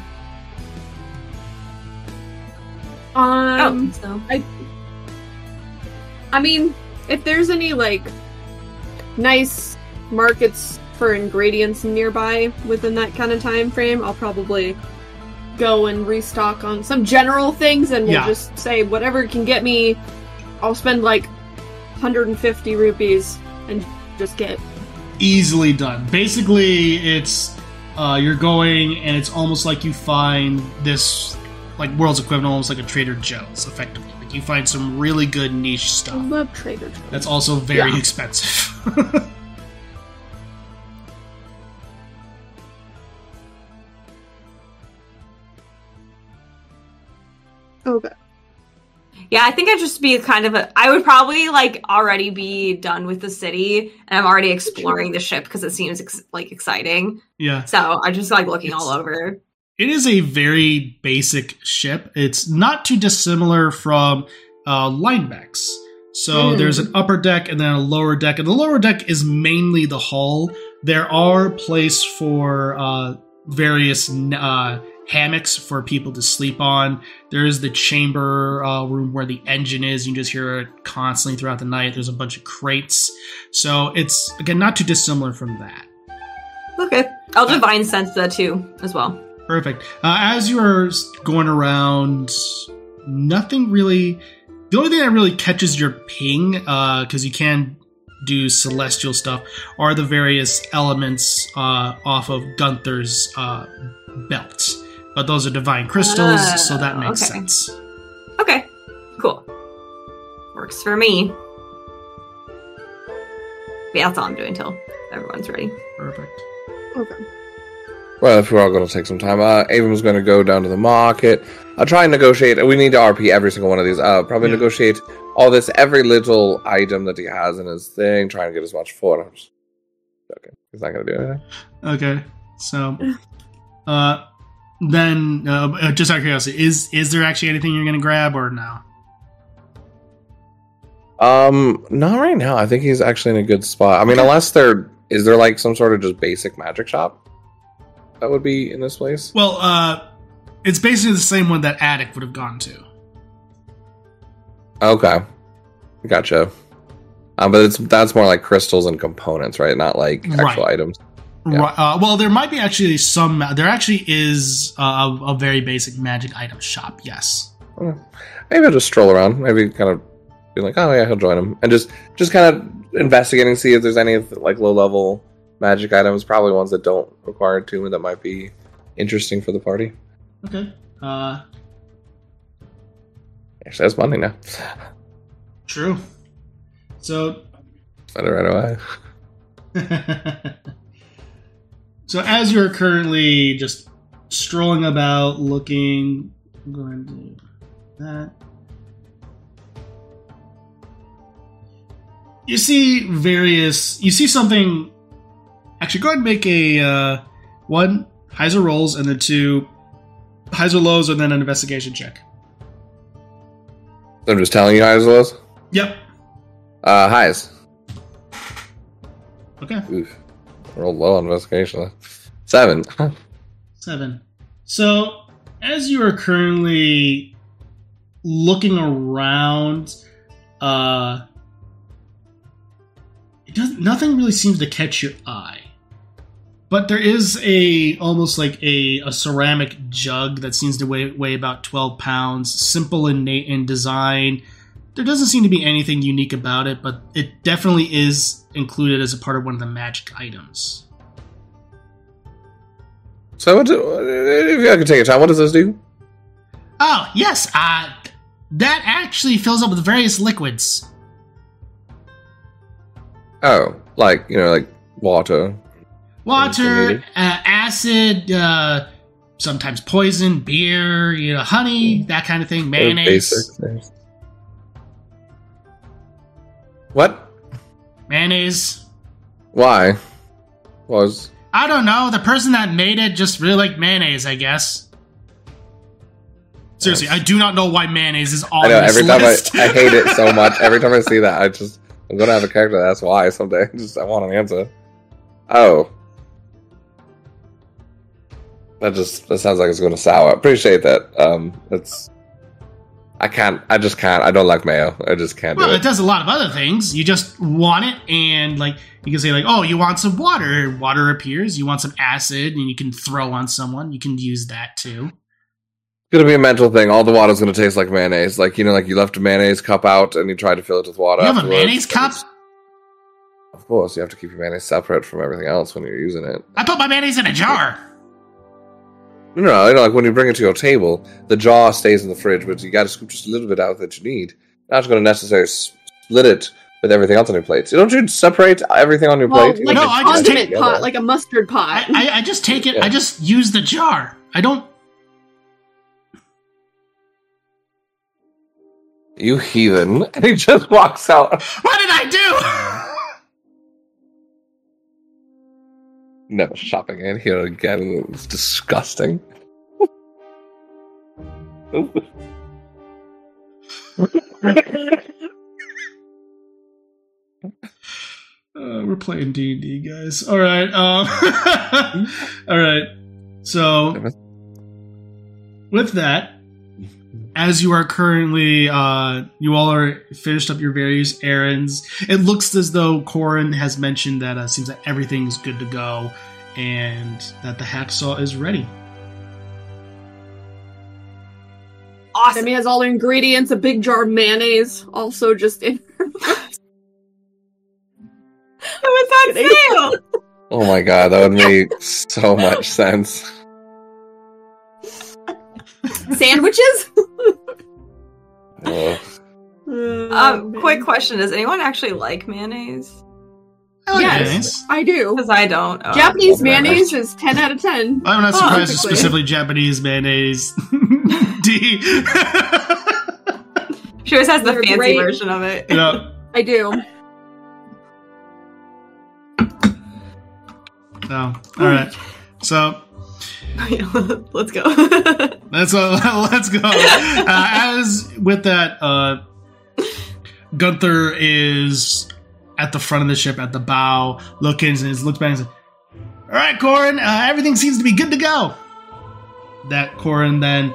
Um, so. I mean, if there's any like nice markets for ingredients nearby within that kind of time frame, I'll probably go and restock on some general things, and we'll Yeah. just say whatever can get me. I'll spend like 150 rupees and just get easily done. Basically, it's uh, you're going, and it's almost like you find this like world's equivalent, almost like a Trader Joe's, effectively. Like you find some really good niche I stuff love Trader Joe's. that's also very Oh, Yeah. expensive. Okay. Yeah, I think I'd just be kind of a. I would probably like already be done with the city, and I'm already exploring the ship because it seems ex- like exciting. yeah, So I'm just like looking all It's- over. it is a very basic ship. It's not too dissimilar from uh, linebacks. So Mm. there's an upper deck and then a lower deck, and the lower deck is mainly the hull. There are place for uh, various n- uh, hammocks for people to sleep on. There is the chamber uh, room where the engine is. You can just hear it constantly throughout the night. There's a bunch of crates. So it's again not too dissimilar from that. Okay, I'll divine sense that too as well. Perfect. Uh, as you are s- going around, nothing really. The only thing that really catches your ping, because you can do celestial stuff, are the various elements uh, off of Gunther's uh, belt. But those are divine crystals, so that Oh, makes okay. sense. Okay, cool. Works for me. Yeah, that's all I'm doing till everyone's ready. Perfect. Okay. Well, if we're all going to take some time, uh, Avum's going to go down to the market. I'll try and negotiate. We need to RP every single one of these. Uh, probably Yeah. negotiate all this, every little item that he has in his thing. Try and get as much for him. Okay, he's not going to do anything. Okay. So, uh, then uh, uh, just out of curiosity, is is there actually anything you're going to grab or no? Um, not right now. I think he's actually in a good spot. I mean, unless there is there like some sort of just basic magic shop that would be in this place. Well, uh, it's basically the same one that Attic would have gone to. Okay, gotcha. Um, but it's that's more like crystals and components, right? Not like actual Right. items. Yeah. Right. Uh, well, there might be actually some. There actually is uh, a, a very basic magic item shop. Yes. Hmm. Maybe I'll just stroll around. Maybe kind of be like, oh yeah, he'll join him, and just just kind of investigating, see if there's any like low level magic items, probably ones that don't require a tune that might be interesting for the party. Okay. Uh, Actually, that's Monday now. true. So Find it right away. so as you're currently just strolling about looking i'm going to do that you see various you see something actually go ahead and make a uh, one highs or rolls and then two highs or lows and then an investigation check I'm just telling you highs or lows. yep Uh, highs. okay Oof. Real low on investigation. Seven. Seven. So, as you are currently looking around, uh, it does nothing really seems to catch your eye. But there is a almost like a, a ceramic jug that seems to weigh, weigh about twelve pounds. Simple in na- in design. There doesn't seem to be anything unique about it, but it definitely is included as a part of one of the magic items. So, what do, if y'all could take your time, what does this do? Oh, yes. Uh, that actually fills up with various liquids. Oh, like you know, like water. Water, Anything uh, acid, uh, sometimes poison, beer, you know, honey, that kind of thing, mayonnaise. Basic things. What? Mayonnaise. Why? Was I don't know. The person that made it just really liked mayonnaise, I guess. Seriously, Yes. I do not know why mayonnaise is on I know this every time list. I, I hate it so much. Every time I see that, I just I'm gonna have a character that asks why someday. Just I want an answer. Oh, that just that sounds like it's gonna sour. Appreciate that. Um, it's I can't. I just can't. I don't like mayo. I just can't Well, do it it. does a lot of other things. You just want it, and like you can say, like, oh, you want some water. Water appears. You want some acid, and you can throw on someone. You can use that too. It's gonna be a mental thing. All the water's gonna taste like mayonnaise. Like you know, like you left a mayonnaise cup out and you tried to fill it with water. You have a afterwards. mayonnaise cup. Of course, you have to keep your mayonnaise separate from everything else when you're using it. I put my mayonnaise in a jar. No, no, you know, like when you bring it to your table, the jar stays in the fridge, but you got to scoop just a little bit out that you need. You're not going to necessarily s- split it with everything else on your plate. So don't you separate everything on your Well, plate? like No, a I just condiment take- pot, like a mustard I, pot. I, I just take it. I Yeah. just use the jar. I don't. you heathen! And he just walks out. What did I Never shopping in here again. It's disgusting. do? Uh, we're playing D and D, guys. All right. Um, all right. So with that, as you are currently, uh, you all are finished up your various errands. It looks as though Corin has mentioned that uh, seems that everything is good to go, and that the hacksaw is ready. Awesome. Demi has all the ingredients, a big jar of mayonnaise, also just in It was on sale. Oh my god, that would make so much sense. Sandwiches? Ugh. Oh, Um, quick question: Does anyone actually like mayonnaise? I like Yes. mayonnaise. I do. Because I don't. Oh. Japanese Oh, man. mayonnaise is 10 out of 10. I'm not Oh, surprised it's quickly. specifically Japanese mayonnaise. D. She always has the They're fancy great. version of it. yeah. I do. So, all right. So Let's go. That's uh, let's go. Uh, as with that, uh, Gunther is at the front of the ship at the bow, looking and looks back and says, "All right, Corin, uh, everything seems to be good to go." That Corin then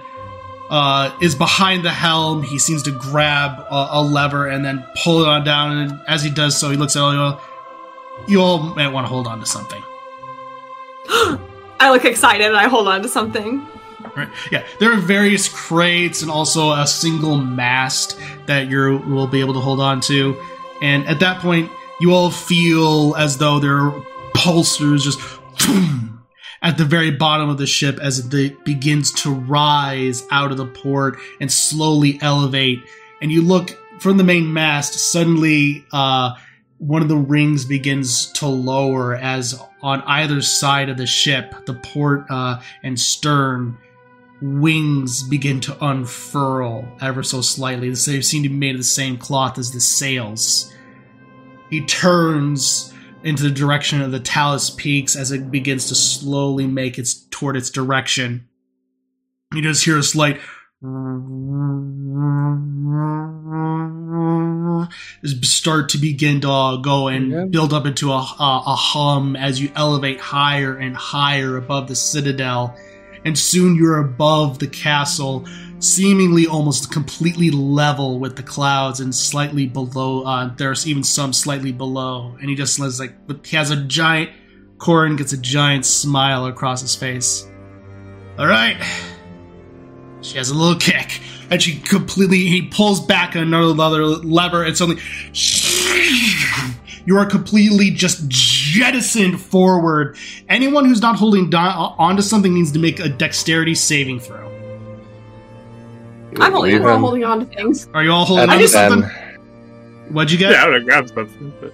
uh, is behind the helm. He seems to grab a, a lever and then pull it on down. And as he does so, he looks at all you. all, You all might want to hold on to something. I look excited and I hold on to something. Right. Yeah, there are various crates and also a single mast that you will be able to hold on to. And at that point, you all feel as though there are pulsers just at the very bottom of the ship as it de- begins to rise out of the port and slowly elevate. And you look from the main mast, suddenly uh, one of the rings begins to lower as on either side of the ship, the port uh, and stern wings begin to unfurl ever so slightly. They seem to be made of the same cloth as the sails. He turns into the direction of the Talus Peaks as it begins to slowly make its toward its direction. You just hear a slight start to begin to uh, go and Okay. build up into a, a, a hum as you elevate higher and higher above the citadel and soon you're above the castle, seemingly almost completely level with the clouds and slightly below. Uh, there's even some slightly below, and he just says like but he has a giant. Corin gets a giant smile across his face. All right, she has a little kick, and she completely he pulls back another leather lever, and suddenly you are completely just jettisoned forward Anyone who's not holding do- onto something needs to make a dexterity saving throw. I'm only- Leave We're all him holding on to things. Are you all holding at onto 10. something? What'd you Yeah, get? I would have grabbed something. But...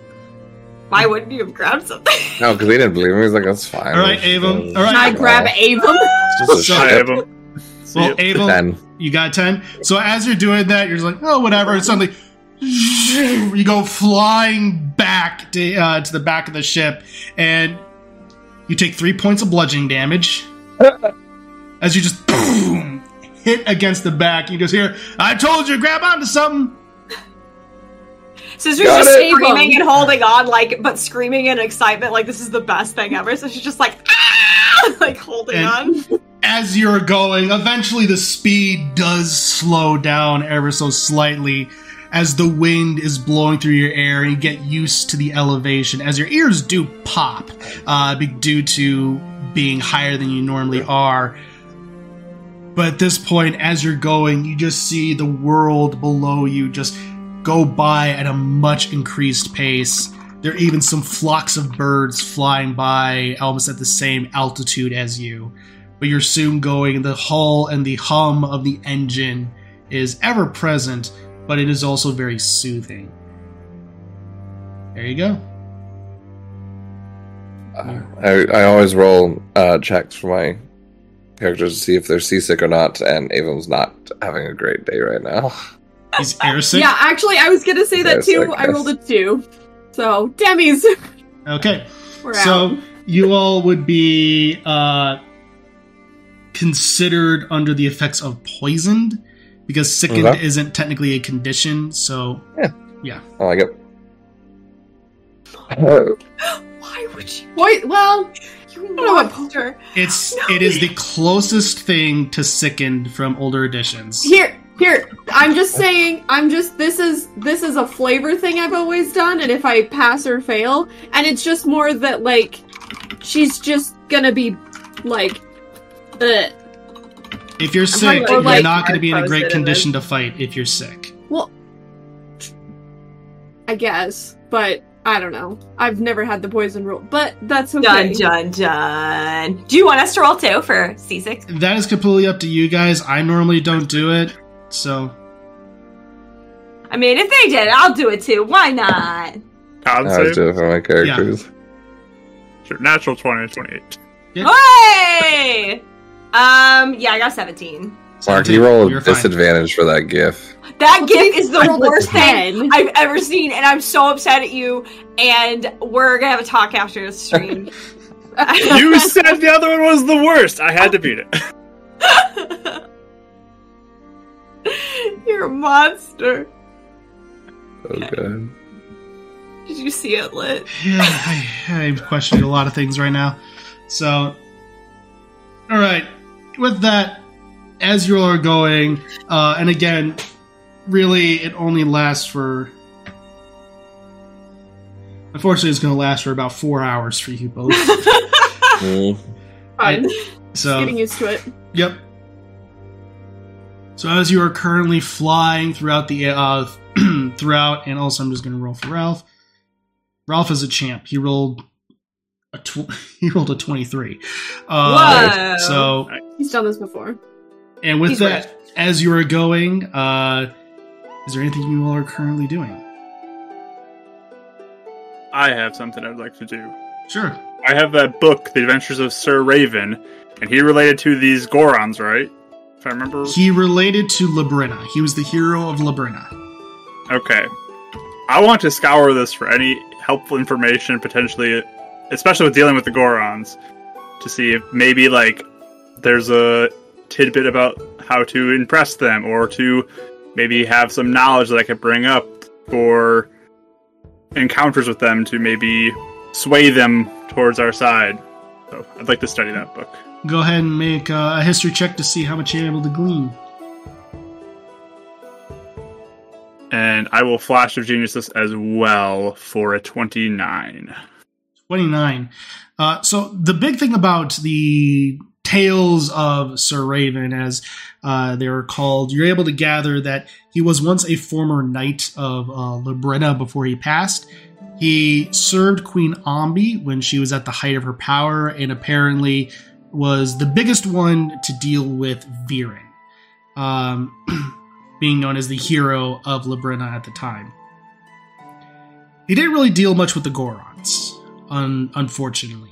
Why wouldn't you have grabbed something? No, because he didn't believe me. He's like, that's fine. All right, It's- Avum. it's- All Can I right. grab Avon? it's just a Sorry, ship. I have them. See Well, ya. Abel, 10. you got 10. So as you're doing that, you're just like, oh, whatever. And suddenly, you go flying back to, uh, to the back of the ship. And You take three points of bludgeoning damage as you just boom, hit against the back. You just hear, "I told you, grab onto something." Scissor's Got just it. screaming and holding on, like, but screaming in excitement, like, this is the best thing ever. So she's just like, ah! like, holding And- on. As you're going, eventually the speed does slow down ever so slightly as the wind is blowing through your air and you get used to the elevation as your ears do pop uh, be- due to being higher than you normally are. But at this point, as you're going, you just see the world below you just go by at a much increased pace. There are even some flocks of birds flying by almost at the same altitude as you. But you're soon going, the hull and the hum of the engine is ever present, but it is also very soothing. There you go. Uh, I, I always roll uh, checks for my characters to see if they're seasick or not, and Avon's not having a great day right now. He's air sick. Yeah, actually, I was gonna say that Yes, too. I I rolled a two. So, Demi's. Okay. We're So out. you all would be uh, considered under the effects of poisoned because sickened Okay. isn't technically a condition. So I like it. Uh, Why would you? Wait, well, You I don't know what- monster. it's it is the closest thing to sickened from older editions. here, here. I'm just saying. I'm just. This is this is a flavor thing I've always done, and if I pass or fail, and it's just more that like she's just gonna be like the If you're sick, like- you're or like- not going to be in a great posted in condition to fight if you're sick. I guess, but I don't know. I've never had the poison rule, but that's okay. Dun, dun, dun. Do you want us to roll too for C6? That is completely up to you guys. I normally don't do it, so I mean, if they did, I'll do it too. Why not? Con I always save? do it for my characters. Sure, Natural 20, 28. Yeah. Hey! Um, yeah, I got 17. Mark, you roll You're a fine. disadvantage for that gif. That Okay, gift is the I rolled a worst thing 10. I've ever seen, and I'm so upset at you. And we're gonna have a talk after the stream. You said the other one was the worst. I had to beat it. You're a monster. So good. Did you see it lit? Yeah, I, I'm questioning a lot of things right now. So, all right. With that, as you all are going, uh, and again, really, it only lasts for. Unfortunately, it's going to last for about four hours for you both. Mm. Fine. So, Getting used to it. Yep. So as you are currently flying throughout the uh, throughout, and also I'm just going to roll for Ralph. Ralph is a champ. He rolled a tw- he rolled a 23. Uh, Whoa. So He's done this before. and with He's that, as you are going, uh, is there anything you all are currently doing? I have something I'd like to do. Sure. I have that book, The Adventures of Sir Raven, and he related to these Gorons, right? If I remember. He related to Labrina. He was the hero of Labrina. Okay. I want to scour this for any helpful information, potentially, especially with dealing with the Gorons, to see if maybe, like, there's a tidbit about how to impress them or to maybe have some knowledge that I could bring up for encounters with them to maybe sway them towards our side. So I'd like to study that book. Go ahead and make uh, a history check to see how much you're able to glean. And I will flash of genius this as well for a 29. 29. Uh, so the big thing about the tales of Sir Raven, as uh, they were called, you're able to gather that he was once a former knight of uh, Labrina before he passed. He served Queen Ombi when she was at the height of her power, and apparently was the biggest one to deal with Viren, um, being known as the hero of Labrina at the time. He didn't really deal much with the Gorons, un- unfortunately.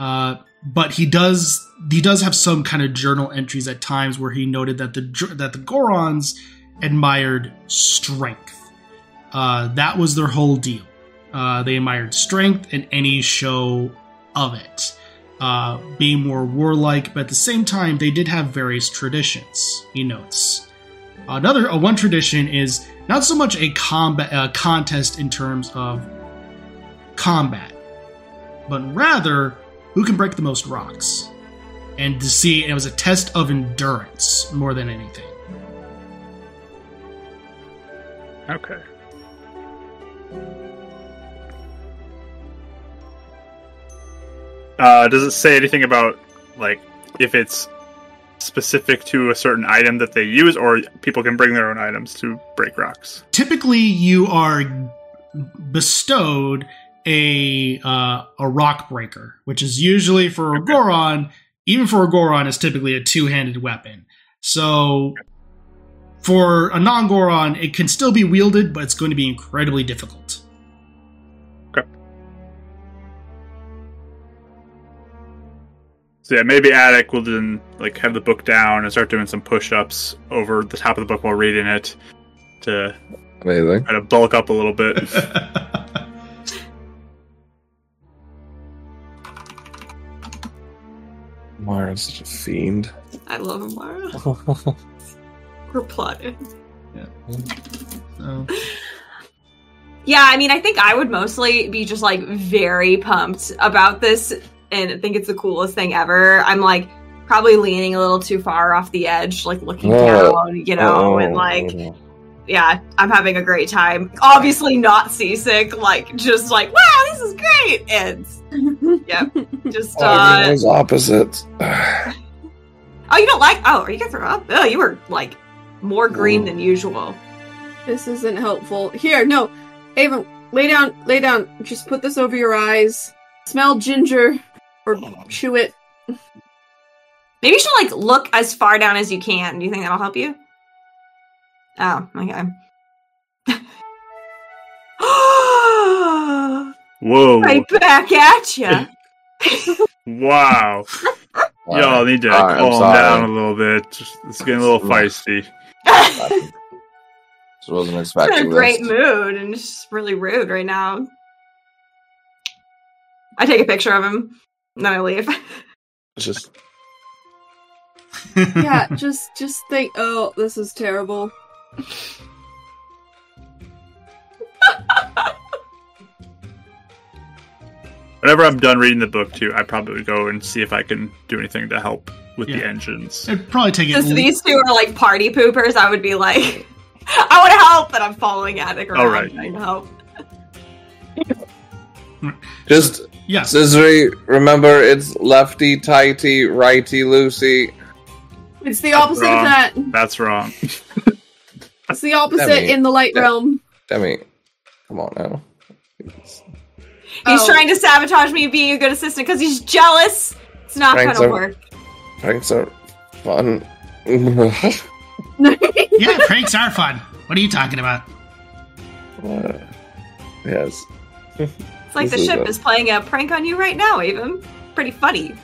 Uh, but he does he does have some kind of journal entries at times where he noted that the Jor- that the Gorons admired strength. Uh, that was their whole deal. Uh, they admired strength and any show of it, uh, being more warlike, but at the same time, they did have various traditions, he notes. Another uh, one tradition is not so much a combat uh, contest in terms of combat, but rather who can break the most rocks. And to see, it was a test of endurance more than anything. Okay. Uh, does it say anything about like if it's specific to a certain item that they use, or people can bring their own items to break rocks? typically you are bestowed a uh, a rock breaker, which is usually for a Goron. Even for a Goron, is typically a two handed weapon. So for a non Goron, it can still be wielded, but it's going to be incredibly difficult. So yeah, maybe Attic will then like have the book down and start doing some push-ups over the top of the book while reading it to Amazing. try to bulk up a little bit. Mara's such a fiend. I love Amara. We're plotting. So, Yeah, I mean, I think I would mostly be just like very pumped about this and I think it's the coolest thing ever. I'm like probably leaning a little too far off the edge, like looking Whoa. Oh. down, you know, and like, yeah, I'm having a great time. Obviously, not seasick, like, just like, wow, this is great. And yeah, just, Oh, uh, those opposites. oh, you don't like, oh, are you gonna throw up? Oh, you were like more green than usual. This isn't helpful. Here, no. Avon, lay down, lay down. Just put this over your eyes. Smell ginger or Oh. chew it. Maybe you should like look as far down as you can. Do you think that'll help you? Oh, okay. Whoa! right back at you. Wow! Y'all need to Alright, I'm calm sorry. down a little bit. Just- It's getting a little feisty. Just wasn't in a expecting great this. mood and it's just really rude right now. I take a picture of him, and then I leave. Just Yeah, just just think, oh, this is terrible. Whenever I'm done reading the book, too, I probably would go and see if I can do anything to help with Yeah. the engines. it'd probably take it. Since these two are like party poopers, I would be like, I want to help, but I'm following Attic around. All right. trying to help. just yes. Scissory, remember it's lefty tighty, righty loosey. It's the opposite wrong. of that. That's wrong. It's the opposite Demi. in the light Demi. realm. Demi, come on now. He's Oh. trying to sabotage me being a good assistant because he's jealous. It's not Frank's gonna a- work. Pranks are fun. What? yeah, pranks are fun. What are you talking about? yes. It's like the This is ship a- is playing a prank on you right now, even. Pretty funny.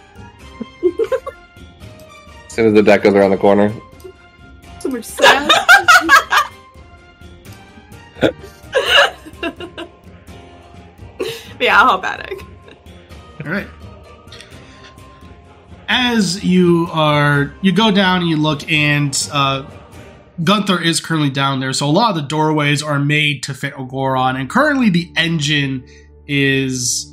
As soon as the deck goes around the corner. So much sad. Yeah, I'll help Attic. All right. As you are, you go down and you look, and uh, Gunther is currently down there. So a lot of the doorways are made to fit Ogoron, and currently the engine is.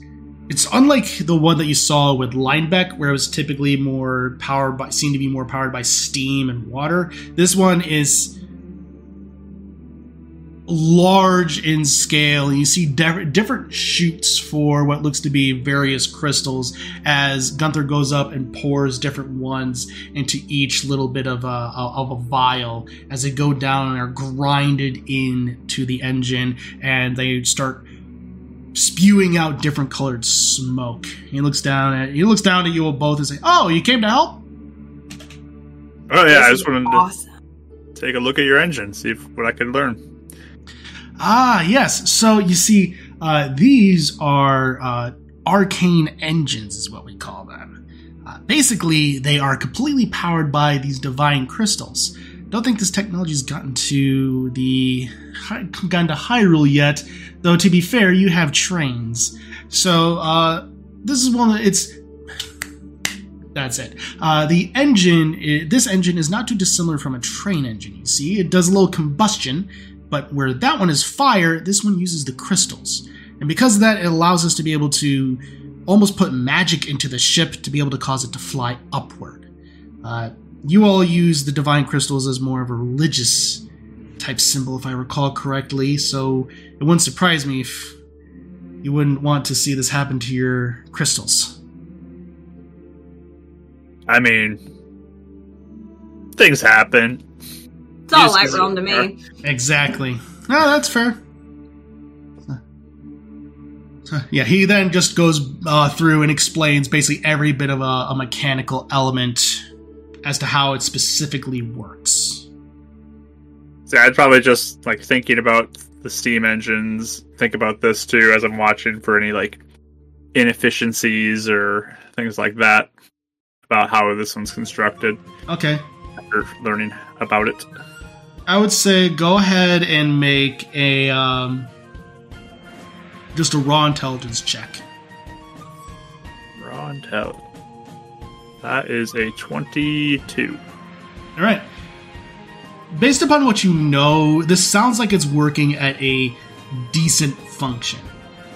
It's unlike the one that you saw with Linebeck, where it was typically more powered by, seemed to be more powered by steam and water. This one is large in scale and you see de- different shoots for what looks to be various crystals as gunther goes up and pours different ones into each little bit of a, of a vial as they go down and are grinded into the engine and they start spewing out different colored smoke he looks down at he looks down at you both and say oh you came to help Oh, yeah, This I just is wanted to awesome. take a look at your engine, see if, what I could learn. Ah, yes. So you see, uh, these are uh, arcane engines, is what we call them. Uh, basically, they are completely powered by these divine crystals. Don't think this technology's gotten to the gotten to Hyrule yet, though. To be fair, you have trains, so uh, this is one that it's that's it. Uh, the engine, i this engine is not too dissimilar from a train engine, you see. It does a little combustion, but where that one is fire, this one uses the crystals. And because of that, it allows us to be able to almost put magic into the ship to be able to cause it to fly upward. Uh, you all use the divine crystals as more of a religious type symbol, if I recall correctly, so it wouldn't surprise me if you wouldn't want to see this happen to your crystals. I mean, things happen. It's all Yes, light yes, realm to sure. me. Exactly. No, that's fair. Huh, Yeah, he then just goes uh, through and explains basically every bit of a, a mechanical element as to how it specifically works. So I'd probably just like thinking about the steam engines. Think about this too as I'm watching for any like inefficiencies or things like that about how this one's constructed Okay, or learning about it. I would say go ahead and make a um, just a raw intelligence check. Raw intel. That is a 22. All right. Based upon what you know, this sounds like it's working at a decent function.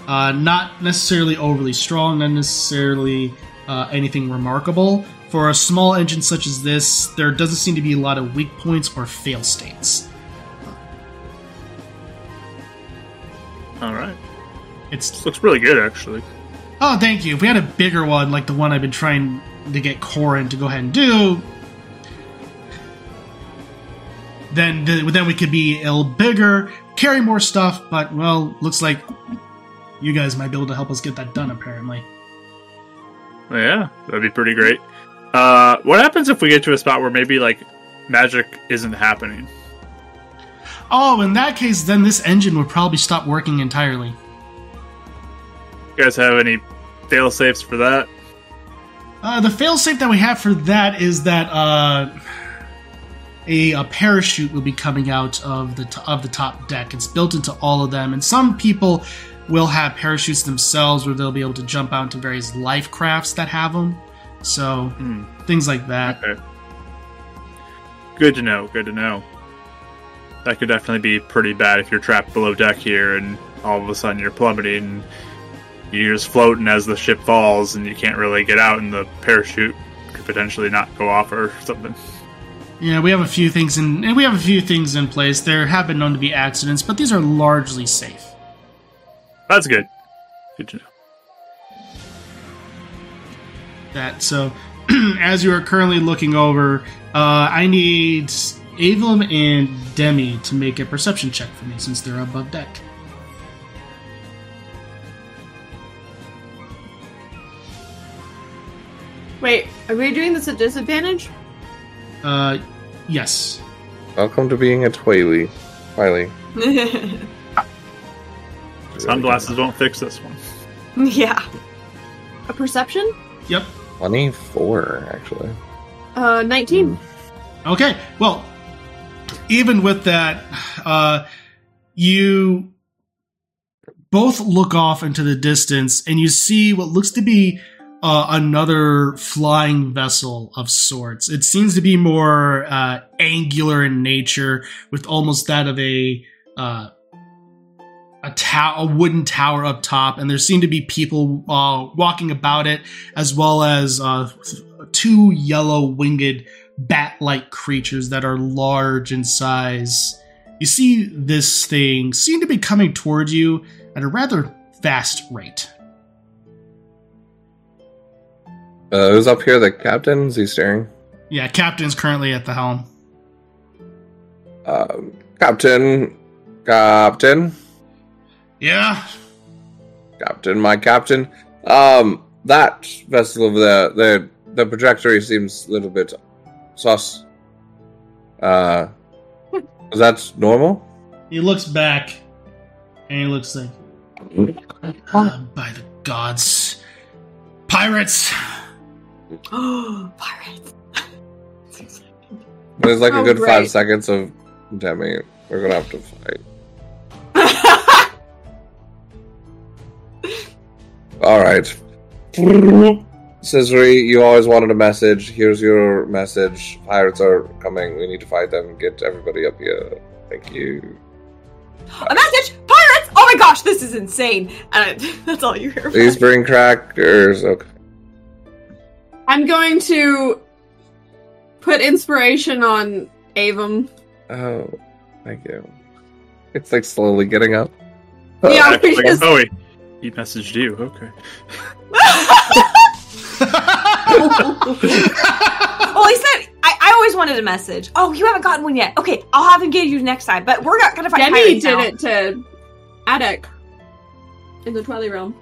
Uh, not necessarily overly strong, not necessarily uh, anything remarkable. For a small engine such as this, there doesn't seem to be a lot of weak points or fail states. All right. It's This looks really good actually. oh, thank you. If we had a bigger one like the one I've been trying to get Corin to go ahead and do, then th- then we could be a little bigger, carry more stuff. But well, looks like you guys might be able to help us get that done. Apparently, Oh, Yeah, that'd be pretty great. Uh, what happens if we get to a spot where maybe like magic isn't happening? oh, in that case, then this engine would probably stop working entirely. You guys have any fail safes for that? Uh, the failsafe that we have for that is that uh, a, a parachute will be coming out of the t- of the top deck. It's built into all of them, and some people will have parachutes themselves, where they'll be able to jump out into various life crafts that have them. So Hmm. things like that. Okay. Good to know. Good to know. That could definitely be pretty bad if you're trapped below deck here and all of a sudden you're plummeting and you're just floating as the ship falls and you can't really get out and the parachute could potentially not go off or something. Yeah, we have a few things in, and we have a few things in place. There have been known to be accidents, but these are largely safe. That's good. Good to know. that. So, as you are currently looking over, uh, I need Avum and Demi to make a perception check for me since they're above deck. Wait, are we doing this at disadvantage? Uh, yes. Welcome to being a Twi'ley. Twi'ley. Sunglasses won't fix this one. yeah. A perception? Yep. 24, actually. Uh, 19. Hmm. Okay. Well, even with that, uh, you both look off into the distance and you see what looks to be uh, another flying vessel of sorts. It seems to be more uh, angular in nature, with almost that of a uh, a, tow- a wooden tower up top, and there seem to be people uh, walking about it, as well as uh, two yellow winged bat like creatures that are large in size. You see this thing seem to be coming toward you at a rather fast rate. Uh, who's up here? The captain? Is he staring? Yeah, Captain's currently at the helm. Um, captain. Captain. Yeah. Captain, my captain. Um, that vessel over there, the the trajectory seems a little bit sus. Uh, is that normal? He looks back and he looks like, "Ah, by the gods. Pirates! Oh, pirates. There's like Oh, a good great. five seconds of Demi. We're gonna have to fight. All right. Scissory, you always wanted a message. Here's your message. Pirates are coming. We need to fight them. Get everybody up here. Thank you. A message! Pirates! Oh my gosh, this is insane! And I, that's all you hear. from These bring crackers. Okay. I'm going to put inspiration on Avum. Oh, thank you. It's like slowly getting up. Yeah, Like, because oh, he, he messaged you. Okay. Well, he said, I, I always wanted a message. Oh, you haven't gotten one yet. Okay, I'll have him give you next time, but we're not gonna find Demi pirates did now. it to Adek in the Twilight Realm.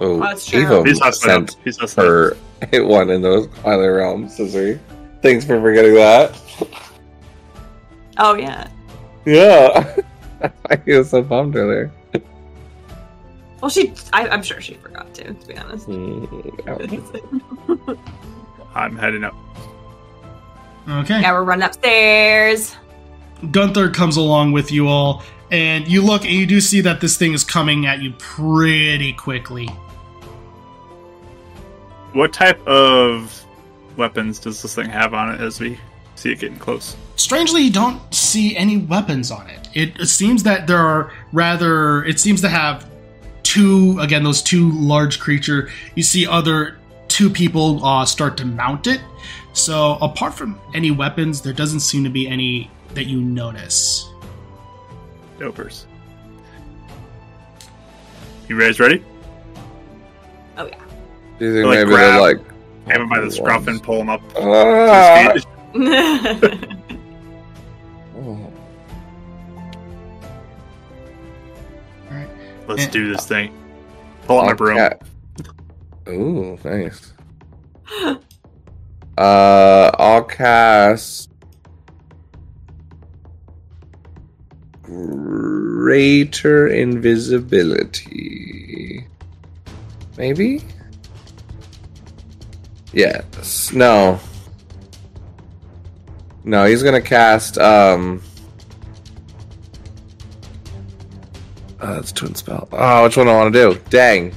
Oh, that's true. Evo He's not sent sent. He's not sent. her hit one in those Twilight realms, Scissory. Thanks for forgetting that. Oh, yeah. Yeah. he was so bummed earlier. Well, she, I, I'm sure she forgot to, to be honest. Mm, I'm heading up. Okay. yeah, we're running upstairs. Gunther comes along with you all, and you look and you do see that this thing is coming at you pretty quickly. What type of weapons does this thing have on it as we see it getting close? Strangely, you don't see any weapons on it. It, it seems that there are rather. It seems to have two again those two large creature. You see other two people uh, start to mount it. So apart from any weapons, there doesn't seem to be any that you notice. Dopers. You guys ready? Do you think Like, maybe grab- they're like. Grab him by the scruff and pull him up. to Ah! his feet. Oh. Let's do this thing. Pull out my broom. Cat. Ooh, nice. uh, I'll cast greater invisibility. Maybe. Yes. No. No, he's gonna cast um. Uh, it's twin spell. Oh, which one I want to do? Dang.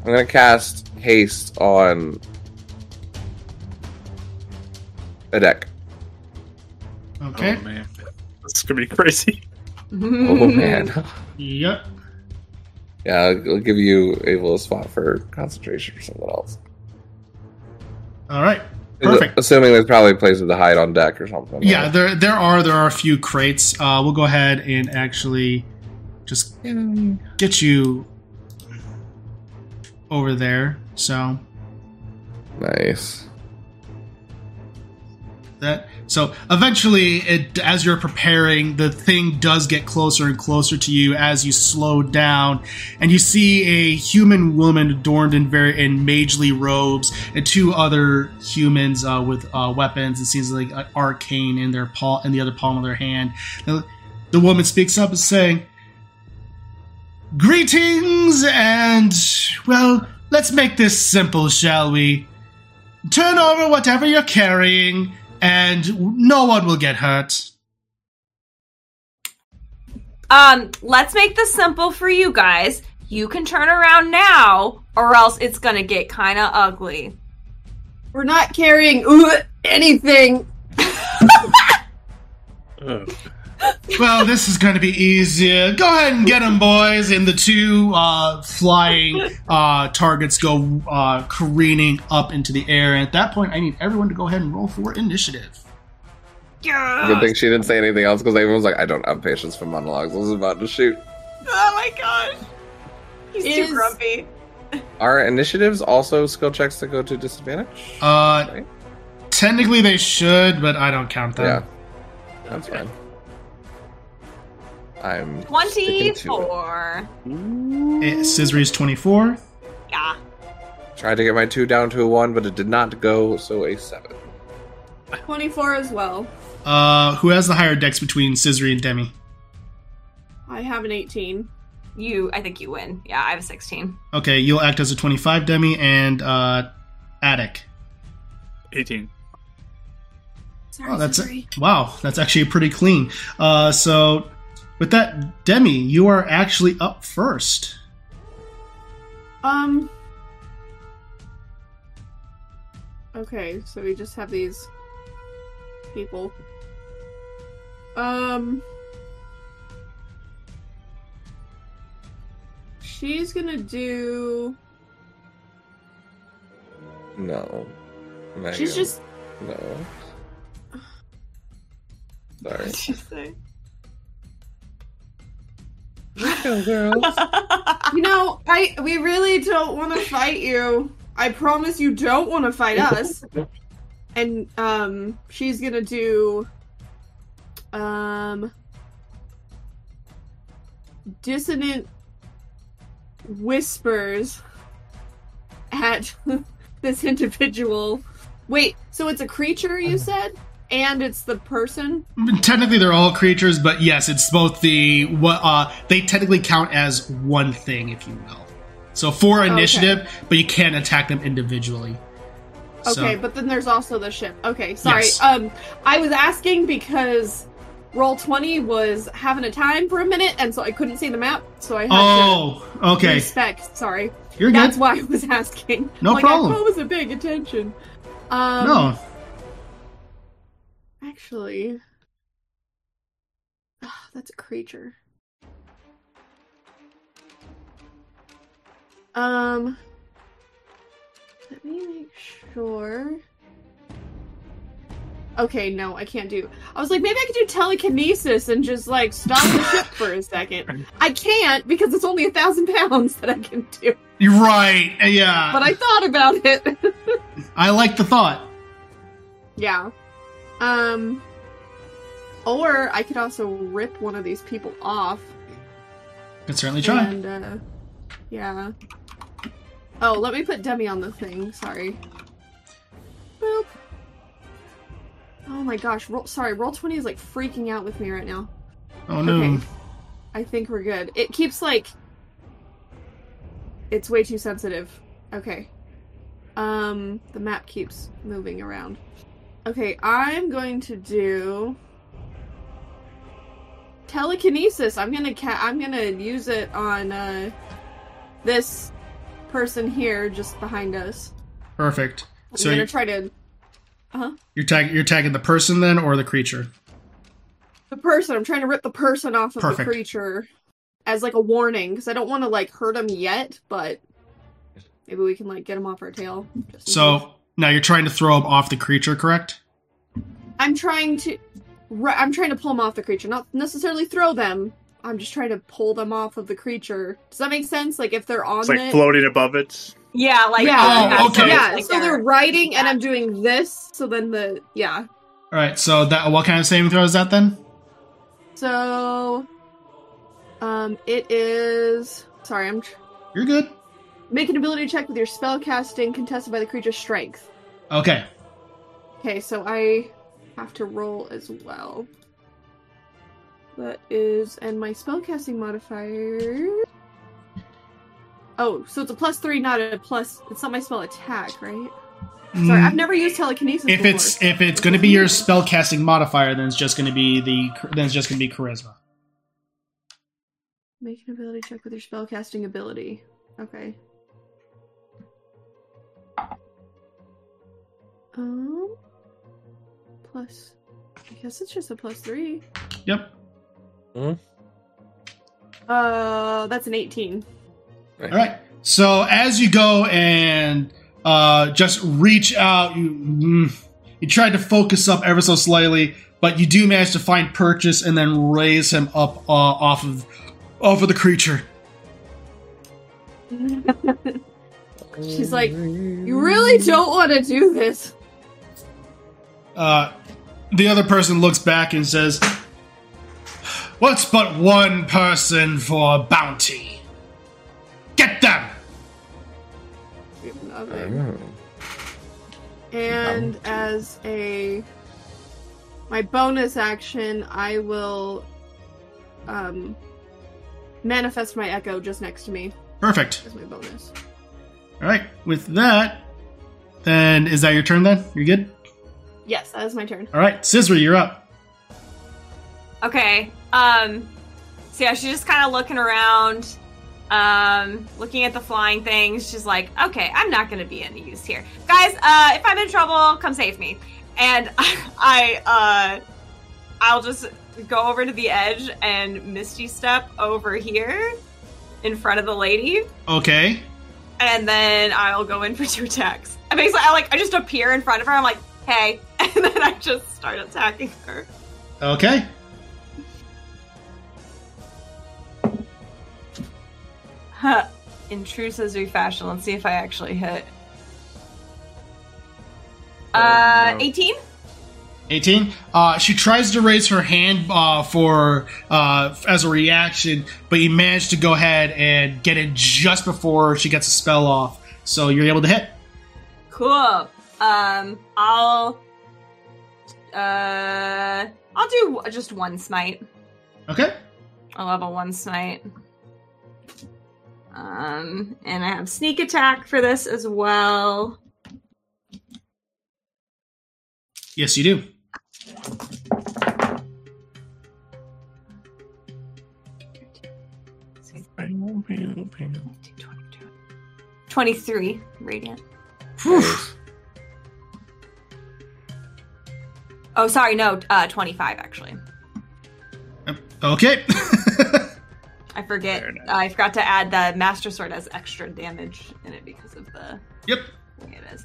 I'm gonna cast haste on a deck. Okay. Oh man, this could be crazy. Oh man. Yep. Yeah, it'll give you a little spot for concentration or something else. All right. Perfect. Assuming there's probably places to hide on deck or something. Yeah, there there are there are a few crates. Uh, we'll go ahead and actually just get you over there. So Nice. that so eventually, it as you're preparing, the thing does get closer and closer to you as you slow down, and you see a human woman adorned in very in magely robes, and two other humans uh, with uh, weapons and seems like an arcane in their paw in the other palm of their hand. The- the woman speaks up and saying. Greetings, and well, let's make this simple, shall we? Turn over whatever you're carrying, and no one will get hurt. um, let's make this simple for you guys. You can turn around now, or else it's gonna get kinda ugly. We're not carrying ooh, anything. Ugh. Well, this is going to be easier. Go ahead and get them, boys. And the two uh, flying uh, targets go uh, careening up into the air. And at that point, I need everyone to go ahead and roll for initiative. Yeah. Good thing she didn't say anything else because everyone's like, I don't have patience for monologues. I was about to shoot. Oh my gosh. He's Is- too grumpy. Are initiatives also skill checks that go to disadvantage? Uh, technically, they should, but I don't count them. yeah. That's fine. I'm sticking to it. 24. Eh, Scissory's 24. Yeah. Tried to get my two down to a one, but it did not go, so a seven. 24 as well. Uh, who has the higher dex between Scissory and Demi? I have an 18. You, I think you win. Yeah, I have a 16. Okay, you'll act as a 25 Demi and uh, Attic. 18. Sorry, Oh, that's sorry. wow. That's actually pretty clean. Uh, so, with that, Demi, you are actually up first. Um, Okay, so we just have these people. Um. She's gonna do. No. Megan, She's just. No. Sorry. She say? You know, I we really don't want to fight you. I promise you don't want to fight us. And um, she's gonna do. Um. Dissonant whispers at this individual. Wait, so it's a creature you said, and it's the person. Technically, they're all creatures, but yes, it's both the what uh, they technically count as one thing, if you will. So Oh, for initiative, but you can't attack them individually. So- Okay, but then there's also the ship. Okay, sorry. Yes. Um, I was asking because roll twenty was having a time for a minute, and so I couldn't see the map, so I had oh, to okay, respect. Sorry, you're that's good. why I was asking. No like, problem. I wasn't paying attention. Um, No, actually, Ah, that's a creature. Um, let me make sure. Okay, no, I can't do. I was like, maybe I could do telekinesis and just like stop the ship for a second. I can't because it's only a thousand pounds that I can do. you're right. Uh, Yeah, But I thought about it. I like the thought. Yeah. Um or I could also rip one of these people off Could certainly try. and uh yeah. Oh, let me put Demi on the thing. Sorry. Boop. Oh my gosh, roll sorry, roll 20 is like freaking out with me right now. oh no, okay. I think we're good. It keeps like it's way too sensitive. Okay. Um the map keeps moving around. Okay, I'm going to do telekinesis. I'm going to ca- I'm going to use it on uh this person here just behind us. perfect. I'm So going you- to try to you're tag you're tagging the person then, or the creature. the person. I'm trying to rip the person off of Perfect. the creature as like a warning because I don't want to like hurt him yet, but maybe we can like get him off our tail. just in case. So now you're trying to throw him off the creature, correct? I'm trying to, ri- I'm trying to pull them off the creature, not necessarily throw them. I'm just trying to pull them off of the creature. Does that make sense? Like if they're on It's it, like floating above it. Yeah, like yeah, Oh, okay. yeah. Like so they're they're- riding, and yeah. I'm doing this. So then the All yeah. right. So that what kind of saving throw is that then? So, um, it is. Sorry, I'm tr- You're good. Make an ability check with your spell casting contested by the creature's strength. Okay. Okay, so I have to roll as well. That is, and my spellcasting modifier. Oh, so it's a plus three, not a plus. It's not my spell attack, right? Sorry, I've never used telekinesis. Mm. if before. it's if it's going to be your spellcasting modifier, then it's just going to be the then it's just going to be charisma. make an ability check with your spellcasting ability. Okay. Um, plus. I guess it's just a plus three. Yep. Uh, that's an eighteen. All right. So as you go and uh, just reach out, you mm, you tried to focus up ever so slightly, but you do manage to find purchase and then raise him up uh, off of off of the creature. She's like, You really don't want to do this. Uh, the other person looks back and says, "What's but one person for a bounty? Get them." We have nothing. Oh. And as a my bonus action, I will um manifest my echo just next to me Perfect. as my bonus. All right. With that, then is that your turn? Then you're good. Yes, that is my turn. All right, Scissor, you're up. Okay. Um. So yeah, she's just kind of looking around, um, looking at the flying things. She's like, okay, I'm not going to be any use here. Guys, uh, if I'm in trouble, come save me. And I, uh, I'll just go over to the edge and Misty step over here in front of the lady. Okay. And then I'll go in for two attacks. And basically, I like, I just appear in front of her. I'm like, hey. And then I just start attacking her. Okay. Huh. Intrusive refashion. Let's see if I actually hit. Uh, no. 18? 18. Uh, she tries to raise her hand uh, for uh, as a reaction, but you manage to go ahead and get it just before she gets a spell off, so you're able to hit. Cool. Um, I'll, uh, I'll do w- just one smite. Okay. A level one smite. Um, and I have sneak attack for this as well. Yes, you do. Twenty-three radiant. Oh, sorry, no, uh, twenty-five actually. Okay. I forget. Very nice. I forgot to add the master sword has extra damage in it because of the yep. way it is.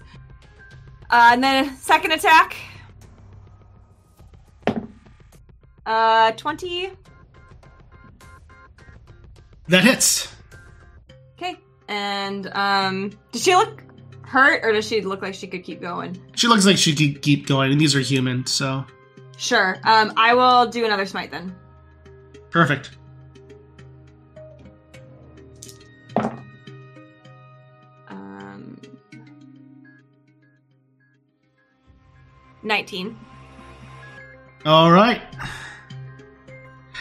Uh, and then second attack. Uh, twenty. That hits. Okay. And um, does she look hurt, or does she look like she could keep going? She looks like she could keep going, and these are human, so Sure. Um, I will do another smite then. perfect. Um, Nineteen. All right.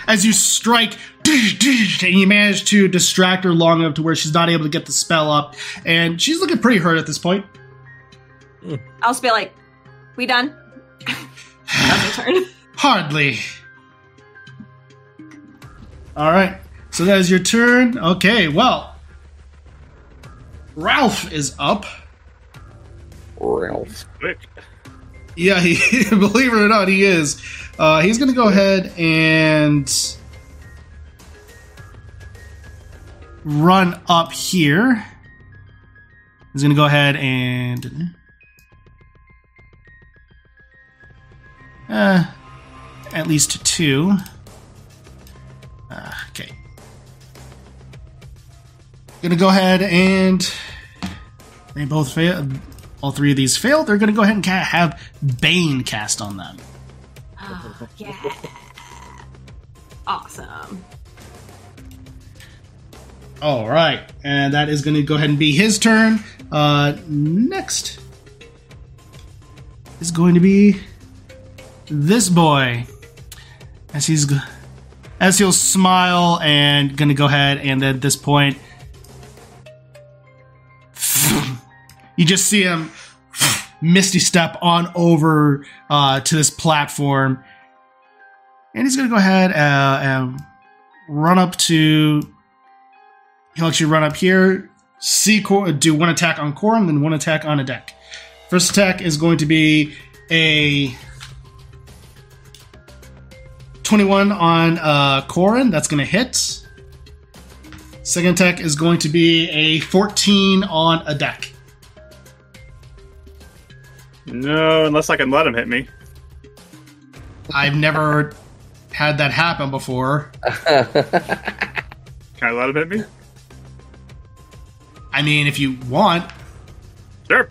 As you strike, and you manage to distract her long enough to where she's not able to get the spell up, and she's looking pretty hurt at this point. I'll just be like, "We done." That's my turn. Hardly. All right. So that is your turn. Okay. Well, Ralph is up. Ralph. Quick. Yeah, he, believe it or not, he is. Uh, he's going to go ahead and run up here. He's going to go ahead and. Uh, at least two. Uh, okay. Gonna go ahead and. They both fail. All three of these fail. They're gonna go ahead and ca- have Bane cast on them. yeah. Awesome. All right, and that is going to go ahead and be his turn. Uh, next is going to be this boy, as he's go- as he'll smile and going to go ahead and at this point, you just see him misty step on over uh, to this platform, and he's going to go ahead uh, and run up to He'll actually run up here, see Cor- do one attack on Corum, then one attack on a deck. First attack is going to be a 21 on uh, Corin. That's going to hit. Second attack is going to be a 14 on a deck. No, unless I can let him hit me. I've never had that happen before. Can I let him hit me? I mean, if you want. Sure.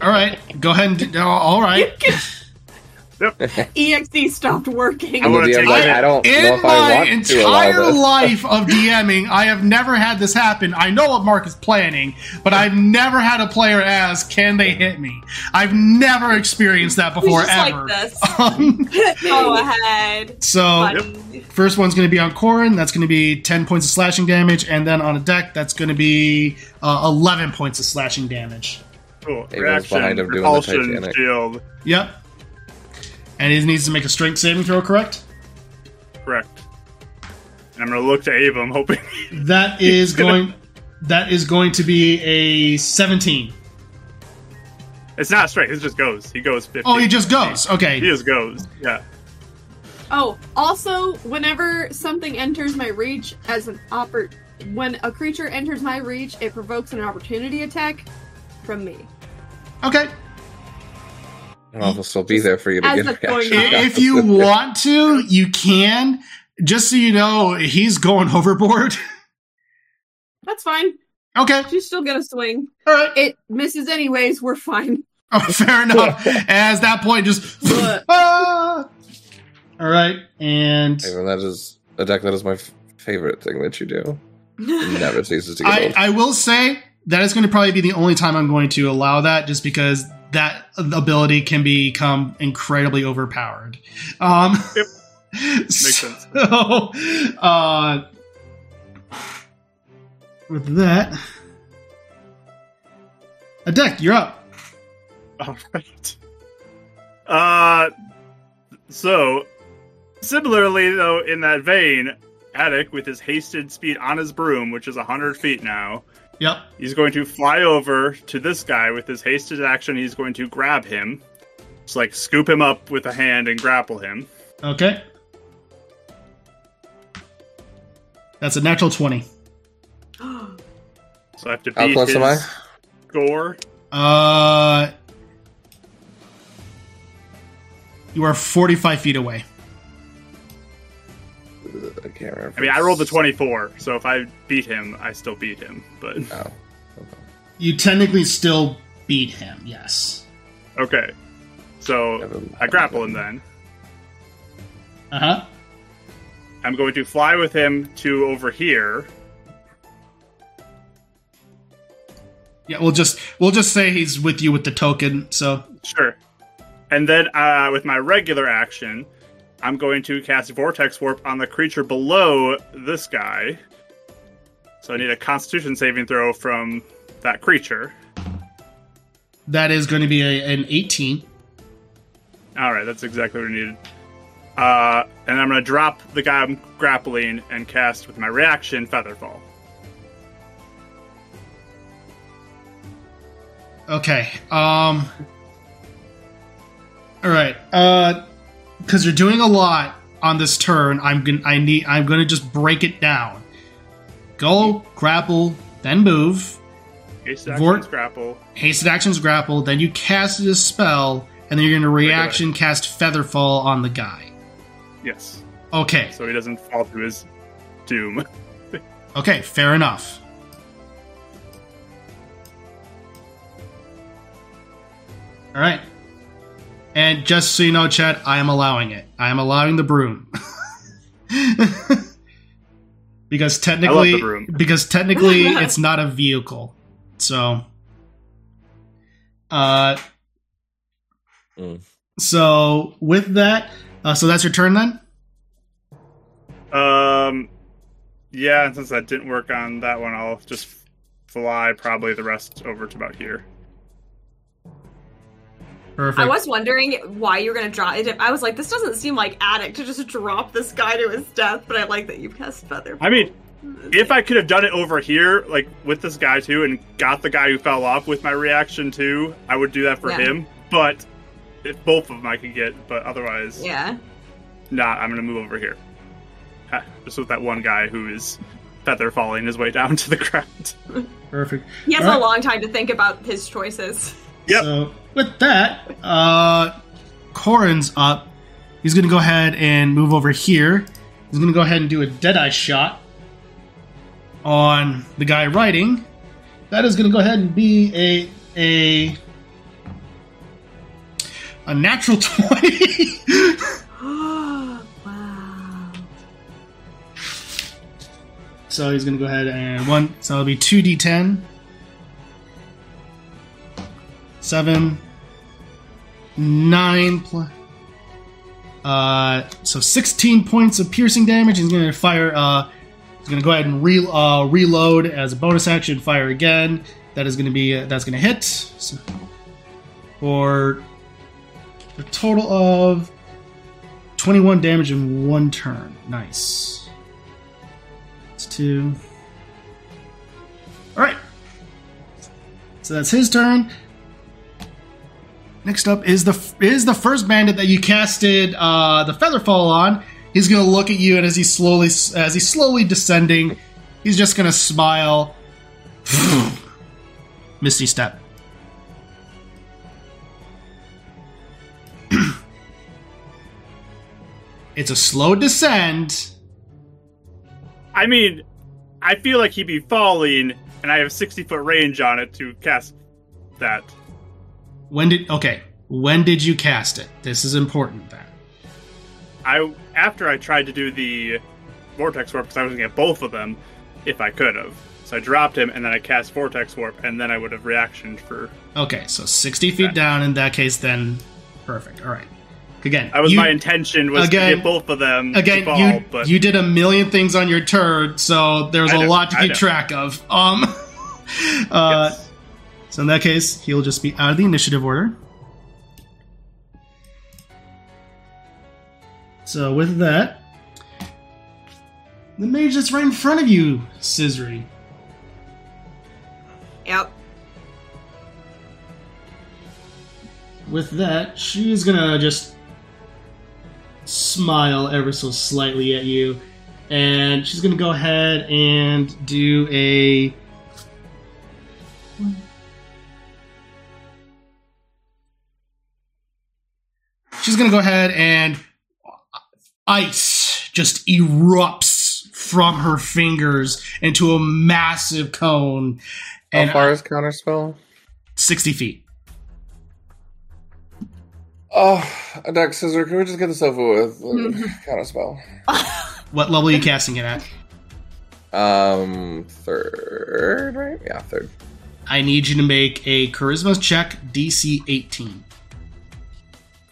All right, go ahead and. Do, all right. EXD E stopped working. I wanna DM's take like, it. I don't know In if my I want to entire allow this. life of DMing, I have never had this happen. I know what Mark is planning, but I've never had a player ask, "Can they hit me?" I've never experienced that before just like ever. this. Um, Go Oh, ahead. so buddy. first one's going to be on Corin. That's going to be ten points of slashing damage, and then on a deck, that's going to be uh, eleven points of slashing damage. Cool. Abel's Reaction, behind him doing the repulsion, Titanic. shield. Yep. And he needs to make a strength saving throw, correct? Correct. And I'm going to look to Avum, hoping. That is going. That is going to be a seventeen. it's not straight. It just goes. He goes 50. Oh, he just goes. Okay. He just goes. Yeah. Oh, also, whenever something enters my reach as an oppor- when a creature enters my reach, it provokes an opportunity attack from me. Okay. And I'll still be there for you to As get it's a reaction going on. shot. If you want to, you can. Just so you know, he's going overboard. That's fine. Okay. She's still gonna swing. All right. It misses anyways. We're fine. Oh, fair enough. As that point, just. But- Ah! All right. And Avum, that is a deck that is my f- favorite thing that you do. It never ceases to get I, old. I will say that is going to probably be the only time I'm going to allow that, just because that ability can become incredibly overpowered. Um, Yep. Makes sense. So, uh, with that, a deck, you're up. All right. Uh, so similarly, though, in that vein, Attic with his hasted speed on his broom, which is hundred feet now, Yep. he's going to fly over to this guy with his hasted action. He's going to grab him, just like scoop him up with a hand and grapple him. Okay. That's a natural 20. So I have to beat How close his am I? score. Uh, you are 45 feet away. I can't remember. I mean, I rolled a twenty-four, so if I beat him, I still beat him. But Oh. You technically still beat him, yes. okay, so I grapple him then. Uh huh. I'm going to fly with him to over here. Yeah, we'll just we'll just say he's with you with the token. So Sure. And then uh, with my regular action, I'm going to cast Vortex Warp on the creature below this guy. So I need a Constitution saving throw from that creature. that is going to be a, an 18. All right, that's exactly what I needed. Uh, and I'm going to drop the guy I'm grappling and cast with my reaction Featherfall. Okay. Um. All right. Uh, because you're doing a lot on this turn, I'm gonna I need I'm gonna just break it down. Go grapple, then move. Haste Vor- actions, grapple. Hasted actions grapple, then you cast a spell, and then you're gonna reaction cast Featherfall on the guy. Yes. Okay. So he doesn't fall to his doom. Okay, fair enough. All right. And just so you know, Chad, I am allowing it. I am allowing the broom. because technically, broom. because technically, it's not a vehicle. So, uh, Mm. so with that, uh, so that's your turn then. Um, yeah, and since that didn't work on that one, I'll just fly probably the rest over to about here. Perfect. I was wondering why you're gonna draw it. I was like, this doesn't seem like addict to just drop this guy to his death. But I like that you cast feather. I mean, if I could have done it over here, like with this guy too, and got the guy who fell off with my reaction too, I would do that for Yeah. him. But if both of them I could get, but otherwise, yeah, nah, I'm gonna move over here. Ha, Just with that one guy who is feather falling his way down to the ground. Perfect. he has Alright. a long time to think about his choices. Yep. So with that, uh, Corin's up. He's gonna go ahead and move over here. He's gonna go ahead and do a deadeye shot on the guy riding. That is gonna go ahead and be a a a natural twenty. wow. so he's gonna go ahead and one. So it'll be two d10, seven, nine plus. Uh, so 16 points of piercing damage. He's going to fire. Uh, he's going to go ahead and re- uh, reload as a bonus action. Fire again. That is going to be. uh, that's going to hit. So, for a total of 21 damage in one turn. Nice. two. All right. So that's his turn. Next up is the is the first bandit that you casted uh, the feather fall on. He's gonna look at you, and as he slowly as he's slowly descending, he's just gonna smile. Misty step. it's a slow descend. I mean, I feel like he'd be falling, and I have 60 foot range on it to cast that. When did okay? When did you cast it? This is important. Then I After I tried to do the Vortex Warp, because I was going to get both of them if I could have. So I dropped him, and then I cast Vortex Warp, and then I would have reactioned for. okay, so sixty feet Okay. down. In that case, then perfect. All right. Again, I was you- my intention was again- to get both of them again. to fall, you but you did a million things on your turn, so there's I a know, lot to I keep know. track of. Um. uh, yes. So in that case, he'll just be out of the initiative order. So with that, the mage that's right in front of you, Scissory. Yep. With that, she's gonna just smile ever so slightly at you, and she's gonna go ahead and do a. She's gonna go ahead and ice just erupts from her fingers into a massive cone, and How far is counter spell? sixty feet. Oh, Doc Scissor, can we just get this over with? counter spell. What level are you casting it at? Um, third, right? Yeah, third. I need you to make a charisma check DC 18.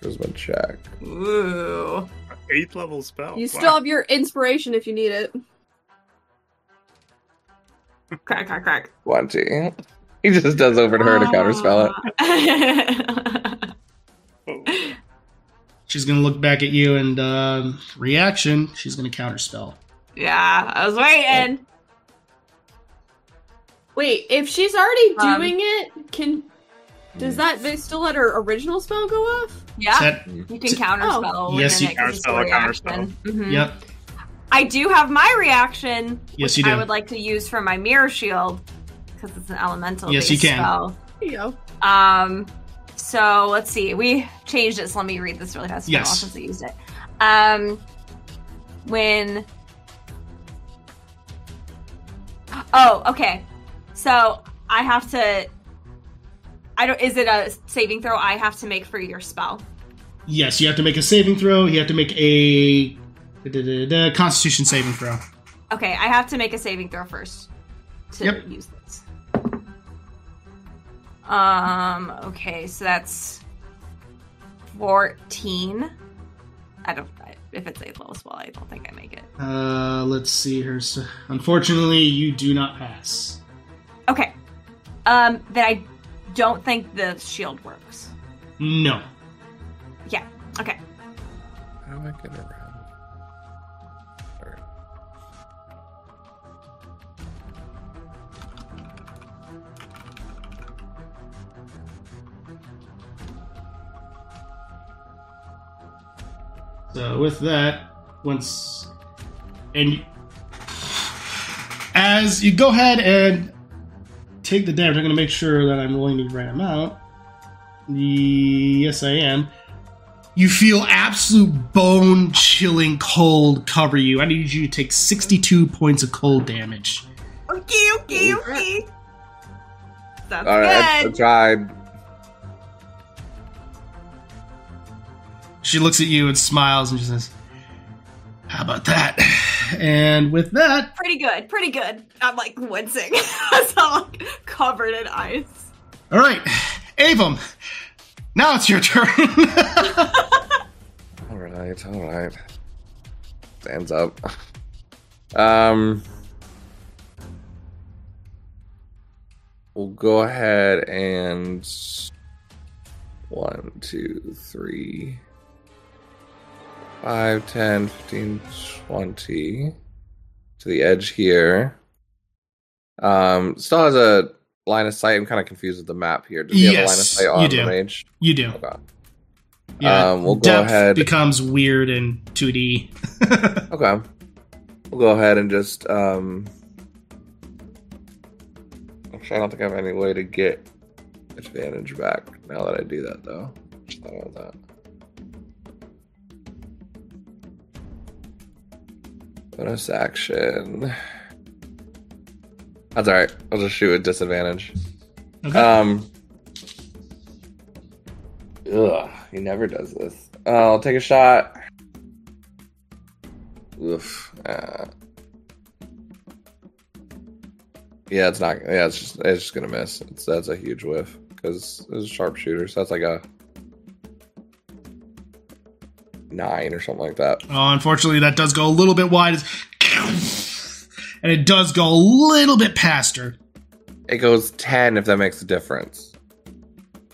Charisma check. Ooh. eighth level spell. You Wow. still have your inspiration if you need it. Crack, crack, crack. Twenty. He just does over to her to counter spell it. it. Oh. She's going to look back at you and um, reaction, she's going to counterspell. yeah, I was waiting. Wait, if she's already Um, doing it, can does that they still let her original spell go off? Yeah. Set. You can counter spell. Oh. Yes, you- Counterspell, Mm-hmm. Yep. I do have my reaction. Yes, which you do. I would like to use for my mirror shield because it's an elemental. Yes, you based can. Spell. There you go. Um, so let's see. We changed it. So let me read this really fast. It's been a while Yes. since I used it. Um, when. Oh, okay. So I have to. I don't. Is it a saving throw I have to make for your spell? Yes, you have to make a saving throw. You have to make a da-da-da-da, constitution saving throw. Okay, I have to make a saving throw first to Yep. use this. Um. Okay, so that's fourteen. I don't. I- If it's eighth level spell, I don't think I make it. Uh, let's see here. So, unfortunately, you do not pass. Okay. Um. Then I don't think the shield works. No. Okay. How do I get around? Sorry. So with that, once and as you go ahead and take the damage, I'm going to make sure that I'm rolling the right amount. Yes, I am. You feel absolute bone chilling cold cover you. I need you to take 62 points of cold damage. Okay. Okay. Okay. Sounds All right, I, I good. tried. She looks at you and smiles and she says, How about that? And with that, Pretty good. Pretty good. I'm like wincing. so I'm like covered in ice. All right, Avum. Now it's your turn. All right, all right. Stands up. Um, we'll go ahead and one, two, three, five, ten, fifteen, twenty. to the edge here. Um, still has a line of sight. I'm kind of confused with the map here. Does he have a line of Yes, sight you on do. the range? You do. Okay. Yeah. Um, we'll go Depth ahead- becomes weird in 2D. Okay. We'll go ahead and just. Um... Actually, I don't think I have any way to get advantage back now that I do that, though. Just thought about that. Bonus action. That's alright. I'll just shoot with disadvantage. Okay. Um. Ugh, he never does this. Uh, I'll take a shot. Oof. Uh, yeah, it's not. Yeah, it's just. It's just gonna miss. It's, that's a huge whiff because it's a sharpshooter. So that's like a nine or something like that. Oh, unfortunately, that does go a little bit wide. It's- And it does go a little bit past her. It goes ten if that makes a difference. Yeah,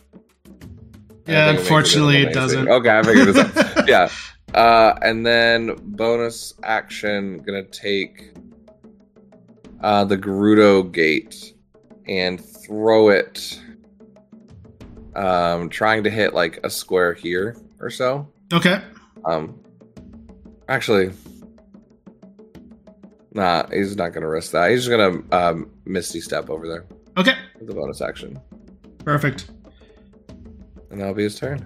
I think it makes a unfortunately, it difference. doesn't. Okay, I figured this out. yeah. Uh, and then bonus action, gonna take uh, the Gerudo gate and throw it, um, trying to hit like a square here or so. Okay. Um, actually, nah, he's not gonna risk that. He's just gonna um, misty step over there Okay. with the bonus action, Perfect. and that'll be his turn.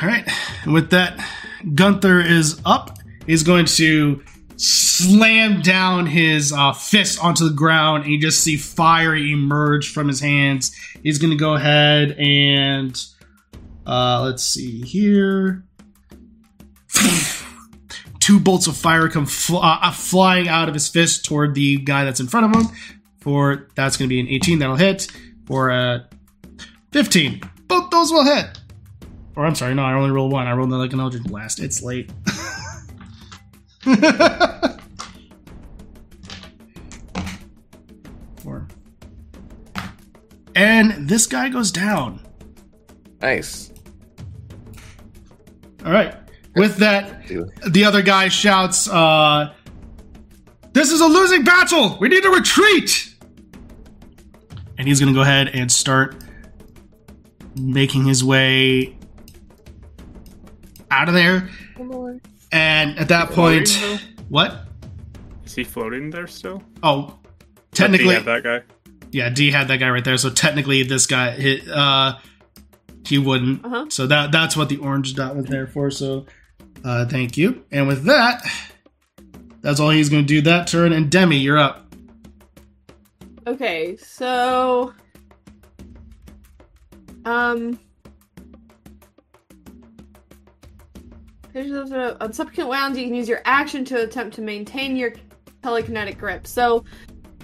All right. And with that, Gunther is up. He's going to slam down his uh, fist onto the ground, and you just see fire emerge from his hands. He's going to go ahead and uh, let's see here. Two bolts of fire come fl- uh, uh, flying out of his fist toward the guy that's in front of him. For that's going to be an 18 that'll hit, or a 15. Both those will hit. Or I'm sorry, no, I only rolled one. I rolled like an Eldritch Blast. It's late. Four. And this guy goes down. Nice. All right. With that, the other guy shouts, uh, This is a losing battle! We need to retreat! And he's going to go ahead and start making his way out of there. And at that point, what? Is he floating there still? Oh, Do you technically, have that guy. yeah, D had that guy right there. So technically, this guy hit. Uh, he wouldn't. Uh-huh. So that that's what the orange dot was there for. So uh, thank you. And with that, that's all he's going to do that turn. And Demi, you're up. Okay, so um there's a, on subsequent rounds you can use your action to attempt to maintain your telekinetic grip. So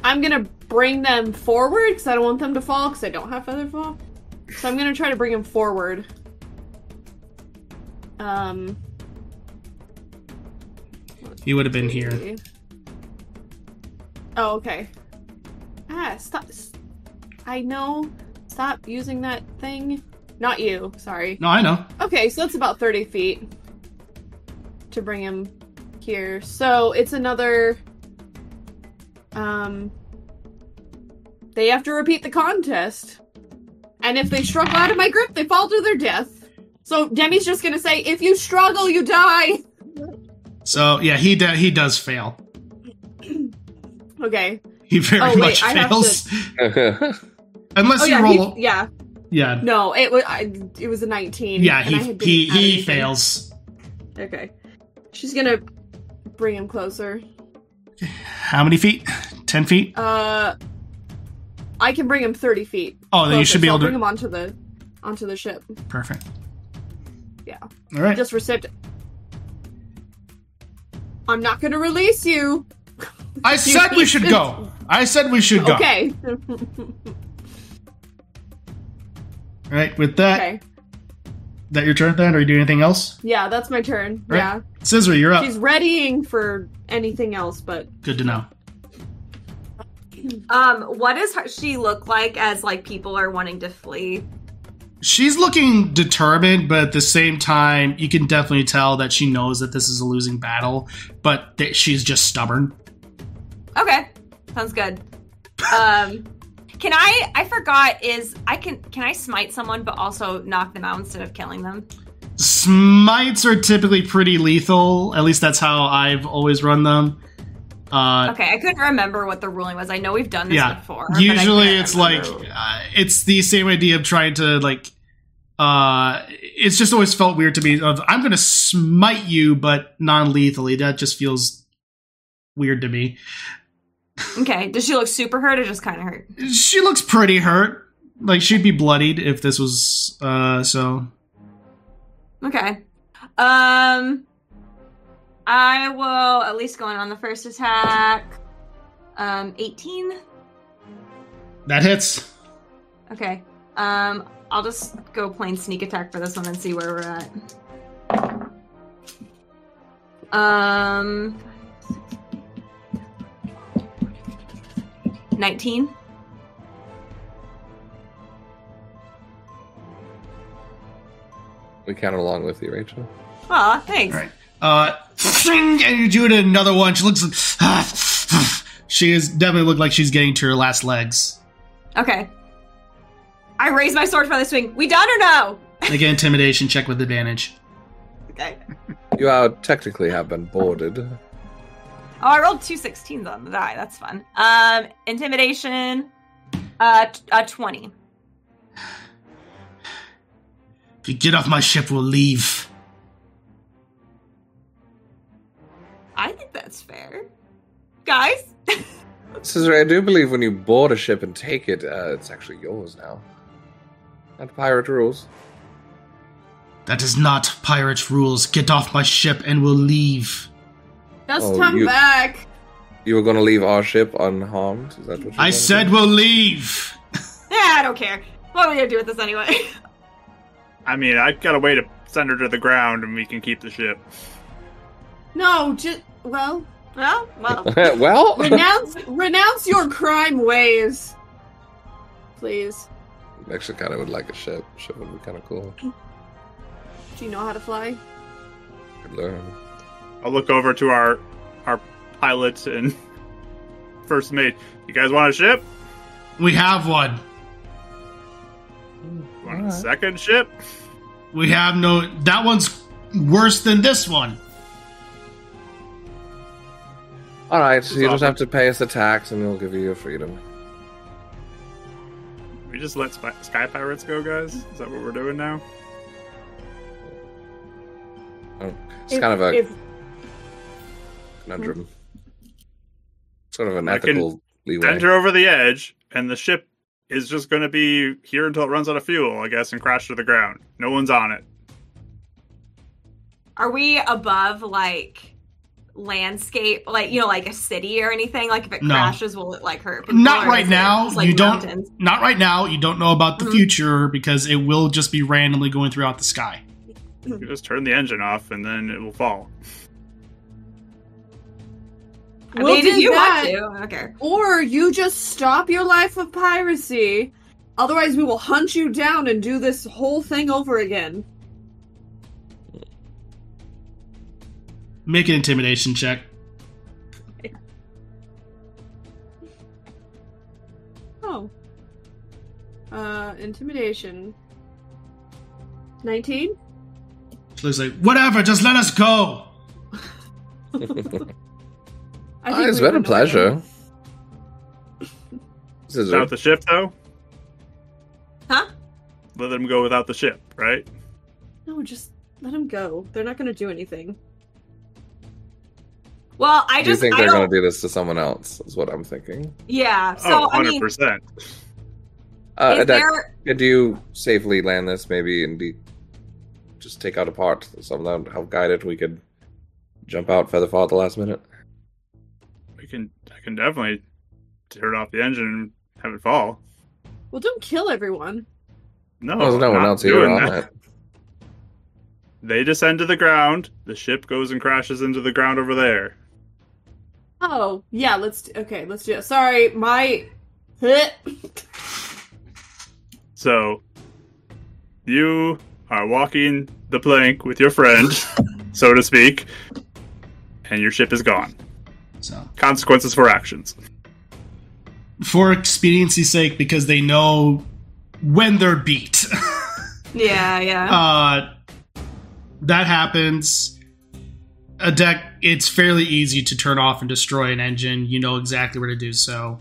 I'm gonna bring them forward because I don't want them to fall because I don't have feather fall. So I'm gonna try to bring them forward. Um He would have been here. Okay. Oh, okay. Ah, stop. s- I know. Stop using that thing. Not you, sorry. No, I know. Okay, so that's about 30 feet to bring him here. So it's another. Um. They have to repeat the contest. And if they struggle out of my grip, they fall to their death. So Demi's just gonna say, if you struggle, you die! So yeah, he do- he does fail. Okay. He very Oh, wait, much I have to- fails. nice. Unless Oh, you yeah, he- roll. yeah. yeah. No, it was I, it was a nineteen. Yeah, and I he had he, didn't add he anything. fails. Okay, she's gonna bring him closer. How many feet? Ten feet? Uh, I can bring him thirty feet. Oh, then you closer, should be so I'll able bring to. him onto the onto the ship. Perfect. Yeah. All right. Just received. I'm not gonna release you. I said we should go. I said we should go. Okay. All right. With that, okay. that your turn then, or you do anything else? Yeah, that's my turn. Right. Yeah. Scissor, you're up. She's readying for anything else, but Good to know. Um, what does her- she look like as like people are wanting to flee? She's looking determined, but at the same time, you can definitely tell that she knows that this is a losing battle, but that she's just stubborn. Okay, sounds good. Um, can I? I forgot. Is I can can I smite someone but also knock them out instead of killing them? Smites are typically pretty lethal. At least that's how I've always run them. Uh, Okay, I couldn't remember what the ruling was. I know we've done this yeah. before. but I Usually, couldn't it's like remember. uh, it's the same idea of trying to like. Uh, it's just always felt weird to me. Of I'm going to smite you, but non-lethally. That just feels weird to me. Okay, does she look super hurt or just kind of hurt? She looks pretty hurt. Like she'd be bloodied if this was uh. So Okay. Um, I will at least go in on the first attack. Um, eighteen. that hits. Okay. Um, I'll just go plain sneak attack for this one and see where we're at. Um, 19. We count along with you, Rachel. Aw, thanks. Right. Uh, and you do it another one. She looks. she is definitely looked like she's getting to her last legs. Okay. I raise my sword for the swing. We done or no? Make an intimidation check with advantage. Okay. You are technically have been boarded. Oh, I rolled two 16s on the die. That's fun. Um, intimidation, uh, t- uh 20. If you get off my ship, we'll leave. I think that's fair. Guys? Cesare, I do believe when you board a ship and take it, uh, it's actually yours now. Not pirate rules. That is not pirate rules. Get off my ship, and we'll leave. Just Oh, come you- back. You were going to leave our ship unharmed? Is that what you I said we'll leave. Yeah, I don't care. What are we gonna do with this anyway? I mean, I've got a way to send her to the ground, and we can keep the ship. No, just well, well, well. well, renounce renounce your crime ways, please. actually, kind of would like a ship. Ship would be kind of cool. Do you know how to fly? Could learn. I'll look over to our our pilot and first mate. You guys want a ship? We have one. Want a second ship? We have no. That one's worse than this one. All right, so you just awesome. have to pay us a tax, and we'll give you your freedom. We just let sky, sky pirates go, guys. Is that what we're doing now? It's kind of a If- conundrum. Sort of an I can ethical leeway. Send her over the edge, and the ship is just going to be here until it runs out of fuel, I guess, and crash to the ground. No one's on it. Are we above, like, landscape? Like, you know, like a city or anything? Like, if it No. crashes, will it, like, hurt? people, Not or right is it now. just, like, you don't. mountains? Not right now. You don't know about the Mhm. future because it will just be randomly going throughout the sky. You just turn the engine off, and then it will fall. I We'll mean, if do you that. want to, I don't care. Or you just stop your life of piracy. Otherwise, we will hunt you down and do this whole thing over again. Make an intimidation check. Oh. Uh, intimidation. 19? She looks like, whatever, just let us go. I Ah, it's we went been a over pleasure. them. Cesare, Without the ship, though? Huh? Let them go without the ship, right? No, just let them go. They're not going to do anything. Well, I do you just, think I they're don't, going to do this to someone else? Is what I'm thinking. yeah. So, oh, I mean, 100%. is Uh, Adak, there, could you safely land this, maybe, and be, just take out a part? Someone help guide it. We could jump out Featherfall at the last minute. we can, I can definitely turn off the engine and have it fall. Well, don't kill everyone. No, Oh, there's no I'm one not else here doing on that. that. They descend to the ground. The ship goes and crashes into the ground over there. Oh, yeah, let's. d- Okay, let's do it. Sorry, my. So, you are walking the plank with your friend, so to speak, and your ship is gone. So Consequences for actions. for expediency's sake, because they know when they're beat. Yeah, yeah. Uh, that happens. A deck, it's fairly easy to turn off and destroy an engine. You know exactly where to do so.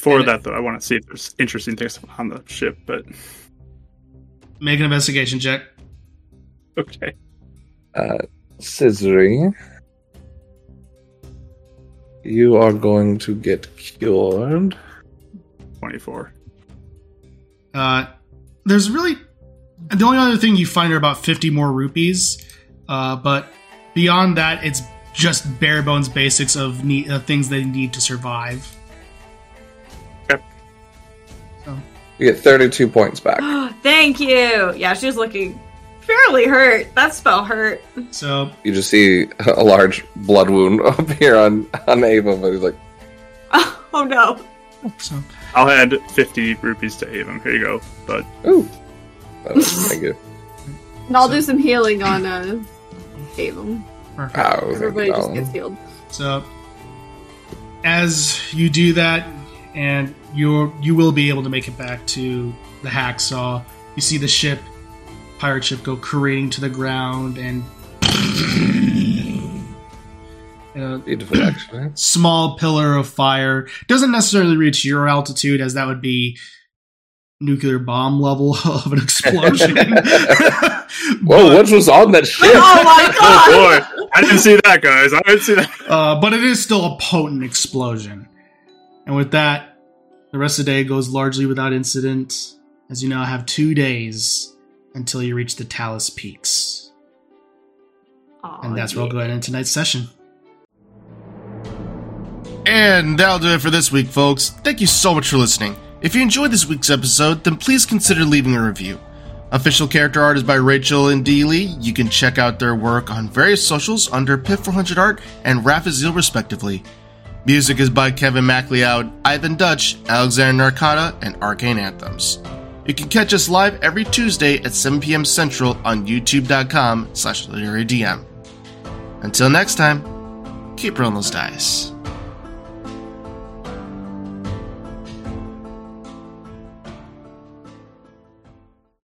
For And- that, though, I want to see if there's interesting things on the ship, but Make an investigation check. okay. Uh, Scissory, you are going to get cured. 24. Uh, there's really the only other thing you find are about 50 more rupees, uh, but beyond that, it's just bare bones basics of need, uh, things they need to survive. You get 32 points back. Thank you. Yeah, she was looking fairly hurt. That spell hurt. So You just see a large blood wound appear on on Ava, but he's like, Oh, oh no. I'll add 50 rupees to Avon. Here you go. But "Ooh, That was- thank you." And I'll do some healing on uh, Avon. Ow, thank Everybody you, just Alan. gets healed. So, as you do that, and you you will be able to make it back to the hacksaw. You see the ship, pirate ship, go careening to the ground, and a Beautiful, actually. small pillar of fire doesn't necessarily reach your altitude, as that would be nuclear bomb level of an explosion. Whoa, But- what was on that ship? Oh my god. oh boy, I didn't see that, guys. I didn't see that. Uh, but it is still a potent explosion. And with that, the rest of the day goes largely without incident, as you now have two days until you reach the Talus Peaks. Aw, And that's where we'll go ahead and end tonight's session. And that'll do it for this week, folks. Thank you so much for listening. If you enjoyed this week's episode, then please consider leaving a review. Official character art is by Rachel and Dee Lee. You can check out their work on various socials under Pit400 Art and Raphaziel, respectively. Music is by Kevin MacLeod, Ivan Dutch, Alexander Narcata, and Arcane Anthems. You can catch us live every Tuesday at 7 p.m. Central on youtube.com slash literary DM. Until next time, keep rolling those dice.